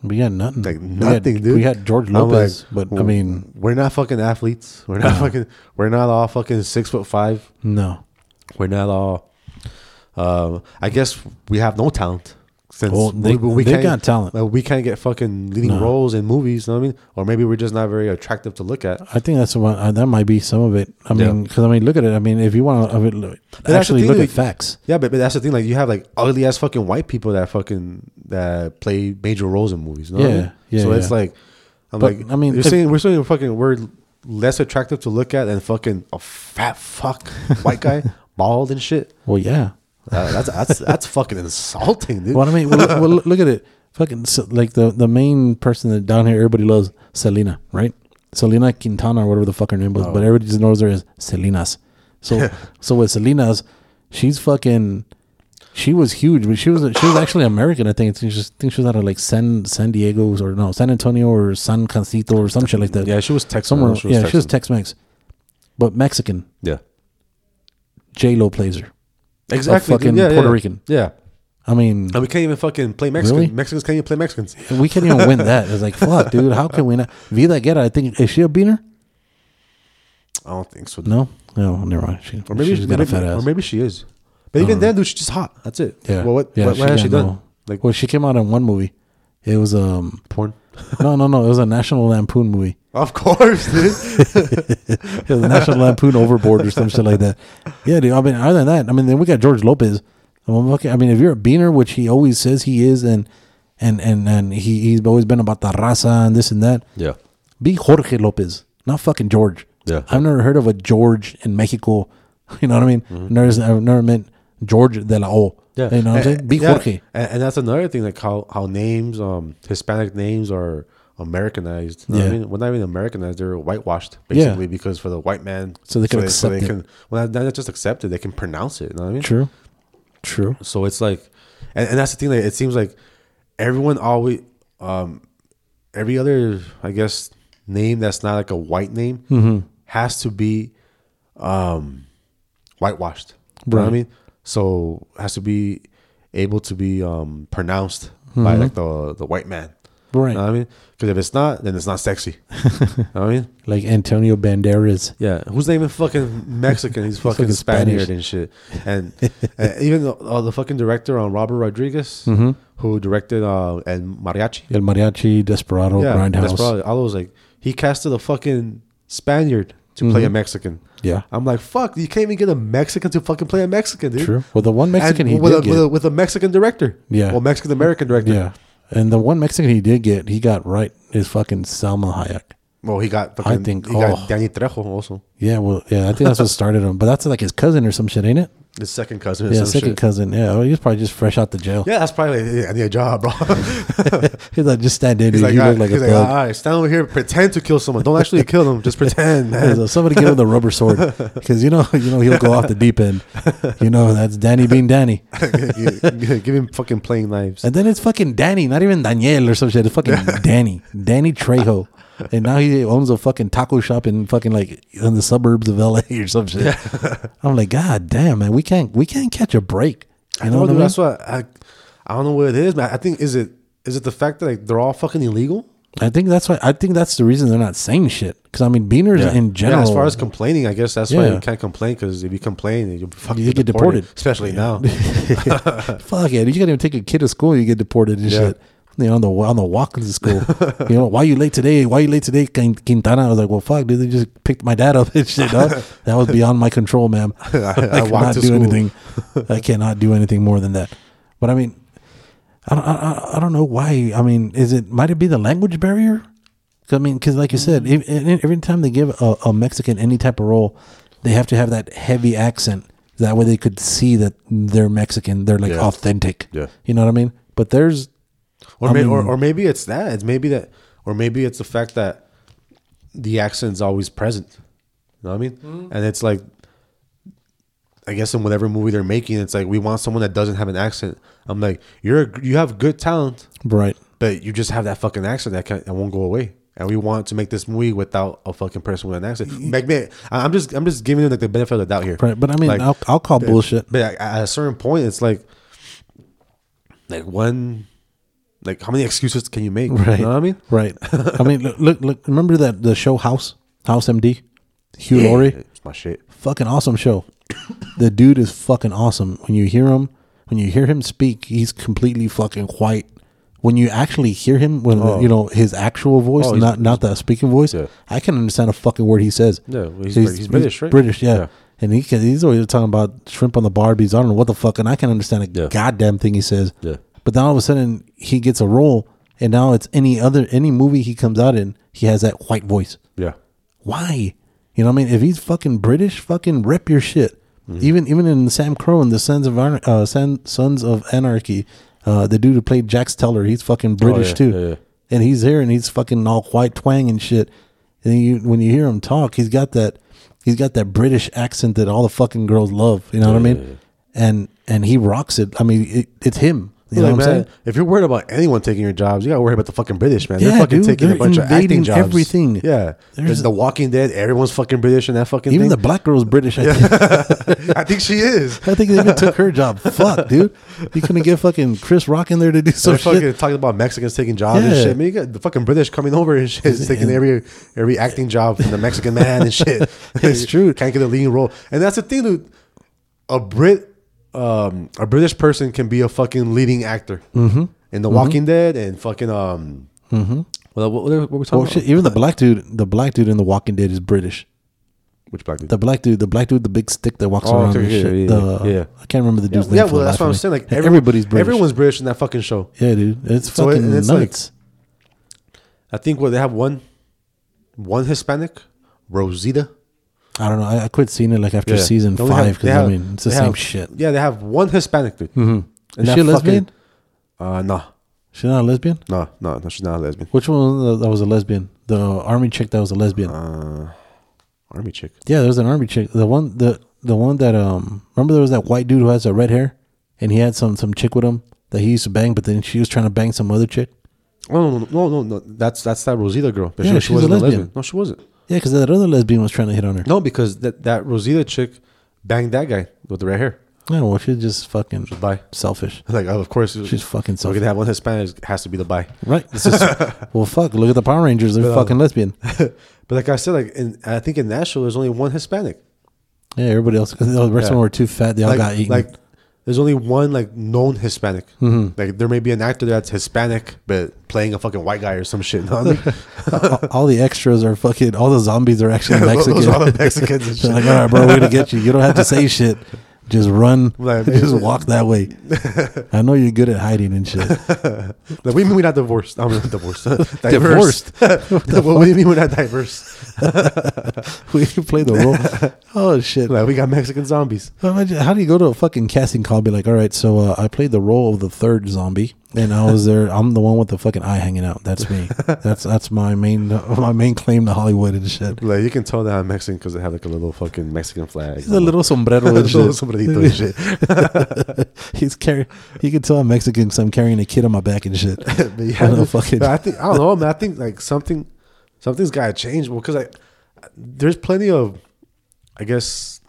Speaker 2: We got nothing.
Speaker 3: like
Speaker 2: Hmm. We
Speaker 3: nothing,
Speaker 2: had,
Speaker 3: dude.
Speaker 2: We had George
Speaker 3: I'm like,
Speaker 2: Lopez, but I
Speaker 3: w-
Speaker 2: mean,
Speaker 3: we're not fucking athletes. We're not fucking. We're not all fucking six foot five.
Speaker 2: no.
Speaker 3: We're not all. Um, I guess we have no talent. Since
Speaker 2: Well, they- they
Speaker 3: can't-
Speaker 2: got talent.
Speaker 3: well, we can't get fucking leading
Speaker 2: No.
Speaker 3: roles in movies. You know what I mean? Or maybe we're just not very attractive to look at.
Speaker 2: I think that's one. Uh, that might be some of it. I
Speaker 3: Yeah.
Speaker 2: mean, because I mean, look at it. I mean, if you want to I mean, look-
Speaker 3: the
Speaker 2: actually
Speaker 3: thing,
Speaker 2: look
Speaker 3: like-
Speaker 2: at facts,
Speaker 3: Yeah, but, but that's the thing. Like you have like ugly ass fucking white people that fucking that play major roles in movies. You know what I
Speaker 2: Yeah,
Speaker 3: mean?
Speaker 2: yeah,
Speaker 3: So it's
Speaker 2: yeah.
Speaker 3: like, I'm
Speaker 2: But,
Speaker 3: like,
Speaker 2: I mean,
Speaker 3: you're
Speaker 2: if-
Speaker 3: saying we're saying fucking we're less attractive to look at than fucking a fat fuck white guy, bald and shit.
Speaker 2: well, yeah.
Speaker 3: Uh, that's that's that's fucking insulting, dude.
Speaker 2: Well, I mean, well, look, well, look at it. Fucking so, like the the main person that down here everybody loves Selena, right? Selena Quintana or whatever the fuck her name was,
Speaker 3: Oh.
Speaker 2: but everybody just knows her as Selena's. So so with Selena's, she's fucking. She was huge, but she was she was actually American. I think. I think she was, I think she was out of like San San Diego or no San Antonio or San Cancito or some shit like that.
Speaker 3: Yeah, she was Texan.
Speaker 2: somewhere.
Speaker 3: She was
Speaker 2: yeah, she was
Speaker 3: Texan.
Speaker 2: Tex Mex, but Mexican.
Speaker 3: yeah,
Speaker 2: J Lo plays her.
Speaker 3: exactly. dude.
Speaker 2: fucking
Speaker 3: yeah, yeah,
Speaker 2: Puerto
Speaker 3: yeah.
Speaker 2: Rican.
Speaker 3: Yeah,
Speaker 2: I mean,
Speaker 3: and we can't even fucking play Mexican.
Speaker 2: Really?
Speaker 3: Mexicans can't even play Mexicans.
Speaker 2: we can't even win that. It's like fuck, dude. How can we not? Vida Guerra, I think is she a beaner?
Speaker 3: I don't think so. dude.
Speaker 2: No, no, never mind. She,
Speaker 3: or maybe
Speaker 2: she's
Speaker 3: she,
Speaker 2: got
Speaker 3: maybe,
Speaker 2: a fat
Speaker 3: or
Speaker 2: ass. Uh-huh.
Speaker 3: maybe she is. But even then, dude, she's just hot. That's it.
Speaker 2: yeah.
Speaker 3: Well, what
Speaker 2: yeah,
Speaker 3: what, what has
Speaker 2: got
Speaker 3: she done?
Speaker 2: no-
Speaker 3: Like
Speaker 2: well, she came out in one movie. It was um
Speaker 3: porn.
Speaker 2: no no no. It was a National Lampoon movie.
Speaker 3: Of course, dude.
Speaker 2: It was National Lampoon Overboard or some shit like that. Yeah, dude. I mean, other than that, I mean, then we got George Lopez. I mean, okay, I mean, if you're a beaner, which he always says he is, and and and and he he's always been about the raza and this and that.
Speaker 3: yeah.
Speaker 2: Be Jorge Lopez. Not fucking George.
Speaker 3: Yeah.
Speaker 2: I've never heard of a George in Mexico. You know what I mean? Never, I've never met George de la O.
Speaker 3: Mm-hmm. Yeah,
Speaker 2: You know what I'm
Speaker 3: And-
Speaker 2: saying? Be
Speaker 3: yeah.
Speaker 2: Jorge.
Speaker 3: and, and that's another thing, like how how names, um, Hispanic names are Americanized. You know what
Speaker 2: Yeah.
Speaker 3: I mean, well, not even Americanized; they're whitewashed basically because for the white man,
Speaker 2: So they can accept it.
Speaker 3: can, well, not not just accept it; they can pronounce it. You know what I mean?
Speaker 2: True. True.
Speaker 3: So it's like, and, and that's the thing that it seems like everyone always, um, every other, I guess, name that's not like a white name
Speaker 2: Mm-hmm.
Speaker 3: has to be, um, whitewashed. You know what I
Speaker 2: Right.
Speaker 3: mean? So has to be able to be um pronounced by like the the white man.
Speaker 2: Mm-hmm. Right.
Speaker 3: You know what I mean? Because if it's not, then it's not sexy. you know what I mean?
Speaker 2: Like Antonio Banderas.
Speaker 3: Yeah, who's not even fucking Mexican? He's fucking,
Speaker 2: fucking
Speaker 3: Spaniard
Speaker 2: Spanish.
Speaker 3: and shit. And, and even the, uh, the fucking director on Robert Rodriguez,
Speaker 2: Mm-hmm.
Speaker 3: who directed uh, and Mariachi,
Speaker 2: El Mariachi, Desperado,
Speaker 3: yeah,
Speaker 2: Oh, Grindhouse.
Speaker 3: that's probably all those like he casted a fucking Spaniard to play
Speaker 2: Mm-hmm.
Speaker 3: a Mexican.
Speaker 2: Yeah.
Speaker 3: I'm like fuck, you can't even get a Mexican to fucking play a Mexican, dude.
Speaker 2: True. Well, the one
Speaker 3: And
Speaker 2: Mexican he
Speaker 3: with,
Speaker 2: did
Speaker 3: a,
Speaker 2: get.
Speaker 3: with, a, with a Mexican director,
Speaker 2: Yeah.
Speaker 3: well Mexican American director,
Speaker 2: yeah. And the one Mexican he did get, he got right is fucking Salma Hayek.
Speaker 3: Well, he got fucking,
Speaker 2: think-
Speaker 3: he
Speaker 2: oh.
Speaker 3: got Danny Trejo also,
Speaker 2: Yeah, well, yeah, I think that's what started him. But that's like his cousin or some shit, ain't it?
Speaker 3: his second cousin. or
Speaker 2: Yeah,
Speaker 3: some
Speaker 2: second
Speaker 3: shit.
Speaker 2: cousin. Yeah, well, he was probably just fresh out the jail.
Speaker 3: Yeah, that's probably I need a job, bro.
Speaker 2: He's like, just stand in.
Speaker 3: He's
Speaker 2: dude.
Speaker 3: like,
Speaker 2: you
Speaker 3: all
Speaker 2: look
Speaker 3: right,
Speaker 2: like a
Speaker 3: he's like, "Ah,
Speaker 2: thug.
Speaker 3: all right, stand over here, pretend to kill someone. Don't actually kill them, just pretend,
Speaker 2: Yeah,
Speaker 3: man.
Speaker 2: so somebody give him the rubber sword because you know you know he'll go off the deep end. You know that's Danny being Danny,
Speaker 3: Give him fucking playing knives.
Speaker 2: and then it's fucking Danny, not even Daniel or some shit. It's fucking Danny, Danny Trejo, and now he owns a fucking taco shop in fucking like in the suburbs of LA or some shit. I'm like, God damn, man, we can't we can't catch a break. You know
Speaker 3: No,
Speaker 2: what I
Speaker 3: dude,
Speaker 2: mean?
Speaker 3: that's what I, I don't know what it is, man. I think is it is it the fact that like they're all fucking illegal?
Speaker 2: I think that's why I think that's the reason they're not saying shit. Because I mean, beaners in general,
Speaker 3: as far as complaining, I guess that's why
Speaker 2: Yeah.
Speaker 3: you can't complain because if you complain, you'll be fucking
Speaker 2: You get
Speaker 3: deported,
Speaker 2: deported.
Speaker 3: Especially now.
Speaker 2: fuck it, you can't even take your kid to school, you get deported and
Speaker 3: Yeah.
Speaker 2: shit. You know, on the on the walk to school. you know, why you late today? Why you late today, Quin- Quintana? I was like, well, fuck, dude, they just picked my dad up and shit. Huh? that was beyond my control, ma'am.
Speaker 3: I walked
Speaker 2: cannot
Speaker 3: to
Speaker 2: do
Speaker 3: school.
Speaker 2: anything. I cannot do anything more than that. But I mean, I don't, I, I- I don't know why. I mean, is it might it be the language barrier? 'Cause, I mean, because like you said, if, if- every time they give a, a Mexican any type of role, they have to have that heavy accent. That way, they could see that they're Mexican. They're like
Speaker 3: Yeah.
Speaker 2: authentic.
Speaker 3: Yeah.
Speaker 2: you know what I mean. But there's
Speaker 3: Or,
Speaker 2: I
Speaker 3: may, or
Speaker 2: mean-
Speaker 3: or maybe it's that. It's maybe that. Or maybe it's the fact that the accent's always present. You know what I mean? And it's like, I guess in whatever movie they're making, it's like we want someone that doesn't have an accent. I'm like, you're a, you have good talent,
Speaker 2: right.
Speaker 3: but you just have that fucking accent that can't, that won't go away. And we want to make this movie without a fucking person with an accent. Make me, I- I'm just I'm just giving it like the benefit of the doubt here.
Speaker 2: Right, but I mean,
Speaker 3: Like,
Speaker 2: I'll, I'll call bullshit.
Speaker 3: but at- at a certain point, it's like, like one, like how many excuses can you make?
Speaker 2: Right.
Speaker 3: You know what I mean?
Speaker 2: Right. I mean, look, look, look. Remember that the show House, House MD, Hugh Laurie.
Speaker 3: It's my shit.
Speaker 2: fucking awesome show. the dude is fucking awesome. When you hear him, when you hear him speak, he's completely fucking white. When you actually hear him, when
Speaker 3: Oh.
Speaker 2: you know his actual voice,
Speaker 3: Oh, he's-
Speaker 2: not not the speaking voice,
Speaker 3: Yeah.
Speaker 2: I can understand a fucking word he says.
Speaker 3: Yeah, well, he's Brit- he's British, right?
Speaker 2: British, yeah.
Speaker 3: Yeah.
Speaker 2: And he can, he's always talking about shrimp on the barbies. I don't know what the fuck, and I can understand a
Speaker 3: Yeah.
Speaker 2: goddamn thing he says.
Speaker 3: Yeah.
Speaker 2: But then all of a sudden he gets a role, and now it's any other any movie he comes out in, he has that white voice.
Speaker 3: Yeah.
Speaker 2: Why? You know what I mean? If he's fucking British, fucking rep your shit.
Speaker 3: Mm-hmm.
Speaker 2: Even even in Sam Crow and the Sons of Anar- uh, San- Sons of Anarchy, uh, the dude who played Jax Teller, he's fucking British
Speaker 3: Oh, yeah,
Speaker 2: too,
Speaker 3: yeah, yeah.
Speaker 2: and he's here and he's fucking all white twang and shit. And then you when you hear him talk, he's got that he's got that British accent that all the fucking girls love. You know what I mean? And and he rocks it. I mean, it, it's him. You know
Speaker 3: Like,
Speaker 2: what
Speaker 3: man,
Speaker 2: I'm saying?
Speaker 3: If you're worried about anyone taking your jobs, you gotta worry about the fucking British man.
Speaker 2: Yeah,
Speaker 3: they're fucking
Speaker 2: dude,
Speaker 3: taking
Speaker 2: they're
Speaker 3: a bunch of
Speaker 2: invading
Speaker 3: acting jobs.
Speaker 2: everything.
Speaker 3: Yeah.
Speaker 2: There's-
Speaker 3: There's the Walking Dead. Everyone's fucking British in that fucking.
Speaker 2: Even the
Speaker 3: thing.
Speaker 2: black girl's British. I think.
Speaker 3: I think she is.
Speaker 2: I think they even took her job. Fuck, dude. You couldn't get fucking Chris Rock in there to do some
Speaker 3: They're fucking
Speaker 2: shit.
Speaker 3: talking about Mexicans taking jobs and
Speaker 2: Yeah.
Speaker 3: shit. I mean, you got the fucking British coming over and shit, it's taking every every acting job from the Mexican man and shit.
Speaker 2: It's true.
Speaker 3: Can't get a leading role, and that's the thing, dude. A Brit, um, a British person can be a fucking leading actor
Speaker 2: Mm-hmm.
Speaker 3: in The Walking Dead and fucking um. Well, what, what, what were we talking
Speaker 2: Well,
Speaker 3: about?
Speaker 2: shit, even the black dude, the black dude in The Walking Dead is British.
Speaker 3: Which black dude?
Speaker 2: The black dude, the black dude, with the big stick that walks
Speaker 3: Oh,
Speaker 2: around
Speaker 3: okay,
Speaker 2: and
Speaker 3: yeah,
Speaker 2: shit.
Speaker 3: yeah, yeah,
Speaker 2: the,
Speaker 3: yeah.
Speaker 2: I can't remember the
Speaker 3: yeah,
Speaker 2: dude's name.
Speaker 3: yeah,
Speaker 2: for
Speaker 3: well,
Speaker 2: the
Speaker 3: that's
Speaker 2: life
Speaker 3: what I'm
Speaker 2: of me.
Speaker 3: saying. Like
Speaker 2: Yeah,
Speaker 3: every-
Speaker 2: everybody's British.
Speaker 3: Everyone's British in that fucking show.
Speaker 2: yeah, dude, it's
Speaker 3: So it-
Speaker 2: fucking
Speaker 3: it's like-
Speaker 2: nuts.
Speaker 3: I think what they have one, one Hispanic, Rosita.
Speaker 2: I don't know. I, I quit seeing it like after season
Speaker 3: They only have-
Speaker 2: five
Speaker 3: they
Speaker 2: because I
Speaker 3: have-
Speaker 2: mean it's the
Speaker 3: they
Speaker 2: same
Speaker 3: have-
Speaker 2: shit.
Speaker 3: Yeah, they have one Hispanic dude.
Speaker 2: Is
Speaker 3: that
Speaker 2: she a lesbian?
Speaker 3: fucking- Uh, no,
Speaker 2: She's not a lesbian.
Speaker 3: no, no, no. She's not a lesbian.
Speaker 2: Which one that was a lesbian? The army chick that was a lesbian.
Speaker 3: Army chick.
Speaker 2: Yeah, there was an army chick. The one the the one that um remember there was that white dude who has the red hair and he had some some chick with him that he used to bang, but then she was trying to bang some other chick.
Speaker 3: Oh no, no, no, no. That's that's that Rosita girl. But
Speaker 2: Yeah,
Speaker 3: she,
Speaker 2: she's
Speaker 3: she
Speaker 2: a
Speaker 3: wasn't a lesbian.
Speaker 2: lesbian.
Speaker 3: No, she wasn't.
Speaker 2: Yeah, because that other lesbian was trying to hit on her.
Speaker 3: No, because that that Rosita chick banged that guy with the red hair.
Speaker 2: No, well, she's just fucking
Speaker 3: bi.
Speaker 2: selfish.
Speaker 3: Like, oh, of course,
Speaker 2: She's fucking
Speaker 3: So we're
Speaker 2: selfish.
Speaker 3: gonna have one Hispanic. it Has to be the bi.
Speaker 2: Right. This is, well, fuck. Look at the Power Rangers. They're
Speaker 3: uh,
Speaker 2: fucking lesbian.
Speaker 3: but like I said, like in, I think in Nashville, there's only one Hispanic.
Speaker 2: Yeah, everybody else. The rest of
Speaker 3: Yeah.
Speaker 2: them were too fat. They all
Speaker 3: like,
Speaker 2: got eaten.
Speaker 3: like there's only one like known Hispanic. Like there may be an actor that's Hispanic but playing a fucking white guy or some shit. No, they're-
Speaker 2: all, all the extras are fucking. All the zombies are actually
Speaker 3: those-
Speaker 2: Mexican.
Speaker 3: those are all the Mexicans and
Speaker 2: They're
Speaker 3: shit.
Speaker 2: like, all right, bro, we're gonna get you. You don't have to say shit. Just run.
Speaker 3: Like,
Speaker 2: just walk that way. I know you're good at hiding and shit.
Speaker 3: Like, what do you mean we're not divorced? I'm not divorced.
Speaker 2: Divorced?
Speaker 3: diverse. what, what do you mean we're not diverse?
Speaker 2: we can play the role. Oh shit!
Speaker 3: Like we got Mexican zombies.
Speaker 2: Well, imagine- how do you go to a fucking casting call? And be like, all right, so uh, I played the role of the third zombie, and I was there. I'm the one with the fucking eye hanging out. That's me. That's that's my main my main claim to Hollywood and shit.
Speaker 3: Like you can tell that I'm Mexican because they have like a little fucking Mexican flag.
Speaker 2: He's a little sombrero and
Speaker 3: Little
Speaker 2: shit.
Speaker 3: sombrerito and shit.
Speaker 2: He's carrying. You can tell I'm Mexican because I'm carrying a kid on my back and shit.
Speaker 3: But yeah,
Speaker 2: I don't know,
Speaker 3: dude.
Speaker 2: fucking.
Speaker 3: But I think I don't know, man. I think like something, something's got to change. Well, because like, there's plenty of, I guess,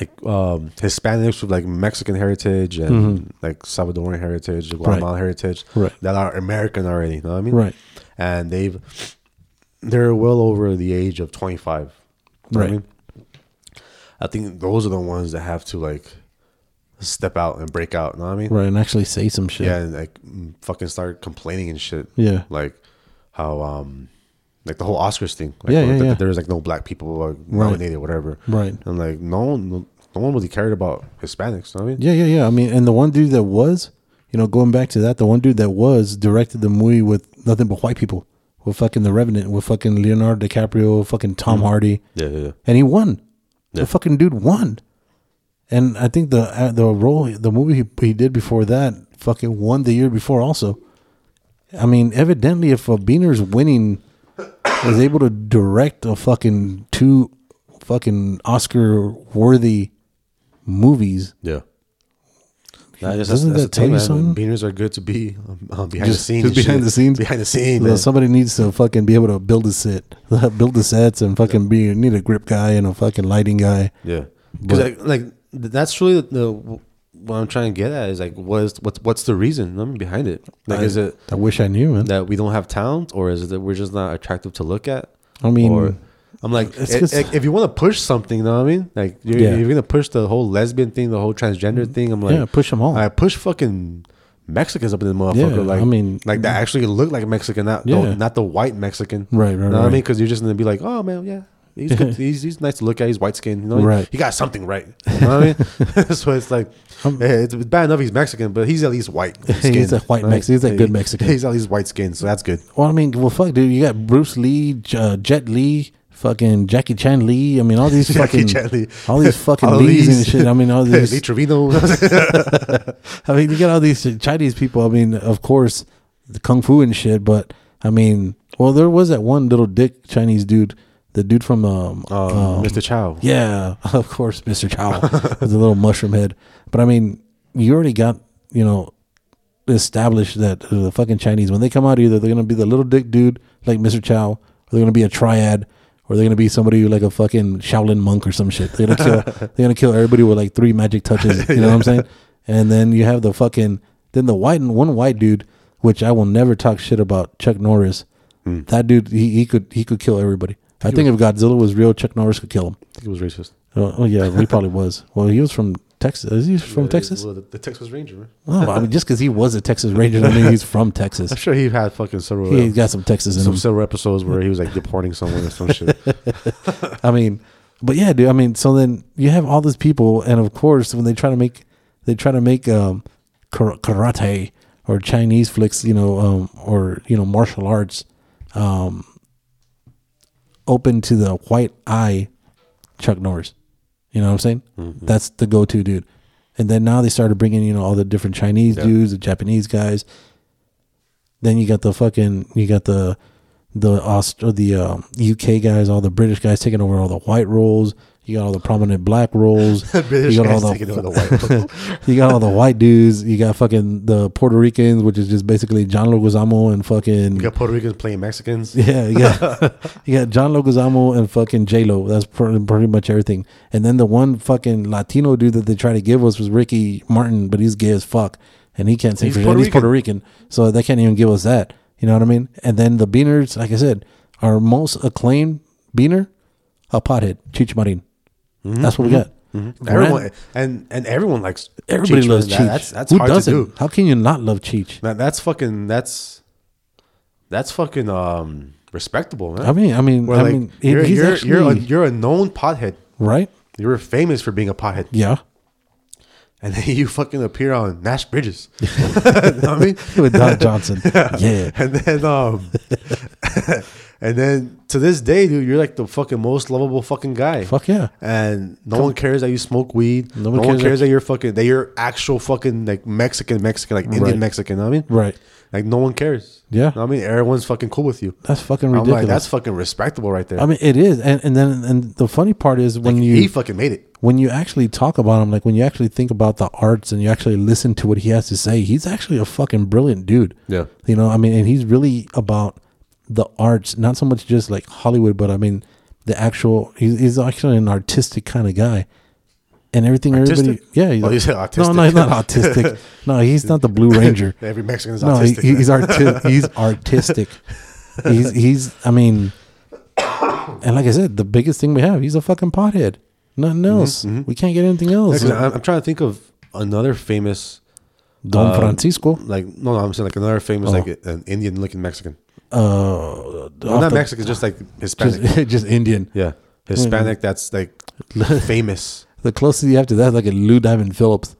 Speaker 3: like um Hispanics with like Mexican heritage and like Salvadoran heritage, Guatemalan heritage,
Speaker 2: Mm-hmm. Right.
Speaker 3: that are American already. You know what I mean?
Speaker 2: Right.
Speaker 3: And they've, they're well over the age of 25. You know what
Speaker 2: Right.
Speaker 3: I, mean? I think those are the ones that have to like step out and break out. You know what I mean?
Speaker 2: Right, and actually say some shit.
Speaker 3: yeah, and like mm, fucking start complaining and shit.
Speaker 2: Yeah.
Speaker 3: like how um like the whole Oscars thing. Like,
Speaker 2: Yeah, yeah,
Speaker 3: that- that
Speaker 2: yeah.
Speaker 3: There was like no black people like nominated, or whatever.
Speaker 2: Right.
Speaker 3: And like no one, no one really cared about Hispanics. know what I mean,
Speaker 2: Yeah, yeah, yeah. I mean, and the one dude that was, you know, going back to that, the one dude that was directed the movie with nothing but white people, with fucking The Revenant, with fucking Leonardo DiCaprio, fucking Tom Hardy,
Speaker 3: yeah, yeah, yeah.
Speaker 2: and he won.
Speaker 3: Yeah.
Speaker 2: The fucking dude won. And I think the uh, the role, the movie he, he did before that, fucking won the year before also. I mean, evidently, if a Beaner's winning is able to direct a fucking two fucking Oscar worthy movies,
Speaker 3: yeah. Nah, I guess
Speaker 2: Doesn't
Speaker 3: that's,
Speaker 2: that
Speaker 3: that's
Speaker 2: tell
Speaker 3: the thing,
Speaker 2: you
Speaker 3: man.
Speaker 2: something?
Speaker 3: Beaners are good to be um, um, behind
Speaker 2: Just-
Speaker 3: the scenes. and
Speaker 2: just
Speaker 3: shit.
Speaker 2: behind the scenes?
Speaker 3: Behind the scenes.
Speaker 2: Well,
Speaker 3: man.
Speaker 2: somebody needs to fucking be able to build a set, build the sets, and fucking be you need a grip guy and a fucking lighting guy.
Speaker 3: Yeah, because
Speaker 2: But-
Speaker 3: like, like th- that's really the what I'm trying to get at is like what is what's what's the reason I mean, behind it? Like,
Speaker 2: I,
Speaker 3: is it
Speaker 2: I wish I knew, man.
Speaker 3: that we don't have talent, or is it that we're just not attractive to look at?
Speaker 2: I mean-
Speaker 3: or, I'm like,
Speaker 2: It's
Speaker 3: i-
Speaker 2: 'cause-
Speaker 3: i- if you want to push something, you know what I mean? Like, you're,
Speaker 2: Yeah. Mm-hmm.
Speaker 3: you're gonna push the whole lesbian thing, the whole transgender thing. I'm like,
Speaker 2: Yeah, push 'em all.
Speaker 3: I push fucking Mexicans up in the motherfucker.
Speaker 2: Yeah,
Speaker 3: like,
Speaker 2: I mean-
Speaker 3: like that actually look like Mexican, not
Speaker 2: Yeah.
Speaker 3: the, not the white Mexican.
Speaker 2: Right, right,
Speaker 3: You know what I
Speaker 2: right.
Speaker 3: mean? Because you're just gonna be like, oh man, yeah. He's, good. he's he's nice to look at. He's white skinned. You know,
Speaker 2: Right.
Speaker 3: He got something right. You know what I mean? so it's like, eh, it's bad enough he's Mexican, but he's at least white.
Speaker 2: Um, He's a white Mexican. He's a good Mexican.
Speaker 3: He's at least white skinned, so that's good.
Speaker 2: Well, I mean, well, fuck, dude, you got Bruce Lee, J- uh, Jet Lee, fucking Jackie Chan Lee. I mean, all these
Speaker 3: Jackie
Speaker 2: fucking,
Speaker 3: Chan Lee.
Speaker 2: all these fucking
Speaker 3: All
Speaker 2: Lees and
Speaker 3: these.
Speaker 2: shit. I mean, all
Speaker 3: Hey, Lee
Speaker 2: these.
Speaker 3: Trevino.
Speaker 2: I mean, you got all these Chinese people. I mean, of course, the kung fu and shit. But I mean, well, there was that one little dick Chinese dude, the dude from um,
Speaker 3: Oh,
Speaker 2: um,
Speaker 3: Mr. Chow.
Speaker 2: Yeah, of course, Mr. Chow with the little mushroom head. But I mean, you already got, you know, established that the fucking Chinese, when they come out, either they're going to be the little dick dude like Mr. Chow, or they're going to be a triad, or they're going to be somebody who like a fucking Shaolin monk or some shit. They're going to kill, they're going to kill everybody with like three magic touches. You know what I'm saying? And then you have the fucking, then the white, one white dude, which I will never talk shit about Chuck Norris. That dude, he, he could, he could kill everybody. I think if Godzilla was real, Chuck Norris could kill him.
Speaker 3: I think it was racist.
Speaker 2: Oh, oh, yeah, he probably was. Well, he was from Texas. Is he from Texas?
Speaker 3: the, the Texas Ranger. man.
Speaker 2: Oh, I mean, just because he was a Texas Ranger, doesn't mean he's from Texas.
Speaker 3: I'm sure he had fucking several
Speaker 2: He's got some Texas in
Speaker 3: some
Speaker 2: him.
Speaker 3: several episodes where he was like deporting someone or some shit.
Speaker 2: I mean, but yeah, dude. I mean, so then you have all these people, and of course, when they try to make, they try to make um, kar- karate or Chinese flicks, you know, um, or you know, martial arts, um, open to the white eye Chuck Norris. You know what I'm saying?
Speaker 3: Mm-hmm.
Speaker 2: That's the go to dude. And then now they started bringing, you know, all the different Chinese dudes, the Japanese guys. Then you got the fucking, you got the, the Aust- or the um, UK guys, all the British guys taking over all the white roles. You got all the prominent black roles.
Speaker 3: British
Speaker 2: you got
Speaker 3: guys
Speaker 2: all
Speaker 3: taking over the white roles.
Speaker 2: you got all the white dudes. You got fucking the Puerto Ricans, which is just basically John Leguizamo and fucking
Speaker 3: You got Puerto Ricans playing Mexicans.
Speaker 2: yeah, yeah. you got John Leguizamo and fucking J Lo. That's pretty, pretty much everything. And then the one fucking Latino dude that they tried to give us was Ricky Martin, but he's gay as fuck, and he can't sing
Speaker 3: He's
Speaker 2: for shit.
Speaker 3: Puerto
Speaker 2: He's Puerto Rican, so they can't even give us that. You know what I mean? And then the Beaners, like I said, our most acclaimed Beaner, a pothead, Chich Marin. That's what we got.
Speaker 3: Mm-hmm. Everyone and and everyone likes
Speaker 2: everybody
Speaker 3: Cheech,
Speaker 2: loves
Speaker 3: man.
Speaker 2: Cheech.
Speaker 3: That- That's that's
Speaker 2: Who
Speaker 3: hard
Speaker 2: doesn't?
Speaker 3: to do.
Speaker 2: How can you not love Cheech?
Speaker 3: That, that's fucking that's that's fucking um respectable, man.
Speaker 2: I mean, I mean,
Speaker 3: Where,
Speaker 2: I
Speaker 3: like,
Speaker 2: mean, he-
Speaker 3: you're
Speaker 2: he's
Speaker 3: you're,
Speaker 2: actually
Speaker 3: you're, a, you're a known pothead.
Speaker 2: right.
Speaker 3: You were famous for being a pothead,
Speaker 2: Yeah.
Speaker 3: and then you fucking appear on Nash Bridges. You know what I mean,
Speaker 2: With Don Johnson. yeah.
Speaker 3: and then um, and then to this day, dude, you're like the fucking most lovable fucking guy.
Speaker 2: Fuck yeah.
Speaker 3: And no one cares that you smoke weed. No one, cares, that you're fucking that you're actual fucking like Mexican Mexican like Indian
Speaker 2: Right.
Speaker 3: Mexican. know what I mean,
Speaker 2: Right.
Speaker 3: Like no one cares.
Speaker 2: Yeah.
Speaker 3: Know what I mean, everyone's fucking cool with you.
Speaker 2: That's fucking
Speaker 3: I'm
Speaker 2: ridiculous.
Speaker 3: like, that's fucking respectable right there.
Speaker 2: I mean, it is, and and then and the funny part is when you
Speaker 3: he fucking made it.
Speaker 2: when you actually talk about him, like when you actually think about the arts and you actually listen to what he has to say, he's actually a fucking brilliant dude.
Speaker 3: Yeah.
Speaker 2: you know, I mean, and he's really about the arts, not so much just like Hollywood, but I mean the actual. He's, he's actually an artistic kind of guy. And everything, everybody,
Speaker 3: Artistic?
Speaker 2: yeah, he's
Speaker 3: Oh, you said
Speaker 2: No, no,
Speaker 3: autistic.
Speaker 2: he's not autistic. no, he's not the Blue Ranger.
Speaker 3: Every Mexican is
Speaker 2: No, he,
Speaker 3: autistic.
Speaker 2: he's arti- he's artistic. He's he's. I mean, and like I said, the biggest thing we have, he's a fucking pothead. Nothing else. We can't get anything else.
Speaker 3: Mm-hmm, Actually, I'm, I'm trying to think of another famous
Speaker 2: Don
Speaker 3: um,
Speaker 2: Francisco.
Speaker 3: like no, no I'm saying like another famous
Speaker 2: Uh-huh.
Speaker 3: like an Indian looking Mexican.
Speaker 2: Uh,
Speaker 3: Well, not
Speaker 2: off the-
Speaker 3: Mexican, just like Hispanic.
Speaker 2: Just, just Indian.
Speaker 3: yeah,
Speaker 2: Mm-hmm.
Speaker 3: Hispanic. That's like famous.
Speaker 2: The closest you have to that is like a Lou Diamond Phillips.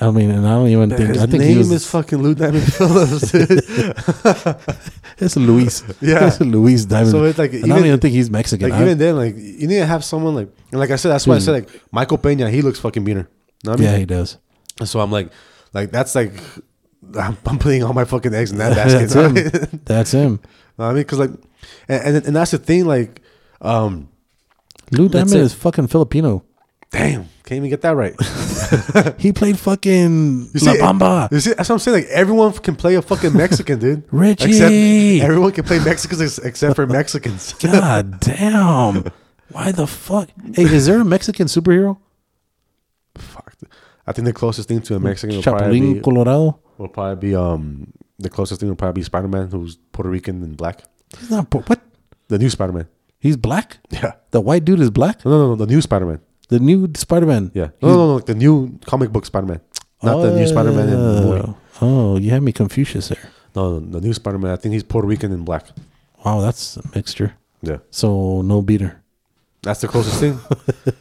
Speaker 2: I mean, and I don't even think.
Speaker 3: His
Speaker 2: I think
Speaker 3: name
Speaker 2: he was,
Speaker 3: is fucking Lou Diamond Phillips. dude.
Speaker 2: it's Luis.
Speaker 3: Yeah.
Speaker 2: it's Luis Diamond.
Speaker 3: So it's like
Speaker 2: and I don't
Speaker 3: even-
Speaker 2: even think he's Mexican.
Speaker 3: like
Speaker 2: I-
Speaker 3: even then, like you need to have someone like and like I said, that's why I said like Michael Pena. He looks fucking beaner. Know what I mean?
Speaker 2: Hmm. yeah, he does.
Speaker 3: And So I'm like, like that's like I'm, I'm putting all my fucking eggs in that basket.
Speaker 2: That's him. That's him.
Speaker 3: I mean, because like, and, and and that's the thing. Like, um,
Speaker 2: Lou
Speaker 3: That's
Speaker 2: Diamond
Speaker 3: it.
Speaker 2: is fucking Filipino.
Speaker 3: damn, can't even get that right.
Speaker 2: He played fucking
Speaker 3: You
Speaker 2: La
Speaker 3: see-
Speaker 2: Bamba.
Speaker 3: You see, that's what I'm saying. Like everyone can play a fucking Mexican, dude.
Speaker 2: Richie!
Speaker 3: Except, everyone can play Mexicans ex- except for Mexicans.
Speaker 2: God damn. Why the fuck? Hey, is there a Mexican superhero?
Speaker 3: Fuck. I think the closest thing to a Mexican will probably
Speaker 2: Chapulín
Speaker 3: be,
Speaker 2: Colorado?
Speaker 3: will probably be um the closest thing will probably be Spider Man, who's Puerto Rican and black.
Speaker 2: He's not. po- What?
Speaker 3: The new Spider Man.
Speaker 2: He's black?
Speaker 3: Yeah.
Speaker 2: The white dude is black?
Speaker 3: No, no, no, the new Spider Man.
Speaker 2: The new Spider Man?
Speaker 3: Yeah. No, no, no, no, the new comic book Spider Man, not the new Spider Man in the movie.
Speaker 2: Oh, you had me Confucius there.
Speaker 3: No, no, the new Spider Man. I think he's Puerto Rican and black.
Speaker 2: Wow, that's a mixture.
Speaker 3: Yeah.
Speaker 2: So, no beater.
Speaker 3: That's the closest thing.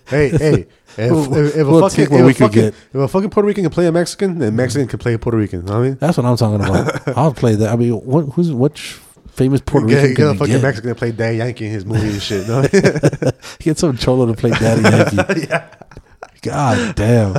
Speaker 3: hey, hey. If, if, if,
Speaker 2: We'll
Speaker 3: a
Speaker 2: take
Speaker 3: fucking,
Speaker 2: what
Speaker 3: if,
Speaker 2: we
Speaker 3: a
Speaker 2: could
Speaker 3: fucking,
Speaker 2: get.
Speaker 3: if a fucking Puerto Rican can play a Mexican, then Mexican can play a Puerto Rican. You know what I mean?
Speaker 2: That's what I'm talking about. I'll play that. I mean, what, who's what famous Puerto
Speaker 3: Get,
Speaker 2: Rican?
Speaker 3: get a
Speaker 2: Can we
Speaker 3: fucking
Speaker 2: get?
Speaker 3: Mexican to play Daddy Yankee in his movie and shit. you know what I mean?
Speaker 2: Get some cholo to play Daddy Yankee. God damn.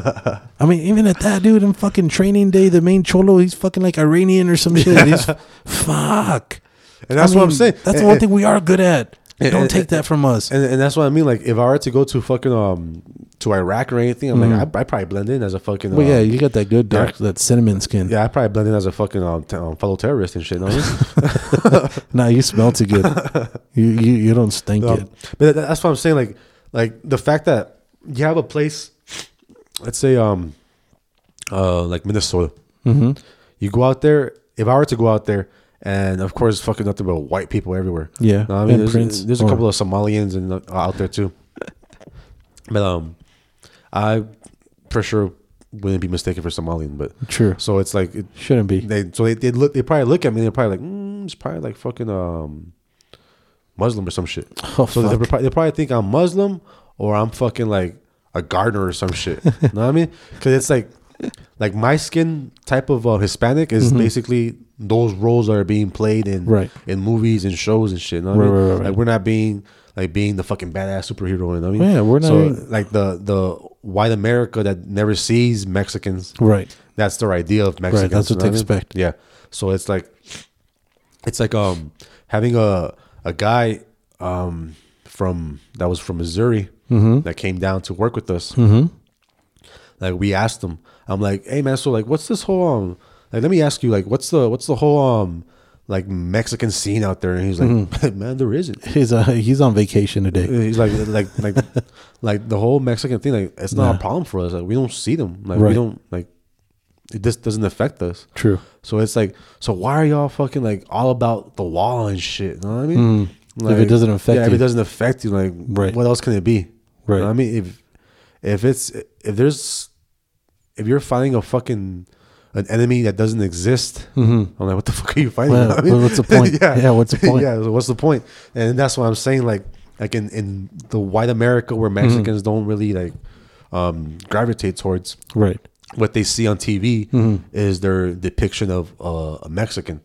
Speaker 2: I mean, even at that dude in fucking training day, the main cholo, he's fucking like Iranian or some shit. He's fuck.
Speaker 3: And that's
Speaker 2: I
Speaker 3: what I'm
Speaker 2: mean,
Speaker 3: saying.
Speaker 2: That's the
Speaker 3: And-
Speaker 2: one thing we are good at.
Speaker 3: and-
Speaker 2: Don't
Speaker 3: and-
Speaker 2: take that from us.
Speaker 3: And, and that's what I mean. Like, if I were to go to fucking um to Iraq or anything, I'm like, I I'd probably blend in as a fucking.
Speaker 2: But
Speaker 3: um,
Speaker 2: Mm. yeah, you got that good
Speaker 3: yeah.
Speaker 2: dark, that cinnamon skin.
Speaker 3: Yeah, I probably blend in as a fucking um, t- um, fellow terrorist and shit. You know what I mean?
Speaker 2: Nah, you smell too good. you, you you don't stink
Speaker 3: Um,
Speaker 2: it.
Speaker 3: but that, that's what I'm saying. Like, like the fact that you have a place, let's say, um, uh, like Minnesota. Mm-hmm. You go out there. If I were to go out there, and of course, fucking nothing but white people everywhere.
Speaker 2: Yeah,
Speaker 3: Know what I
Speaker 2: and
Speaker 3: mean,
Speaker 2: Prince
Speaker 3: there's, there's a
Speaker 2: or-
Speaker 3: couple of Somalians and uh, out there too. but um, I for sure wouldn't be mistaken for Somalian, but
Speaker 2: True.
Speaker 3: So it's like it,
Speaker 2: Shouldn't be.
Speaker 3: they so they they look they probably look at me. and They're probably like, mm, it's probably like fucking um, Muslim or some shit.
Speaker 2: Oh,
Speaker 3: so they
Speaker 2: fuck.
Speaker 3: probably, they probably think I'm Muslim or I'm fucking like a gardener or some shit. know what I mean? Because it's like like my skin type of uh, Hispanic is basically those roles are being played in
Speaker 2: Mm-hmm. Right.
Speaker 3: in movies and shows and shit. You know what I
Speaker 2: Right,
Speaker 3: mean?
Speaker 2: right, right,
Speaker 3: Like
Speaker 2: right.
Speaker 3: we're not being like being the fucking badass superhero. You know what I mean?
Speaker 2: Yeah, we're not
Speaker 3: So
Speaker 2: even-
Speaker 3: like the the white America that never sees Mexicans.
Speaker 2: Right.
Speaker 3: That's their idea of Mexicans.
Speaker 2: that's
Speaker 3: you know
Speaker 2: what they
Speaker 3: I mean?
Speaker 2: expect.
Speaker 3: Yeah. So it's like it's like um having a a guy um from that was from Missouri
Speaker 2: Mm-hmm.
Speaker 3: that came down to work with us. Like we asked him, I'm like, hey man, so like what's this whole um like let me ask you like what's the what's the whole um like Mexican scene out there? And he's like,
Speaker 2: Mm-hmm.
Speaker 3: man, there isn't.
Speaker 2: He's uh, he's on vacation today.
Speaker 3: He's like, like, like, like the whole Mexican thing. Like, it's not a problem for us. Like, we don't see them. Like, we
Speaker 2: Right.
Speaker 3: don't like. It just doesn't affect us.
Speaker 2: True.
Speaker 3: So it's like, so why are y'all fucking like all about the wall and shit? You know what I mean?
Speaker 2: Hmm. If it doesn't affect
Speaker 3: yeah, if it
Speaker 2: you.
Speaker 3: doesn't affect you, like,
Speaker 2: Right.
Speaker 3: what else can it be? You
Speaker 2: Right.
Speaker 3: know what I mean, if if it's if there's if you're fighting a fucking an enemy that doesn't exist, I'm like, what the fuck are you fighting?
Speaker 2: Mm-hmm. Well,
Speaker 3: You know what I mean?
Speaker 2: what's the point? Yeah, what's the point?
Speaker 3: yeah, so what's the point? And that's what I'm saying. Like, like in in the white America where
Speaker 2: Mm-hmm.
Speaker 3: Mexicans don't really like um gravitate towards
Speaker 2: Right.
Speaker 3: what they see on TV
Speaker 2: Mm-hmm.
Speaker 3: is their depiction of uh, a Mexican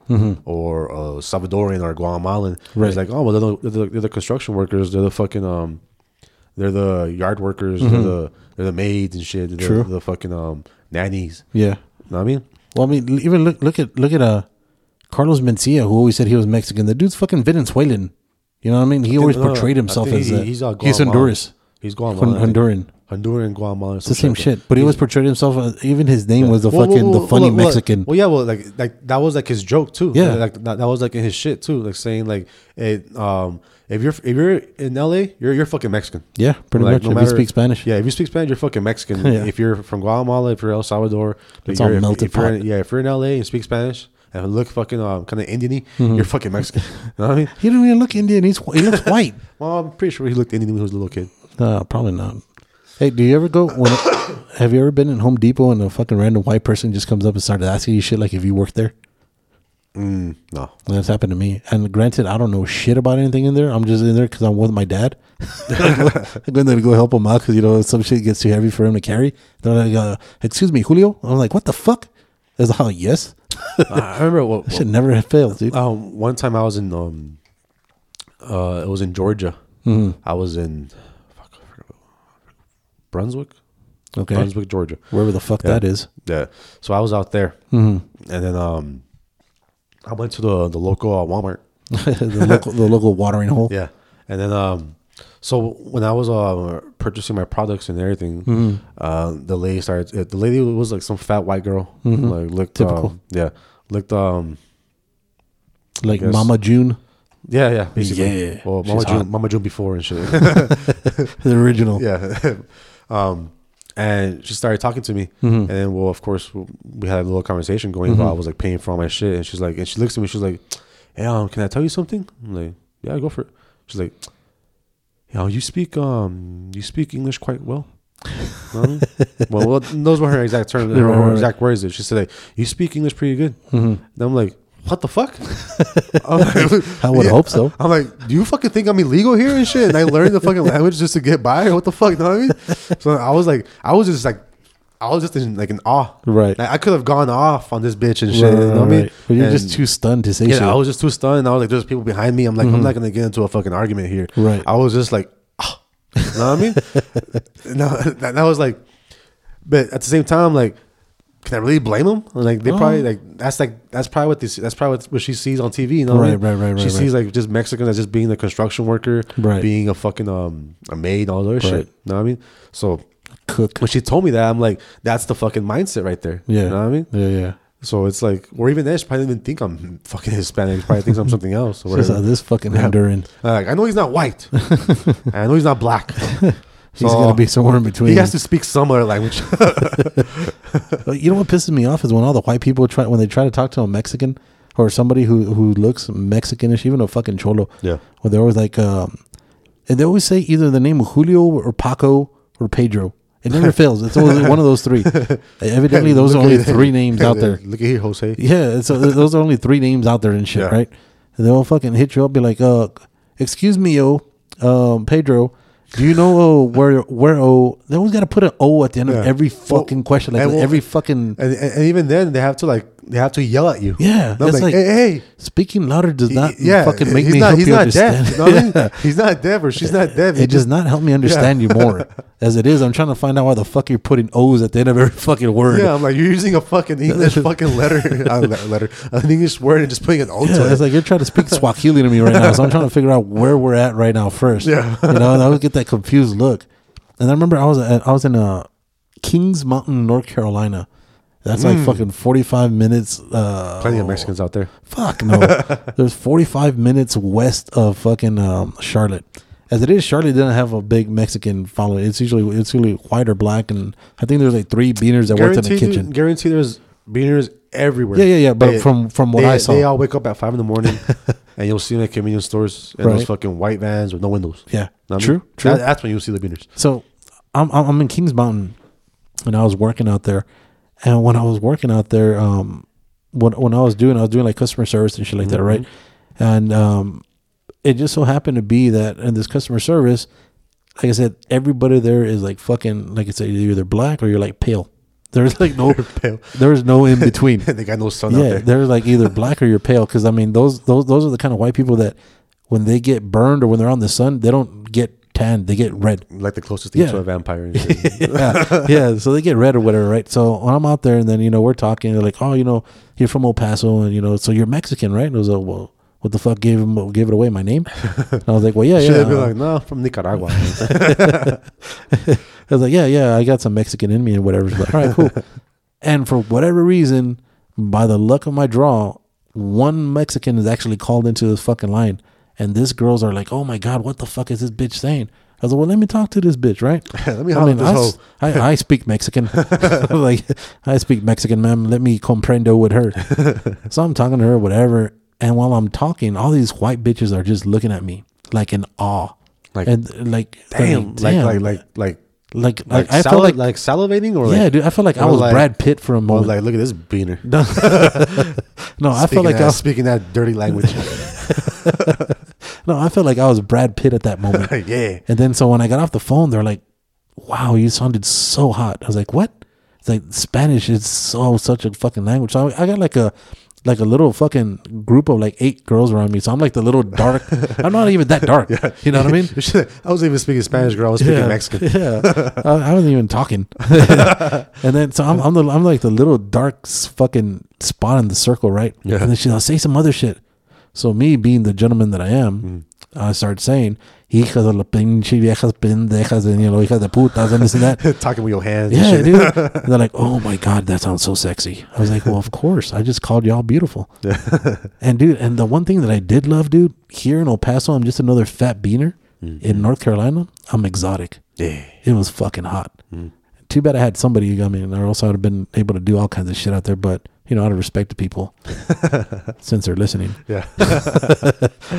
Speaker 3: or a Salvadorian or Guatemalan.
Speaker 2: Mm-hmm. Right.
Speaker 3: It's like, oh, well, they're the, they're, the, they're the construction workers. They're the fucking, um, they're the yard workers. They're the they're the maids and shit. They're the-
Speaker 2: Mm-hmm. True.
Speaker 3: The, fucking um, nannies.
Speaker 2: Yeah.
Speaker 3: You know what I mean?
Speaker 2: Well, I mean, l- even look look at look at uh, Carlos Mencia, who always said he was Mexican. The dude's fucking Venezuelan. You know what I mean? He always
Speaker 3: No, no,
Speaker 2: portrayed
Speaker 3: I
Speaker 2: himself
Speaker 3: think
Speaker 2: as
Speaker 3: he-
Speaker 2: that.
Speaker 3: he's, uh,
Speaker 2: he's
Speaker 3: Guatemalan.
Speaker 2: Honduras,
Speaker 3: He's
Speaker 2: Hon-
Speaker 3: Guatemalan. I think.
Speaker 2: Honduran.
Speaker 3: Honduran, Guatemalan.
Speaker 2: It's the same shit. But he always portrayed himself. As, even his name was the fucking the funny
Speaker 3: well,
Speaker 2: Mexican.
Speaker 3: Well, yeah, well, like like that was like his joke too.
Speaker 2: Yeah.
Speaker 3: like that, that was like in his shit too. Like saying like it, um, if you're if you're in LA, you're you're fucking Mexican.
Speaker 2: yeah, pretty
Speaker 3: Like,
Speaker 2: much.
Speaker 3: no
Speaker 2: if
Speaker 3: matter-
Speaker 2: you speak Spanish,
Speaker 3: yeah. If you speak Spanish, you're fucking Mexican.
Speaker 2: Yeah.
Speaker 3: If you're from Guatemala, if you're El Salvador, if
Speaker 2: It's all
Speaker 3: you're, if-
Speaker 2: melted
Speaker 3: if you're in,
Speaker 2: pot.
Speaker 3: yeah, if you're in LA and speak Spanish and look fucking um, kind of Indian-y,
Speaker 2: Mm-hmm.
Speaker 3: you're fucking Mexican. you know what I mean?
Speaker 2: he don't even look Indian. He's wh- he looks white.
Speaker 3: Well, I'm pretty sure he looked Indian when he was a little kid.
Speaker 2: No, probably not. Hey, do you ever go? When, have you ever been in Home Depot and a fucking random white person just comes up and started asking you shit like if you work there?
Speaker 3: No,
Speaker 2: That's happened to me. And granted, I don't know shit about anything in there. I'm just in there because I'm with my dad. I'm going there to go help him out because you know some shit gets too heavy for him to carry. They're like, uh, "Excuse me, Julio." I'm like, "What the fuck?" It's like, oh, "Yes."
Speaker 3: I remember what,
Speaker 2: Shit never have failed, dude.
Speaker 3: Um, one time I was in um, uh, it was in Georgia.
Speaker 2: Mm-hmm.
Speaker 3: I was in fuck, I forgot what- Brunswick,
Speaker 2: Okay,
Speaker 3: Brunswick, Georgia.
Speaker 2: wherever the fuck that is.
Speaker 3: Yeah, so I was out there,
Speaker 2: Mm-hmm.
Speaker 3: and then um, I went to the the local uh, Walmart.
Speaker 2: the, local, the local watering hole.
Speaker 3: Yeah, and then um, so when I was uh purchasing my products and everything,
Speaker 2: Mm-hmm.
Speaker 3: uh, the lady started. uh, The lady was like some fat white girl, like looked
Speaker 2: Mm-hmm. Typical.
Speaker 3: um, yeah, looked um,
Speaker 2: like
Speaker 3: guess.
Speaker 2: Mama June,
Speaker 3: yeah, yeah, basically.
Speaker 2: Yeah,
Speaker 3: well,
Speaker 2: she's
Speaker 3: Mama
Speaker 2: hot.
Speaker 3: June, Mama June before and shit.
Speaker 2: the original.
Speaker 3: yeah. um, and she started talking to me,
Speaker 2: Mm-hmm.
Speaker 3: and then, well, of course, we had a little conversation going while I was like paying for all my shit, and she's like, and she looks at me, she's like, "Hey, um, can I tell you something?" I'm like, "Yeah, go for it." She's like, "You know, you speak um, you speak English quite well." Um, well, well, those were her exact terms, her,
Speaker 2: Right, right, Mm-hmm.
Speaker 3: her
Speaker 2: right.
Speaker 3: exact words. She said, like, "You speak English pretty good." And I'm like, "What the fuck?" I'm like,
Speaker 2: I would hope so.
Speaker 3: I'm like, do you fucking think I'm illegal here and shit? And I learned the fucking language just to get by. What the fuck? You know what I mean? So I was like, I was just like, I was just in like an awe.
Speaker 2: Right.
Speaker 3: Like, I could have gone off on this bitch and shit.
Speaker 2: Right,
Speaker 3: you know what I
Speaker 2: right,
Speaker 3: mean?
Speaker 2: right. But you're just
Speaker 3: And-
Speaker 2: too stunned to say shit.
Speaker 3: yeah, I was just too stunned. I was like, there's people behind me. I'm like, I'm not gonna get into a fucking argument here.
Speaker 2: Mm-hmm. Right.
Speaker 3: I was just like, ah. you know what I mean? no, that, that was like, but at the same time, like, can I really blame them? Like, they
Speaker 2: Mm.
Speaker 3: probably like that's like that's probably what this that's probably what, what she sees on TV. You know, what I
Speaker 2: Right,
Speaker 3: mean?
Speaker 2: right, right,
Speaker 3: She
Speaker 2: right,
Speaker 3: sees like just Mexicans as just being a construction worker,
Speaker 2: Right.
Speaker 3: being a fucking um a maid, all that shit.
Speaker 2: Right.
Speaker 3: You know what I mean? So
Speaker 2: Cook.
Speaker 3: when she told me that, I'm like, that's the fucking mindset right there.
Speaker 2: Yeah.
Speaker 3: you know what I mean?
Speaker 2: Yeah, yeah.
Speaker 3: So it's like, or even this, probably didn't think I'm fucking Hispanic. Probably thinks I'm something else. Or
Speaker 2: Just, uh,
Speaker 3: whatever.
Speaker 2: this fucking Honduran.
Speaker 3: like, I know he's not white. And I know he's not black.
Speaker 2: He's gonna be somewhere in between.
Speaker 3: He has to speak some other language.
Speaker 2: But you know what pisses me off is when all the white people try when they try to talk to a Mexican or somebody who who looks Mexicanish, even a fucking cholo.
Speaker 3: Yeah.
Speaker 2: Well, they're always like, um, and they always say either the name of Julio or Paco or Pedro. It never fails. It's always one of those three. Evidently, those are
Speaker 3: Look
Speaker 2: only
Speaker 3: at-
Speaker 2: three names out there.
Speaker 3: Look at here, Jose.
Speaker 2: Yeah, so th- those are only three names out there and shit,
Speaker 3: Yeah.
Speaker 2: right? And they'll fucking hit you up, be like, "Uh, excuse me, yo, um, Pedro, Do you know oh, where where oh they always got to put an O at the end
Speaker 3: Yeah.
Speaker 2: of every
Speaker 3: Well,
Speaker 2: fucking question like
Speaker 3: and well-
Speaker 2: every fucking
Speaker 3: and, and, and even then they have to like they have to yell at you.
Speaker 2: yeah.
Speaker 3: They'll be
Speaker 2: that's
Speaker 3: like, hey, hey,
Speaker 2: speaking louder does not
Speaker 3: yeah,
Speaker 2: fucking make
Speaker 3: he's
Speaker 2: me
Speaker 3: not,
Speaker 2: help
Speaker 3: he's
Speaker 2: you
Speaker 3: not
Speaker 2: understand.
Speaker 3: deaf. You know what I mean?
Speaker 2: Yeah.
Speaker 3: He's not deaf or she's not deaf.
Speaker 2: It does not help me understand you more. As it is, I'm trying to find out why the fuck you're putting O's at the end of every fucking word.
Speaker 3: Yeah, I'm like you're using a fucking English fucking letter, uh, le- letter, an English word, and just putting an O
Speaker 2: Yeah,
Speaker 3: to it.
Speaker 2: it's like you're trying to speak Swahili to me right now, so I'm trying to figure out where we're at right now first.
Speaker 3: Yeah.
Speaker 2: you know, and I always get that confused look. And I remember I was at, I was in uh, Kings Mountain, North Carolina. That's
Speaker 3: Mm.
Speaker 2: like fucking 45 minutes. Uh,
Speaker 3: Plenty of Mexicans out there.
Speaker 2: Fuck no. There's 45 minutes west of fucking um, Charlotte. As it is, Charlotte doesn't have a big Mexican following. It's usually it's usually white or black, and I think there's like three beaners that worked in the
Speaker 3: Guarantee,
Speaker 2: kitchen.
Speaker 3: guarantee there's beaners everywhere.
Speaker 2: Yeah, yeah, yeah, but from- from what
Speaker 3: they-
Speaker 2: I saw.
Speaker 3: they all wake up at five in the morning, and you'll see them at convenience stores and those
Speaker 2: Right.
Speaker 3: fucking white vans with no windows.
Speaker 2: Yeah.
Speaker 3: Know what I
Speaker 2: True,
Speaker 3: mean?
Speaker 2: true.
Speaker 3: That- that's when you'll see the beaners.
Speaker 2: So I'm I'm I'm in Kings Mountain, and I was working out there, and when I was working out there, um, when when I was doing I was doing like customer service and shit like
Speaker 3: Mm-hmm.
Speaker 2: that, right? And um, it just so happened to be that in this customer service, like I said, everybody there is like fucking like I said, you're either black or you're like pale. There's like no
Speaker 3: pale.
Speaker 2: there's no in between.
Speaker 3: they got no sun
Speaker 2: yeah,
Speaker 3: out there.
Speaker 2: they're like either black or you're pale. Because I mean, those those those are the kind of white people that when they get burned or when they're on the sun, they don't get tanned. They get red
Speaker 3: Like the closest thing
Speaker 2: Yeah.
Speaker 3: to a vampire. And shit.
Speaker 2: yeah, yeah. So they get red or whatever, right? So when I'm out there, and then you know we're talking, they're like, "Oh, you know, you're from El Paso, and you know, so you're Mexican, right?" And I was like, "Well, what the fuck gave him gave it away? My name?" And I was like, "Well, yeah,
Speaker 3: Should
Speaker 2: yeah."
Speaker 3: have been like, no, from Nicaragua.
Speaker 2: I was like, "Yeah, yeah, I got some Mexican in me and whatever." She's like, "All right, cool." and for whatever reason, by the luck of my draw, one Mexican is actually called into this fucking line, and these girls are like, "Oh my god, what the fuck is this bitch saying?" I was like, "Well, let me talk to this bitch, right?"
Speaker 3: Let me
Speaker 2: I
Speaker 3: holler
Speaker 2: mean,
Speaker 3: at this
Speaker 2: I,
Speaker 3: hoe.
Speaker 2: s- I, I speak Mexican. I'm like, I speak Mexican, ma'am. Let me comprendo with her. so I'm talking to her, whatever. And while I'm talking, all these white bitches are just looking at me like in awe.
Speaker 3: Like,
Speaker 2: and like,
Speaker 3: damn, like, like, like, like,
Speaker 2: like,
Speaker 3: like,
Speaker 2: like, I felt
Speaker 3: saliv-
Speaker 2: like,
Speaker 3: like salivating or
Speaker 2: yeah,
Speaker 3: like,
Speaker 2: dude, I felt like I
Speaker 3: or
Speaker 2: was
Speaker 3: like-
Speaker 2: Brad Pitt for a
Speaker 3: or
Speaker 2: moment.
Speaker 3: like, look at this beaner.
Speaker 2: no, I
Speaker 3: Speaking
Speaker 2: felt like
Speaker 3: that,
Speaker 2: I was,
Speaker 3: speaking that dirty language.
Speaker 2: no, I felt like I was Brad Pitt at that moment.
Speaker 3: yeah.
Speaker 2: And then so when I got off the phone, they're like, "Wow, you sounded so hot." I was like, "What?" It's like Spanish is so such a fucking language. So I, I got like a like a little fucking group of like eight girls around me. So I'm like the little dark. I'm not even that dark. You know what I mean?
Speaker 3: I was even speaking Spanish, girl. I was speaking Mexican.
Speaker 2: Yeah, I, I wasn't even talking. and then so I'm I'm, the, I'm like the little dark s- fucking spot in the circle, right?
Speaker 3: Yeah.
Speaker 2: And then she'll say some other shit. So me being the gentleman that I am,
Speaker 3: Mm.
Speaker 2: I start saying hijas de la pinche viejas pendejas and you know hijas de putas and this and that.
Speaker 3: Talking with your hands. and
Speaker 2: Yeah,
Speaker 3: shit.
Speaker 2: dude. They're like, oh my god, that sounds so sexy. I was like, well, of course. I just called y'all beautiful. and dude, and the one thing that I did love, dude, here in El Paso, I'm just another fat beaner. In North Carolina, I'm exotic.
Speaker 3: Yeah.
Speaker 2: It was fucking hot. Too bad I had somebody. I mean, or else I would have been able to do all kinds of shit out there. But you know, out of respect to people, since they're listening.
Speaker 3: Yeah.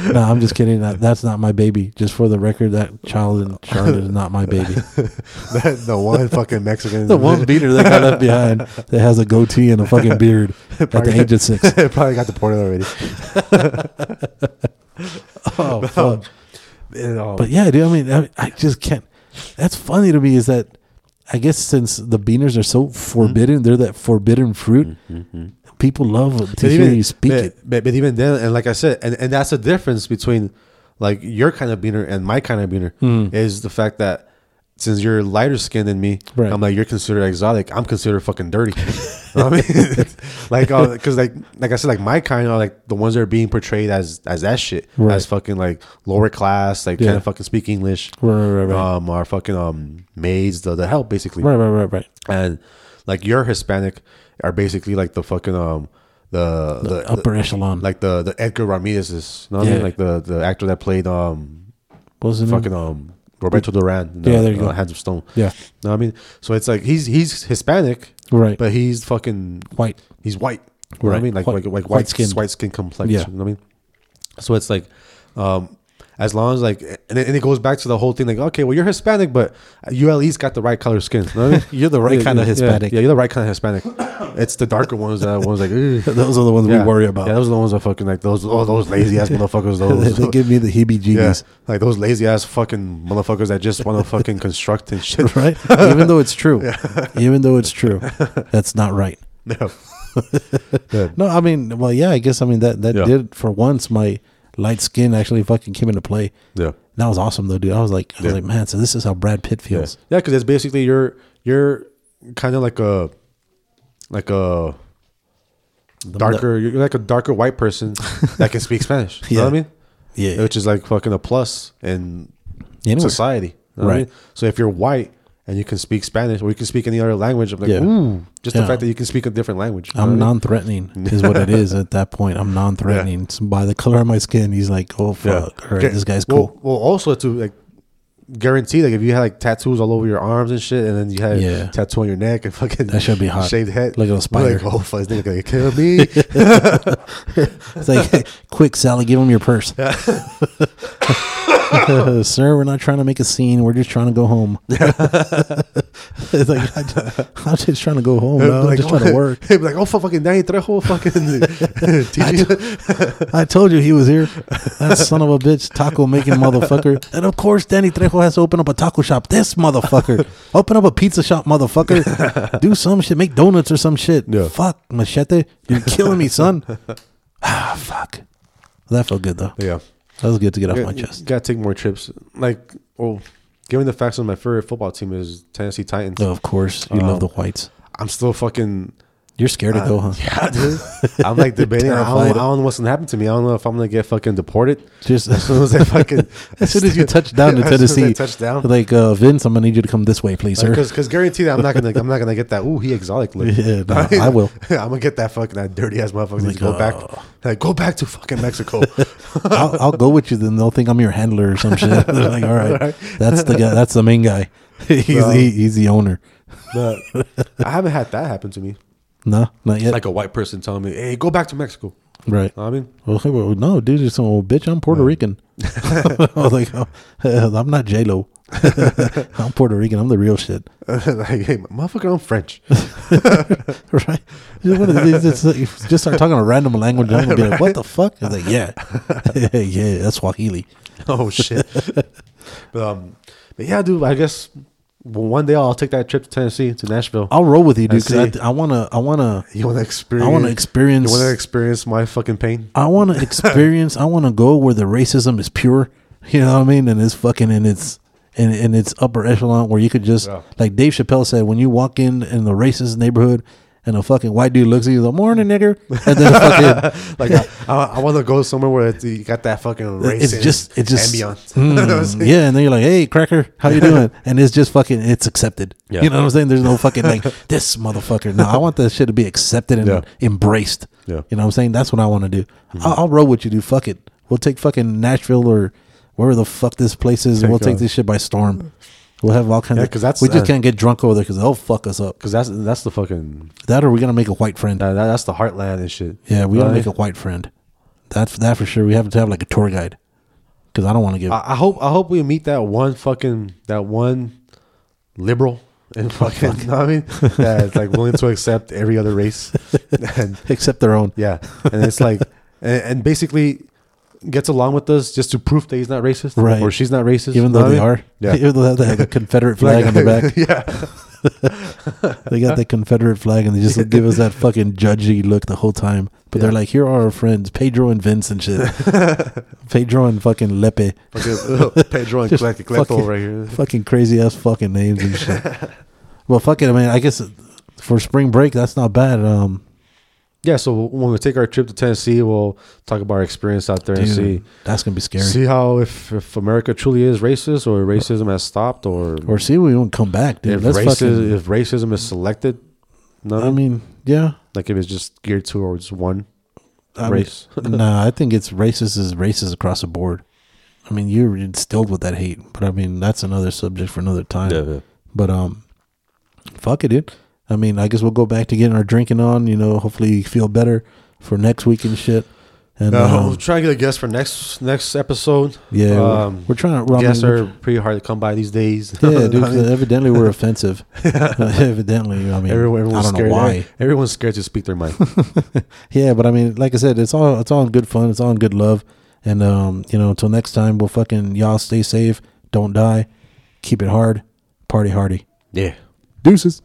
Speaker 2: No, I'm just kidding. That, that's not my baby. Just for the record, that child in Charlotte is not my baby.
Speaker 3: That- the one fucking Mexican.
Speaker 2: The one beater that got left behind that has a goatee and a fucking beard at the age of six.
Speaker 3: probably got deported already.
Speaker 2: Oh fuck.
Speaker 3: And, um,
Speaker 2: But yeah, dude. I mean, I, I just can't. That's funny to me is that I guess since the beaners are
Speaker 3: Mm-hmm.
Speaker 2: so forbidden, they're that forbidden fruit. People love to
Speaker 3: but
Speaker 2: hear you speak
Speaker 3: but,
Speaker 2: it.
Speaker 3: But, but even then, and like I said, and, and that's the difference between like your kind of beaner and my kind of beaner
Speaker 2: Hmm.
Speaker 3: is the fact that since you're lighter skinned than me,
Speaker 2: Right.
Speaker 3: I'm like you're considered exotic. I'm considered fucking dirty. You know what I mean, like because like like I said, like my kind are like the ones that are being portrayed as as that shit,
Speaker 2: Right.
Speaker 3: as fucking like lower class, like
Speaker 2: Yeah.
Speaker 3: can't fucking speak English,
Speaker 2: Right, right, right, right.
Speaker 3: um, or fucking um maids, the the help basically,
Speaker 2: Right, right, right, right.
Speaker 3: and like your Hispanic are basically like the fucking um the the,
Speaker 2: Upper echelon. Like
Speaker 3: like the the Edgar Ramirez is you know what I
Speaker 2: Yeah.
Speaker 3: mean? like the the actor that played um
Speaker 2: what was the
Speaker 3: fucking
Speaker 2: name?
Speaker 3: um Roberto Duran in the,
Speaker 2: Yeah, there you
Speaker 3: uh,
Speaker 2: go.
Speaker 3: Hands of Stone
Speaker 2: Yeah,
Speaker 3: you know what I mean so it's like he's he's Hispanic
Speaker 2: right.
Speaker 3: but he's fucking
Speaker 2: White.
Speaker 3: he's white you know what I
Speaker 2: Right.
Speaker 3: mean like
Speaker 2: White-
Speaker 3: like, like
Speaker 2: white
Speaker 3: white skin
Speaker 2: skinned.
Speaker 3: white skin complexion
Speaker 2: Yeah.
Speaker 3: you know what I mean so it's like um as long as like and it, and it goes back to the whole thing like okay well you're Hispanic but you at least got the right color skin you know what I mean
Speaker 2: You're the right
Speaker 3: Yeah,
Speaker 2: kind of
Speaker 3: yeah,
Speaker 2: Hispanic.
Speaker 3: Yeah, you're the right kind of Hispanic. It's the darker ones that I was like, "Ugh."
Speaker 2: Those are the ones
Speaker 3: yeah.
Speaker 2: we worry about.
Speaker 3: Yeah, those are the ones that fucking like those. Oh, those lazy ass motherfuckers. Those.
Speaker 2: they give me the
Speaker 3: yeah,
Speaker 2: heebie-jeebies,
Speaker 3: like those lazy ass fucking motherfuckers that just want to fucking construct and shit.
Speaker 2: right? Even though it's true, even though it's true, that's not right.
Speaker 3: No.
Speaker 2: No, I mean, well, yeah, I guess I mean that that
Speaker 3: Yeah.
Speaker 2: did for once my light skin actually fucking came into play.
Speaker 3: Yeah.
Speaker 2: That was awesome though, dude. I was like, I was
Speaker 3: Yeah.
Speaker 2: like, man, so this is how Brad Pitt
Speaker 3: Yeah,
Speaker 2: feels.
Speaker 3: yeah, because it's basically you're you're kind of like a like a darker you're like a darker white person that can speak Spanish. You know what I
Speaker 2: Yeah.
Speaker 3: mean?
Speaker 2: Yeah,
Speaker 3: Which is like fucking a plus in
Speaker 2: Anyway.
Speaker 3: society. you know what I
Speaker 2: Right.
Speaker 3: mean? So if you're white and you can speak Spanish or you can speak any other language, I'm like,
Speaker 2: Yeah.
Speaker 3: ooh, just the
Speaker 2: Yeah.
Speaker 3: fact that you can speak a different language. you know
Speaker 2: I'm
Speaker 3: what I mean?
Speaker 2: non-threatening is what it is at that point. I'm non-threatening It's by the color of my skin. He's like, oh fuck, all right,
Speaker 3: Okay.
Speaker 2: this guy's
Speaker 3: Well-
Speaker 2: cool.
Speaker 3: Well, also to like guarantee, like if you had like tattoos all over your arms and shit, and then you had
Speaker 2: Yeah.
Speaker 3: a tattoo on your neck and fucking
Speaker 2: That should be hot.
Speaker 3: shaved head,
Speaker 2: Like a
Speaker 3: you're
Speaker 2: spider.
Speaker 3: Like, oh fuck, this nigga gonna kill me.
Speaker 2: It's like, quick, Sally, give him your purse. Sir, we're not trying to make a scene. We're just trying to go home. it's like I am just trying to go home. bro. I'm
Speaker 3: Like,
Speaker 2: just trying to work.
Speaker 3: He'd be like, oh fuck, fucking Danny Trejo, fucking TG.
Speaker 2: I told you he was here. That son of a bitch, taco making motherfucker. And of course, Danny Trejo has to open up a taco shop. This motherfucker. Open up a pizza shop, motherfucker. Do some shit. Make donuts or some shit.
Speaker 3: Yeah.
Speaker 2: Fuck, Machete. You're killing me, son. ah, fuck. That felt good, though.
Speaker 3: yeah,
Speaker 2: That was good to get off my
Speaker 3: You
Speaker 2: chest.
Speaker 3: gotta take more trips. Like, well, given the facts on my favorite football team is Tennessee Titans,
Speaker 2: of course, you love the whites.
Speaker 3: I'm still fucking.
Speaker 2: You're scared to go, huh?
Speaker 3: Yeah, dude. I'm like debating. I don't, I
Speaker 2: Terrified.
Speaker 3: don't know what's gonna happen to me. I don't know if I'm gonna get fucking deported.
Speaker 2: Just
Speaker 3: As soon as I fucking,
Speaker 2: as soon as you touch down to
Speaker 3: As soon as I
Speaker 2: Tennessee,
Speaker 3: touch down.
Speaker 2: Like uh, Vince, I'm gonna need you to come this way, please, sir.
Speaker 3: because because guaranteed I'm not gonna I'm not gonna get that. Ooh, he exotic look.
Speaker 2: Yeah, no, I will.
Speaker 3: I'm gonna get that fucking that dirty ass motherfucker. Like, go
Speaker 2: oh.
Speaker 3: back, like go back to fucking Mexico.
Speaker 2: I'll, I'll go with you. Then they'll think I'm your handler or some shit. They're like, all right, that's the guy. That's the main guy. he's he, he's the owner.
Speaker 3: but I haven't had that happen to me.
Speaker 2: No, not yet.
Speaker 3: Like uh, a white person telling me, "Hey, go back to Mexico."
Speaker 2: right.
Speaker 3: Know what I mean,
Speaker 2: Well, hey, well, no, dude, you're some old bitch. I'm Puerto Rican. I was like, oh, hell, I'm not J Lo. I'm Puerto Rican. I'm the real shit.
Speaker 3: like, hey, motherfucker, I'm French.
Speaker 2: right? Just, one of these- just, if you just start talking a random language. I'm gonna be like, what the fuck? I was like, yeah, yeah, that's Swahili.
Speaker 3: oh shit. but, um, but yeah, dude. I guess one day I'll take that trip to Tennessee to Nashville.
Speaker 2: I'll roll with you, dude,
Speaker 3: I
Speaker 2: because
Speaker 3: see.
Speaker 2: I, I wanna, I wanna,
Speaker 3: you want to experience?
Speaker 2: I wanna experience-
Speaker 3: You want to experience my fucking pain?
Speaker 2: I wanna experience. I wanna go where the racism is pure. You know what I mean? And it's fucking in its in, in its upper echelon where you could just
Speaker 3: Yeah.
Speaker 2: like Dave Chappelle said, when you walk in in the racist neighborhood. And a fucking white dude looks at you, the morning nigger, and then fucking
Speaker 3: Like I, I, I want to go somewhere where it's, you got that fucking racist.
Speaker 2: it's just it's just
Speaker 3: ambiance.
Speaker 2: Mm,
Speaker 3: You know what I'm saying?
Speaker 2: yeah, and then you're like, "Hey, cracker, how you doing?" And it's just fucking it's accepted.
Speaker 3: Yeah.
Speaker 2: You know what I'm saying? There's no fucking like this motherfucker. No, I want that shit to be accepted and
Speaker 3: Yeah.
Speaker 2: embraced.
Speaker 3: Yeah. Mm-hmm.
Speaker 2: You know what I'm saying? That's what I want to do. I'll, I'll roll with you, dude. Fuck it. We'll take fucking Nashville or wherever the fuck this place is. we'll take
Speaker 3: off.
Speaker 2: this shit by storm. We'll have all kinds
Speaker 3: uh, Yeah,
Speaker 2: of
Speaker 3: 'cause that's,
Speaker 2: we just
Speaker 3: uh,
Speaker 2: can't get drunk over there because they'll fuck us up.
Speaker 3: Cause that's that's the fucking
Speaker 2: That or we're gonna make a white friend.
Speaker 3: that, that- that's the heartland and shit.
Speaker 2: yeah, we gotta
Speaker 3: Right?
Speaker 2: make a white friend. That's that for sure. We have to have like a tour guide because I don't want to give.
Speaker 3: I, I hope I hope we meet that one fucking that one liberal and fucking. you know what I mean, that's like willing to accept every other race, and
Speaker 2: Except their own.
Speaker 3: yeah, and it's like and, and basically gets along with us just to prove that he's not racist,
Speaker 2: Right.
Speaker 3: Or she's not racist,
Speaker 2: even
Speaker 3: you
Speaker 2: though
Speaker 3: know
Speaker 2: they
Speaker 3: what I
Speaker 2: are.
Speaker 3: mean? yeah.
Speaker 2: Even though they have the Confederate flag on the back.
Speaker 3: yeah,
Speaker 2: They got the Confederate flag and they just give us that fucking judgy look the whole time. But they're
Speaker 3: Yeah.
Speaker 2: like, here are our friends, Pedro and Vince and shit. Pedro and fucking Lepe.
Speaker 3: Fucking, uh, Pedro and
Speaker 2: Just
Speaker 3: Clec- Cleto
Speaker 2: fucking-
Speaker 3: right here.
Speaker 2: Fucking crazy ass fucking names and shit. well, fuck it. I mean, I guess for spring break, that's not bad. Um,
Speaker 3: Yeah, so when we take our trip to Tennessee, we'll talk about our experience out there and
Speaker 2: dude,
Speaker 3: see.
Speaker 2: that's going to be scary.
Speaker 3: See how if, if America truly is racist or racism has stopped or,
Speaker 2: or see when we won't come back, dude.
Speaker 3: if,
Speaker 2: Let's
Speaker 3: racism,
Speaker 2: fucking.
Speaker 3: if racism is selected. No,
Speaker 2: I mean, yeah.
Speaker 3: like if it's just geared towards one
Speaker 2: I mean,
Speaker 3: race.
Speaker 2: nah, I think it's racist is racist across the board. I mean, you're instilled with that hate, but I mean that's another subject for another time.
Speaker 3: Yeah, yeah.
Speaker 2: But um, fuck it, dude. I mean, I guess we'll go back to getting our drinking on. You know, hopefully you feel better for next week and shit. And
Speaker 3: Uh,
Speaker 2: um,
Speaker 3: we'll try to get a guest for next next episode.
Speaker 2: yeah, we're-
Speaker 3: um,
Speaker 2: we're, trying to. well, I
Speaker 3: guests
Speaker 2: mean,
Speaker 3: are pretty hard to come by these days.
Speaker 2: Yeah, dude.
Speaker 3: I mean,
Speaker 2: 'cause evidently, we're offensive. evidently, I mean,
Speaker 3: everyone, everyone's
Speaker 2: I don't
Speaker 3: scared. eh?
Speaker 2: know why.
Speaker 3: Everyone's scared to speak their mind.
Speaker 2: Yeah, but I mean, like I said, it's all it's all in good fun. It's all in good love. And um, you know, until next time, we'll fucking y'all stay safe. Don't die. Keep it hard. Party hardy.
Speaker 3: yeah.
Speaker 2: Deuces.